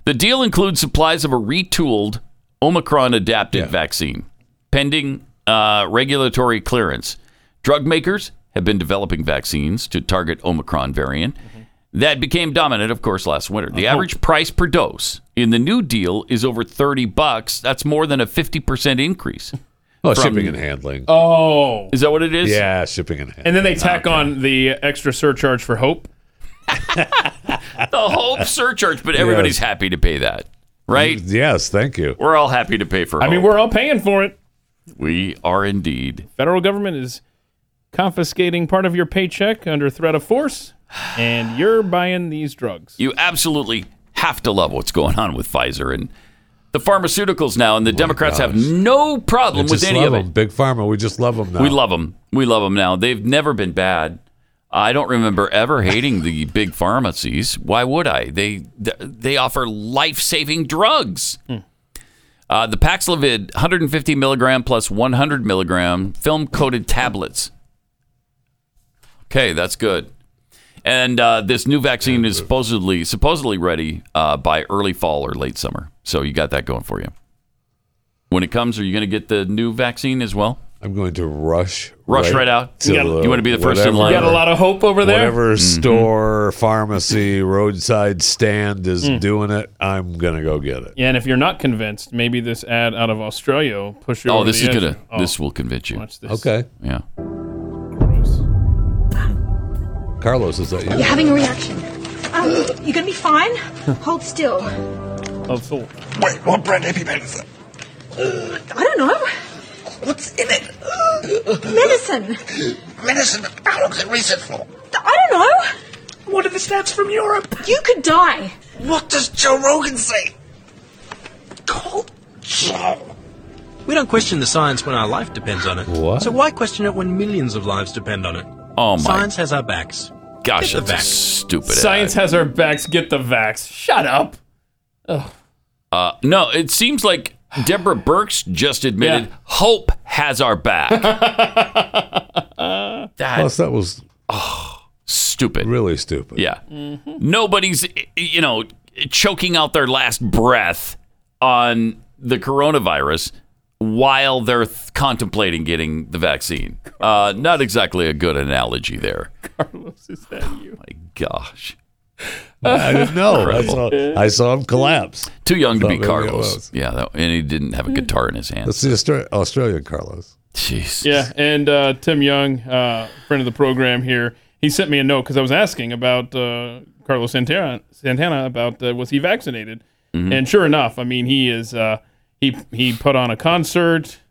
[SPEAKER 2] The deal includes supplies of a retooled Omicron adapted vaccine, pending uh, regulatory clearance. Drug makers have been developing vaccines to target Omicron variant
[SPEAKER 3] Mm-hmm.
[SPEAKER 2] that became dominant, of course, last winter.
[SPEAKER 3] Oh.
[SPEAKER 2] The average price per dose in the new deal is over thirty bucks. That's more than a fifty percent increase.
[SPEAKER 16] Oh,
[SPEAKER 2] from-
[SPEAKER 16] shipping and handling.
[SPEAKER 3] Oh.
[SPEAKER 2] Is that what it is?
[SPEAKER 16] Yeah, shipping and handling.
[SPEAKER 3] And then they tack on the extra surcharge for hope.
[SPEAKER 2] The whole surcharge, but everybody's happy to pay that, right?
[SPEAKER 16] Yes, thank you.
[SPEAKER 2] We're all happy to pay for.
[SPEAKER 3] I mean,
[SPEAKER 2] hope.
[SPEAKER 3] we're all paying for it.
[SPEAKER 2] we are indeed.
[SPEAKER 3] Federal government is confiscating part of your paycheck under threat of force, and you're buying these drugs.
[SPEAKER 2] You absolutely have to love what's going on with Pfizer and the pharmaceuticals now, and the Democrats have no
[SPEAKER 16] We
[SPEAKER 2] problem with
[SPEAKER 16] just
[SPEAKER 2] any
[SPEAKER 16] love
[SPEAKER 2] of it.
[SPEAKER 16] them. Big pharma. We just love them now.
[SPEAKER 2] We love them. We love them now. They've never been bad. I don't remember ever hating the big pharmacies. Why would I? They they offer life saving drugs. Uh, the Paxlovid 150 milligram plus 100 milligram film coated tablets. Okay, that's good. And uh, this new vaccine is supposedly supposedly ready uh, by early fall or late summer. So you got that going for you. When it comes, are you going to get the new vaccine as well?
[SPEAKER 16] I'm going to rush.
[SPEAKER 2] Rush right out?
[SPEAKER 16] to
[SPEAKER 2] You gotta- you wanna be the first in
[SPEAKER 16] whatever-
[SPEAKER 2] line? You got a lot
[SPEAKER 3] of hope over there?
[SPEAKER 16] Whatever
[SPEAKER 2] Mhm.
[SPEAKER 16] store, pharmacy, roadside stand is
[SPEAKER 2] Mm.
[SPEAKER 16] doing it, I'm gonna go get it.
[SPEAKER 3] Yeah, and if you're not convinced, maybe this ad out of Australia will push you.
[SPEAKER 2] Oh,
[SPEAKER 3] over
[SPEAKER 2] this
[SPEAKER 3] the
[SPEAKER 2] is
[SPEAKER 3] edge.
[SPEAKER 2] gonna.
[SPEAKER 3] Oh,
[SPEAKER 2] This will convince you.
[SPEAKER 3] Watch this.
[SPEAKER 16] Okay,
[SPEAKER 2] Yeah.
[SPEAKER 16] Carlos, is that you?
[SPEAKER 8] You're having a reaction. Um, you're gonna be fine. Hold still.
[SPEAKER 3] Helpful.
[SPEAKER 8] Wait, what brand happy medicine? I don't know. What's in it? Medicine. Medicine? How long's it recent for? I don't know. What are the stats from Europe? You could die. What does Joe Rogan say? Cold Joe.
[SPEAKER 9] We don't question the science when our life depends on it.
[SPEAKER 16] What?
[SPEAKER 9] So why question it when millions of lives depend on it?
[SPEAKER 2] Oh my-
[SPEAKER 9] Science has our backs.
[SPEAKER 2] Gosh,
[SPEAKER 9] Get the
[SPEAKER 2] that's
[SPEAKER 9] vax.
[SPEAKER 2] a stupid.
[SPEAKER 3] Science has our backs. Get the vax. Shut up.
[SPEAKER 2] Uh, no, it seems like Deborah Burks just admitted hope has our back. that
[SPEAKER 16] Plus, that was
[SPEAKER 2] stupid.
[SPEAKER 16] Really stupid.
[SPEAKER 2] Yeah.
[SPEAKER 9] Mm-hmm.
[SPEAKER 2] Nobody's, you know, choking out their last breath on the coronavirus while they're th- contemplating getting the vaccine. Uh, not exactly a good analogy there. Oh
[SPEAKER 3] Carlos, is that you?
[SPEAKER 2] My gosh.
[SPEAKER 16] I didn't know. I
[SPEAKER 2] Incredible.
[SPEAKER 16] saw, I saw him collapse.
[SPEAKER 2] Too young to
[SPEAKER 16] Thought
[SPEAKER 2] be
[SPEAKER 16] maybe it
[SPEAKER 2] Carlos.
[SPEAKER 16] was.
[SPEAKER 2] Yeah, that, and he didn't have a
[SPEAKER 3] Hmm.
[SPEAKER 2] guitar in his hand.
[SPEAKER 16] That's the Austra- Australian Carlos.
[SPEAKER 2] Jeez.
[SPEAKER 3] Yeah, and uh, Tim Young, uh, friend of the program here, he sent me a note because I was asking about uh, Carlos Santana, Santana about uh, was he vaccinated,
[SPEAKER 2] Mm-hmm.
[SPEAKER 7] Mhm.
[SPEAKER 3] and sure enough, I mean he is. Uh, he he put on a concert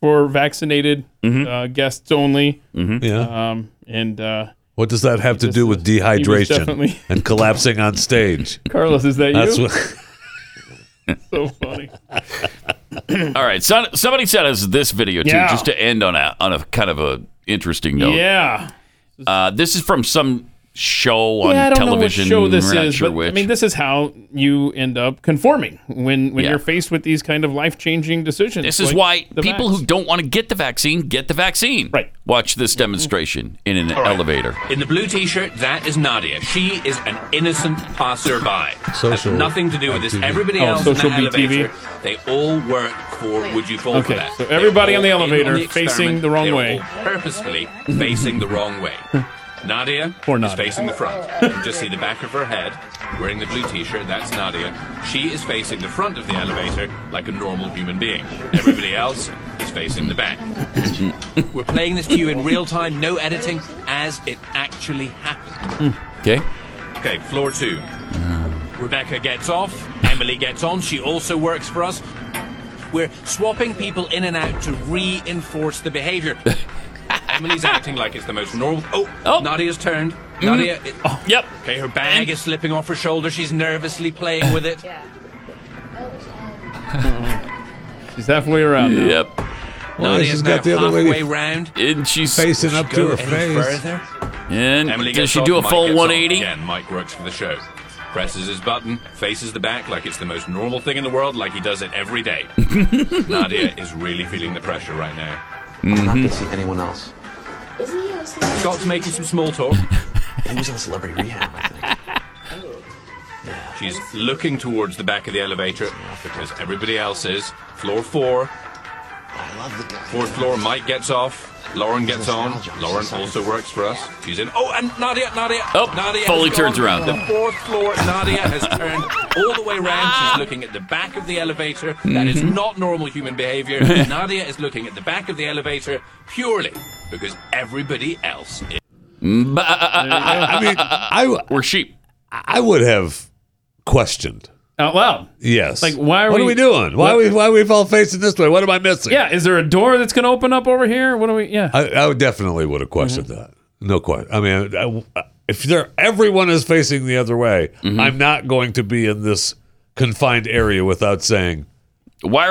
[SPEAKER 3] for vaccinated
[SPEAKER 2] Mm-hmm.
[SPEAKER 3] uh, guests only.
[SPEAKER 16] Mhm. Yeah.
[SPEAKER 3] Um, and uh,
[SPEAKER 16] What does that have to do
[SPEAKER 2] uh,
[SPEAKER 16] with
[SPEAKER 3] was
[SPEAKER 16] dehydration
[SPEAKER 3] definitely-
[SPEAKER 16] and collapsing on stage?
[SPEAKER 3] Carlos, is that
[SPEAKER 16] That's
[SPEAKER 3] you?
[SPEAKER 16] what-
[SPEAKER 3] so funny.
[SPEAKER 2] All right. So, somebody sent us this video too,
[SPEAKER 3] Yeah.
[SPEAKER 2] just to end on a on a kind of a interesting note.
[SPEAKER 3] Yeah.
[SPEAKER 2] Uh, this is from some show on
[SPEAKER 3] yeah, I don't
[SPEAKER 2] television.
[SPEAKER 3] know what show this
[SPEAKER 2] We're not
[SPEAKER 3] is,
[SPEAKER 2] sure
[SPEAKER 3] but
[SPEAKER 2] which.
[SPEAKER 3] I mean, this is how you end up conforming when when
[SPEAKER 2] Yeah.
[SPEAKER 3] you're faced with these kind of life changing decisions.
[SPEAKER 2] This is
[SPEAKER 3] like
[SPEAKER 2] why
[SPEAKER 3] the
[SPEAKER 2] people
[SPEAKER 3] vax.
[SPEAKER 2] who don't want to get the vaccine get the vaccine. Right. Watch
[SPEAKER 3] Mm-hmm.
[SPEAKER 2] this demonstration in an elevator.
[SPEAKER 10] In the blue t-shirt, that is Nadia. She is an innocent passerby.
[SPEAKER 2] Social
[SPEAKER 10] Has nothing to do with this.
[SPEAKER 2] BTV.
[SPEAKER 10] Everybody
[SPEAKER 2] Oh,
[SPEAKER 10] else
[SPEAKER 2] social
[SPEAKER 10] in that
[SPEAKER 2] BTV.
[SPEAKER 10] elevator, they all work for Would You Fall For
[SPEAKER 3] Okay,
[SPEAKER 10] That?
[SPEAKER 3] so everybody on the
[SPEAKER 10] They're all in
[SPEAKER 3] elevator facing
[SPEAKER 10] experiment.
[SPEAKER 3] the wrong
[SPEAKER 10] They're
[SPEAKER 3] way.
[SPEAKER 10] all purposefully facing the wrong way. Nadia
[SPEAKER 3] Poor
[SPEAKER 10] is
[SPEAKER 3] Nadia.
[SPEAKER 10] facing the front. You can just see the back of her head wearing the blue t-shirt. That's Nadia. She is facing the front of the elevator like a normal human being. Everybody else is facing the back. We're playing this to you in real time, no editing, as it actually happened.
[SPEAKER 2] Okay.
[SPEAKER 10] Okay, floor two. Rebecca gets off. Emily gets on. She also works for us. We're swapping people in and out to reinforce the behavior. Emily's acting like it's the most normal. Oh, Nadia's turned. Nadia. it-
[SPEAKER 2] Mm-hmm. Oh, yep.
[SPEAKER 10] Okay, her bag is slipping off her shoulder. She's nervously playing with it.
[SPEAKER 3] She's halfway around. now.
[SPEAKER 2] Yep.
[SPEAKER 10] Well, Nadia's she's got now the other halfway lady round.
[SPEAKER 2] And she's
[SPEAKER 10] facing up to her face.
[SPEAKER 2] And
[SPEAKER 10] Emily
[SPEAKER 2] does
[SPEAKER 10] gets
[SPEAKER 2] she
[SPEAKER 10] off,
[SPEAKER 2] do a
[SPEAKER 10] Mike
[SPEAKER 2] full
[SPEAKER 10] gets on.
[SPEAKER 2] 180?
[SPEAKER 10] Again, Mike works for the show. Presses his button, faces the back like it's the most normal thing in the world, like he does it every day. Nadia is really feeling the pressure right now.
[SPEAKER 2] Mhm.
[SPEAKER 10] not see anyone else. Scott's making some small talk. he was in celebrity rehab, I think. She's looking towards the back of the elevator because everybody else is. Floor four. I love the guy. Fourth floor, Mike gets off. Lauren gets on. Lauren also works for us. She's in. Oh, and Nadia, Nadia.
[SPEAKER 2] Oh,
[SPEAKER 10] Nadia
[SPEAKER 2] Foley
[SPEAKER 10] has
[SPEAKER 2] turns
[SPEAKER 10] gone.
[SPEAKER 2] around.
[SPEAKER 10] The fourth floor, Nadia has turned all the way around.
[SPEAKER 2] Ah.
[SPEAKER 10] She's looking at the back of the elevator. That is
[SPEAKER 2] Mhm.
[SPEAKER 10] not normal human behavior. Nadia is looking at the back of the elevator purely because everybody else is.
[SPEAKER 2] Mm, but, uh, uh, uh, uh,
[SPEAKER 16] I mean, I,
[SPEAKER 2] we're sheep.
[SPEAKER 16] I would have questioned.
[SPEAKER 3] Out loud.
[SPEAKER 16] Yes.
[SPEAKER 3] Like, why are
[SPEAKER 16] what
[SPEAKER 3] we-
[SPEAKER 16] are we doing? Why are we, why are we all facing this way? What am I missing?
[SPEAKER 3] Yeah, is there a door that's going to open up over here? What do we? Yeah.
[SPEAKER 16] I, I would definitely would have questioned
[SPEAKER 3] Mm-hmm.
[SPEAKER 16] that. No question. I mean, I- I- if there everyone is facing the other way,
[SPEAKER 3] Mm-hmm.
[SPEAKER 16] I'm not going to be in this confined area without saying,
[SPEAKER 2] "Why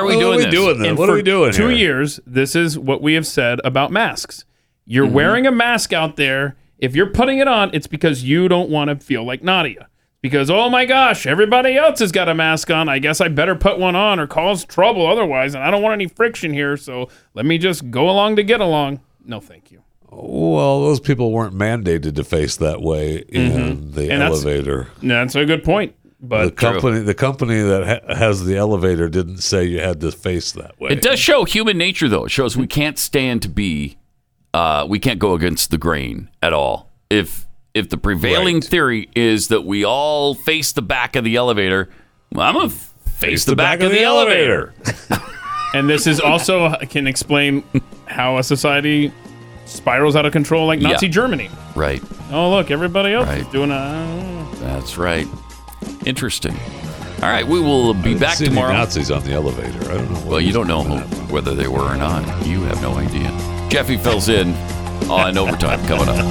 [SPEAKER 16] what are we doing then?
[SPEAKER 3] And
[SPEAKER 16] Uh, What are
[SPEAKER 3] for
[SPEAKER 16] we doing
[SPEAKER 3] Two
[SPEAKER 16] here?
[SPEAKER 3] years. This is what we have said about masks. You're
[SPEAKER 16] Mm-hmm.
[SPEAKER 3] wearing a mask out there. If you're putting it on, it's because you don't want to feel like Nadia. Because oh my gosh, everybody else has got a mask on. I guess I better put one on or cause trouble otherwise. And I don't want any friction here. So let me just go along to get along. No thank you.
[SPEAKER 16] Well, those people weren't mandated to face that way in
[SPEAKER 3] Mhm.
[SPEAKER 16] the
[SPEAKER 3] And that's-
[SPEAKER 16] elevator.
[SPEAKER 3] That's a good point. But
[SPEAKER 16] the company, the company that ha- has the elevator, didn't say you had to face that way.
[SPEAKER 2] It does show human nature, though. It shows we can't stand to be, uh, we can't go against the grain at all. If if the prevailing theory is that we all face the back of the elevator, well, I'm gonna face, the, back, of the, elevator.
[SPEAKER 3] And this is also uh, can explain how a society spirals out of control like Nazi
[SPEAKER 2] Yeah.
[SPEAKER 3] Germany.
[SPEAKER 2] Right.
[SPEAKER 3] Oh look, everybody else is
[SPEAKER 2] Right.
[SPEAKER 3] doing a
[SPEAKER 2] That's right. Interesting. All right, we will be
[SPEAKER 16] didn't
[SPEAKER 2] back
[SPEAKER 16] see any
[SPEAKER 2] tomorrow.
[SPEAKER 16] Nazis on the elevator. I don't know.
[SPEAKER 2] Well, you don't know who- whether they were or not. You have no idea. Jeffy fills in on overtime coming up.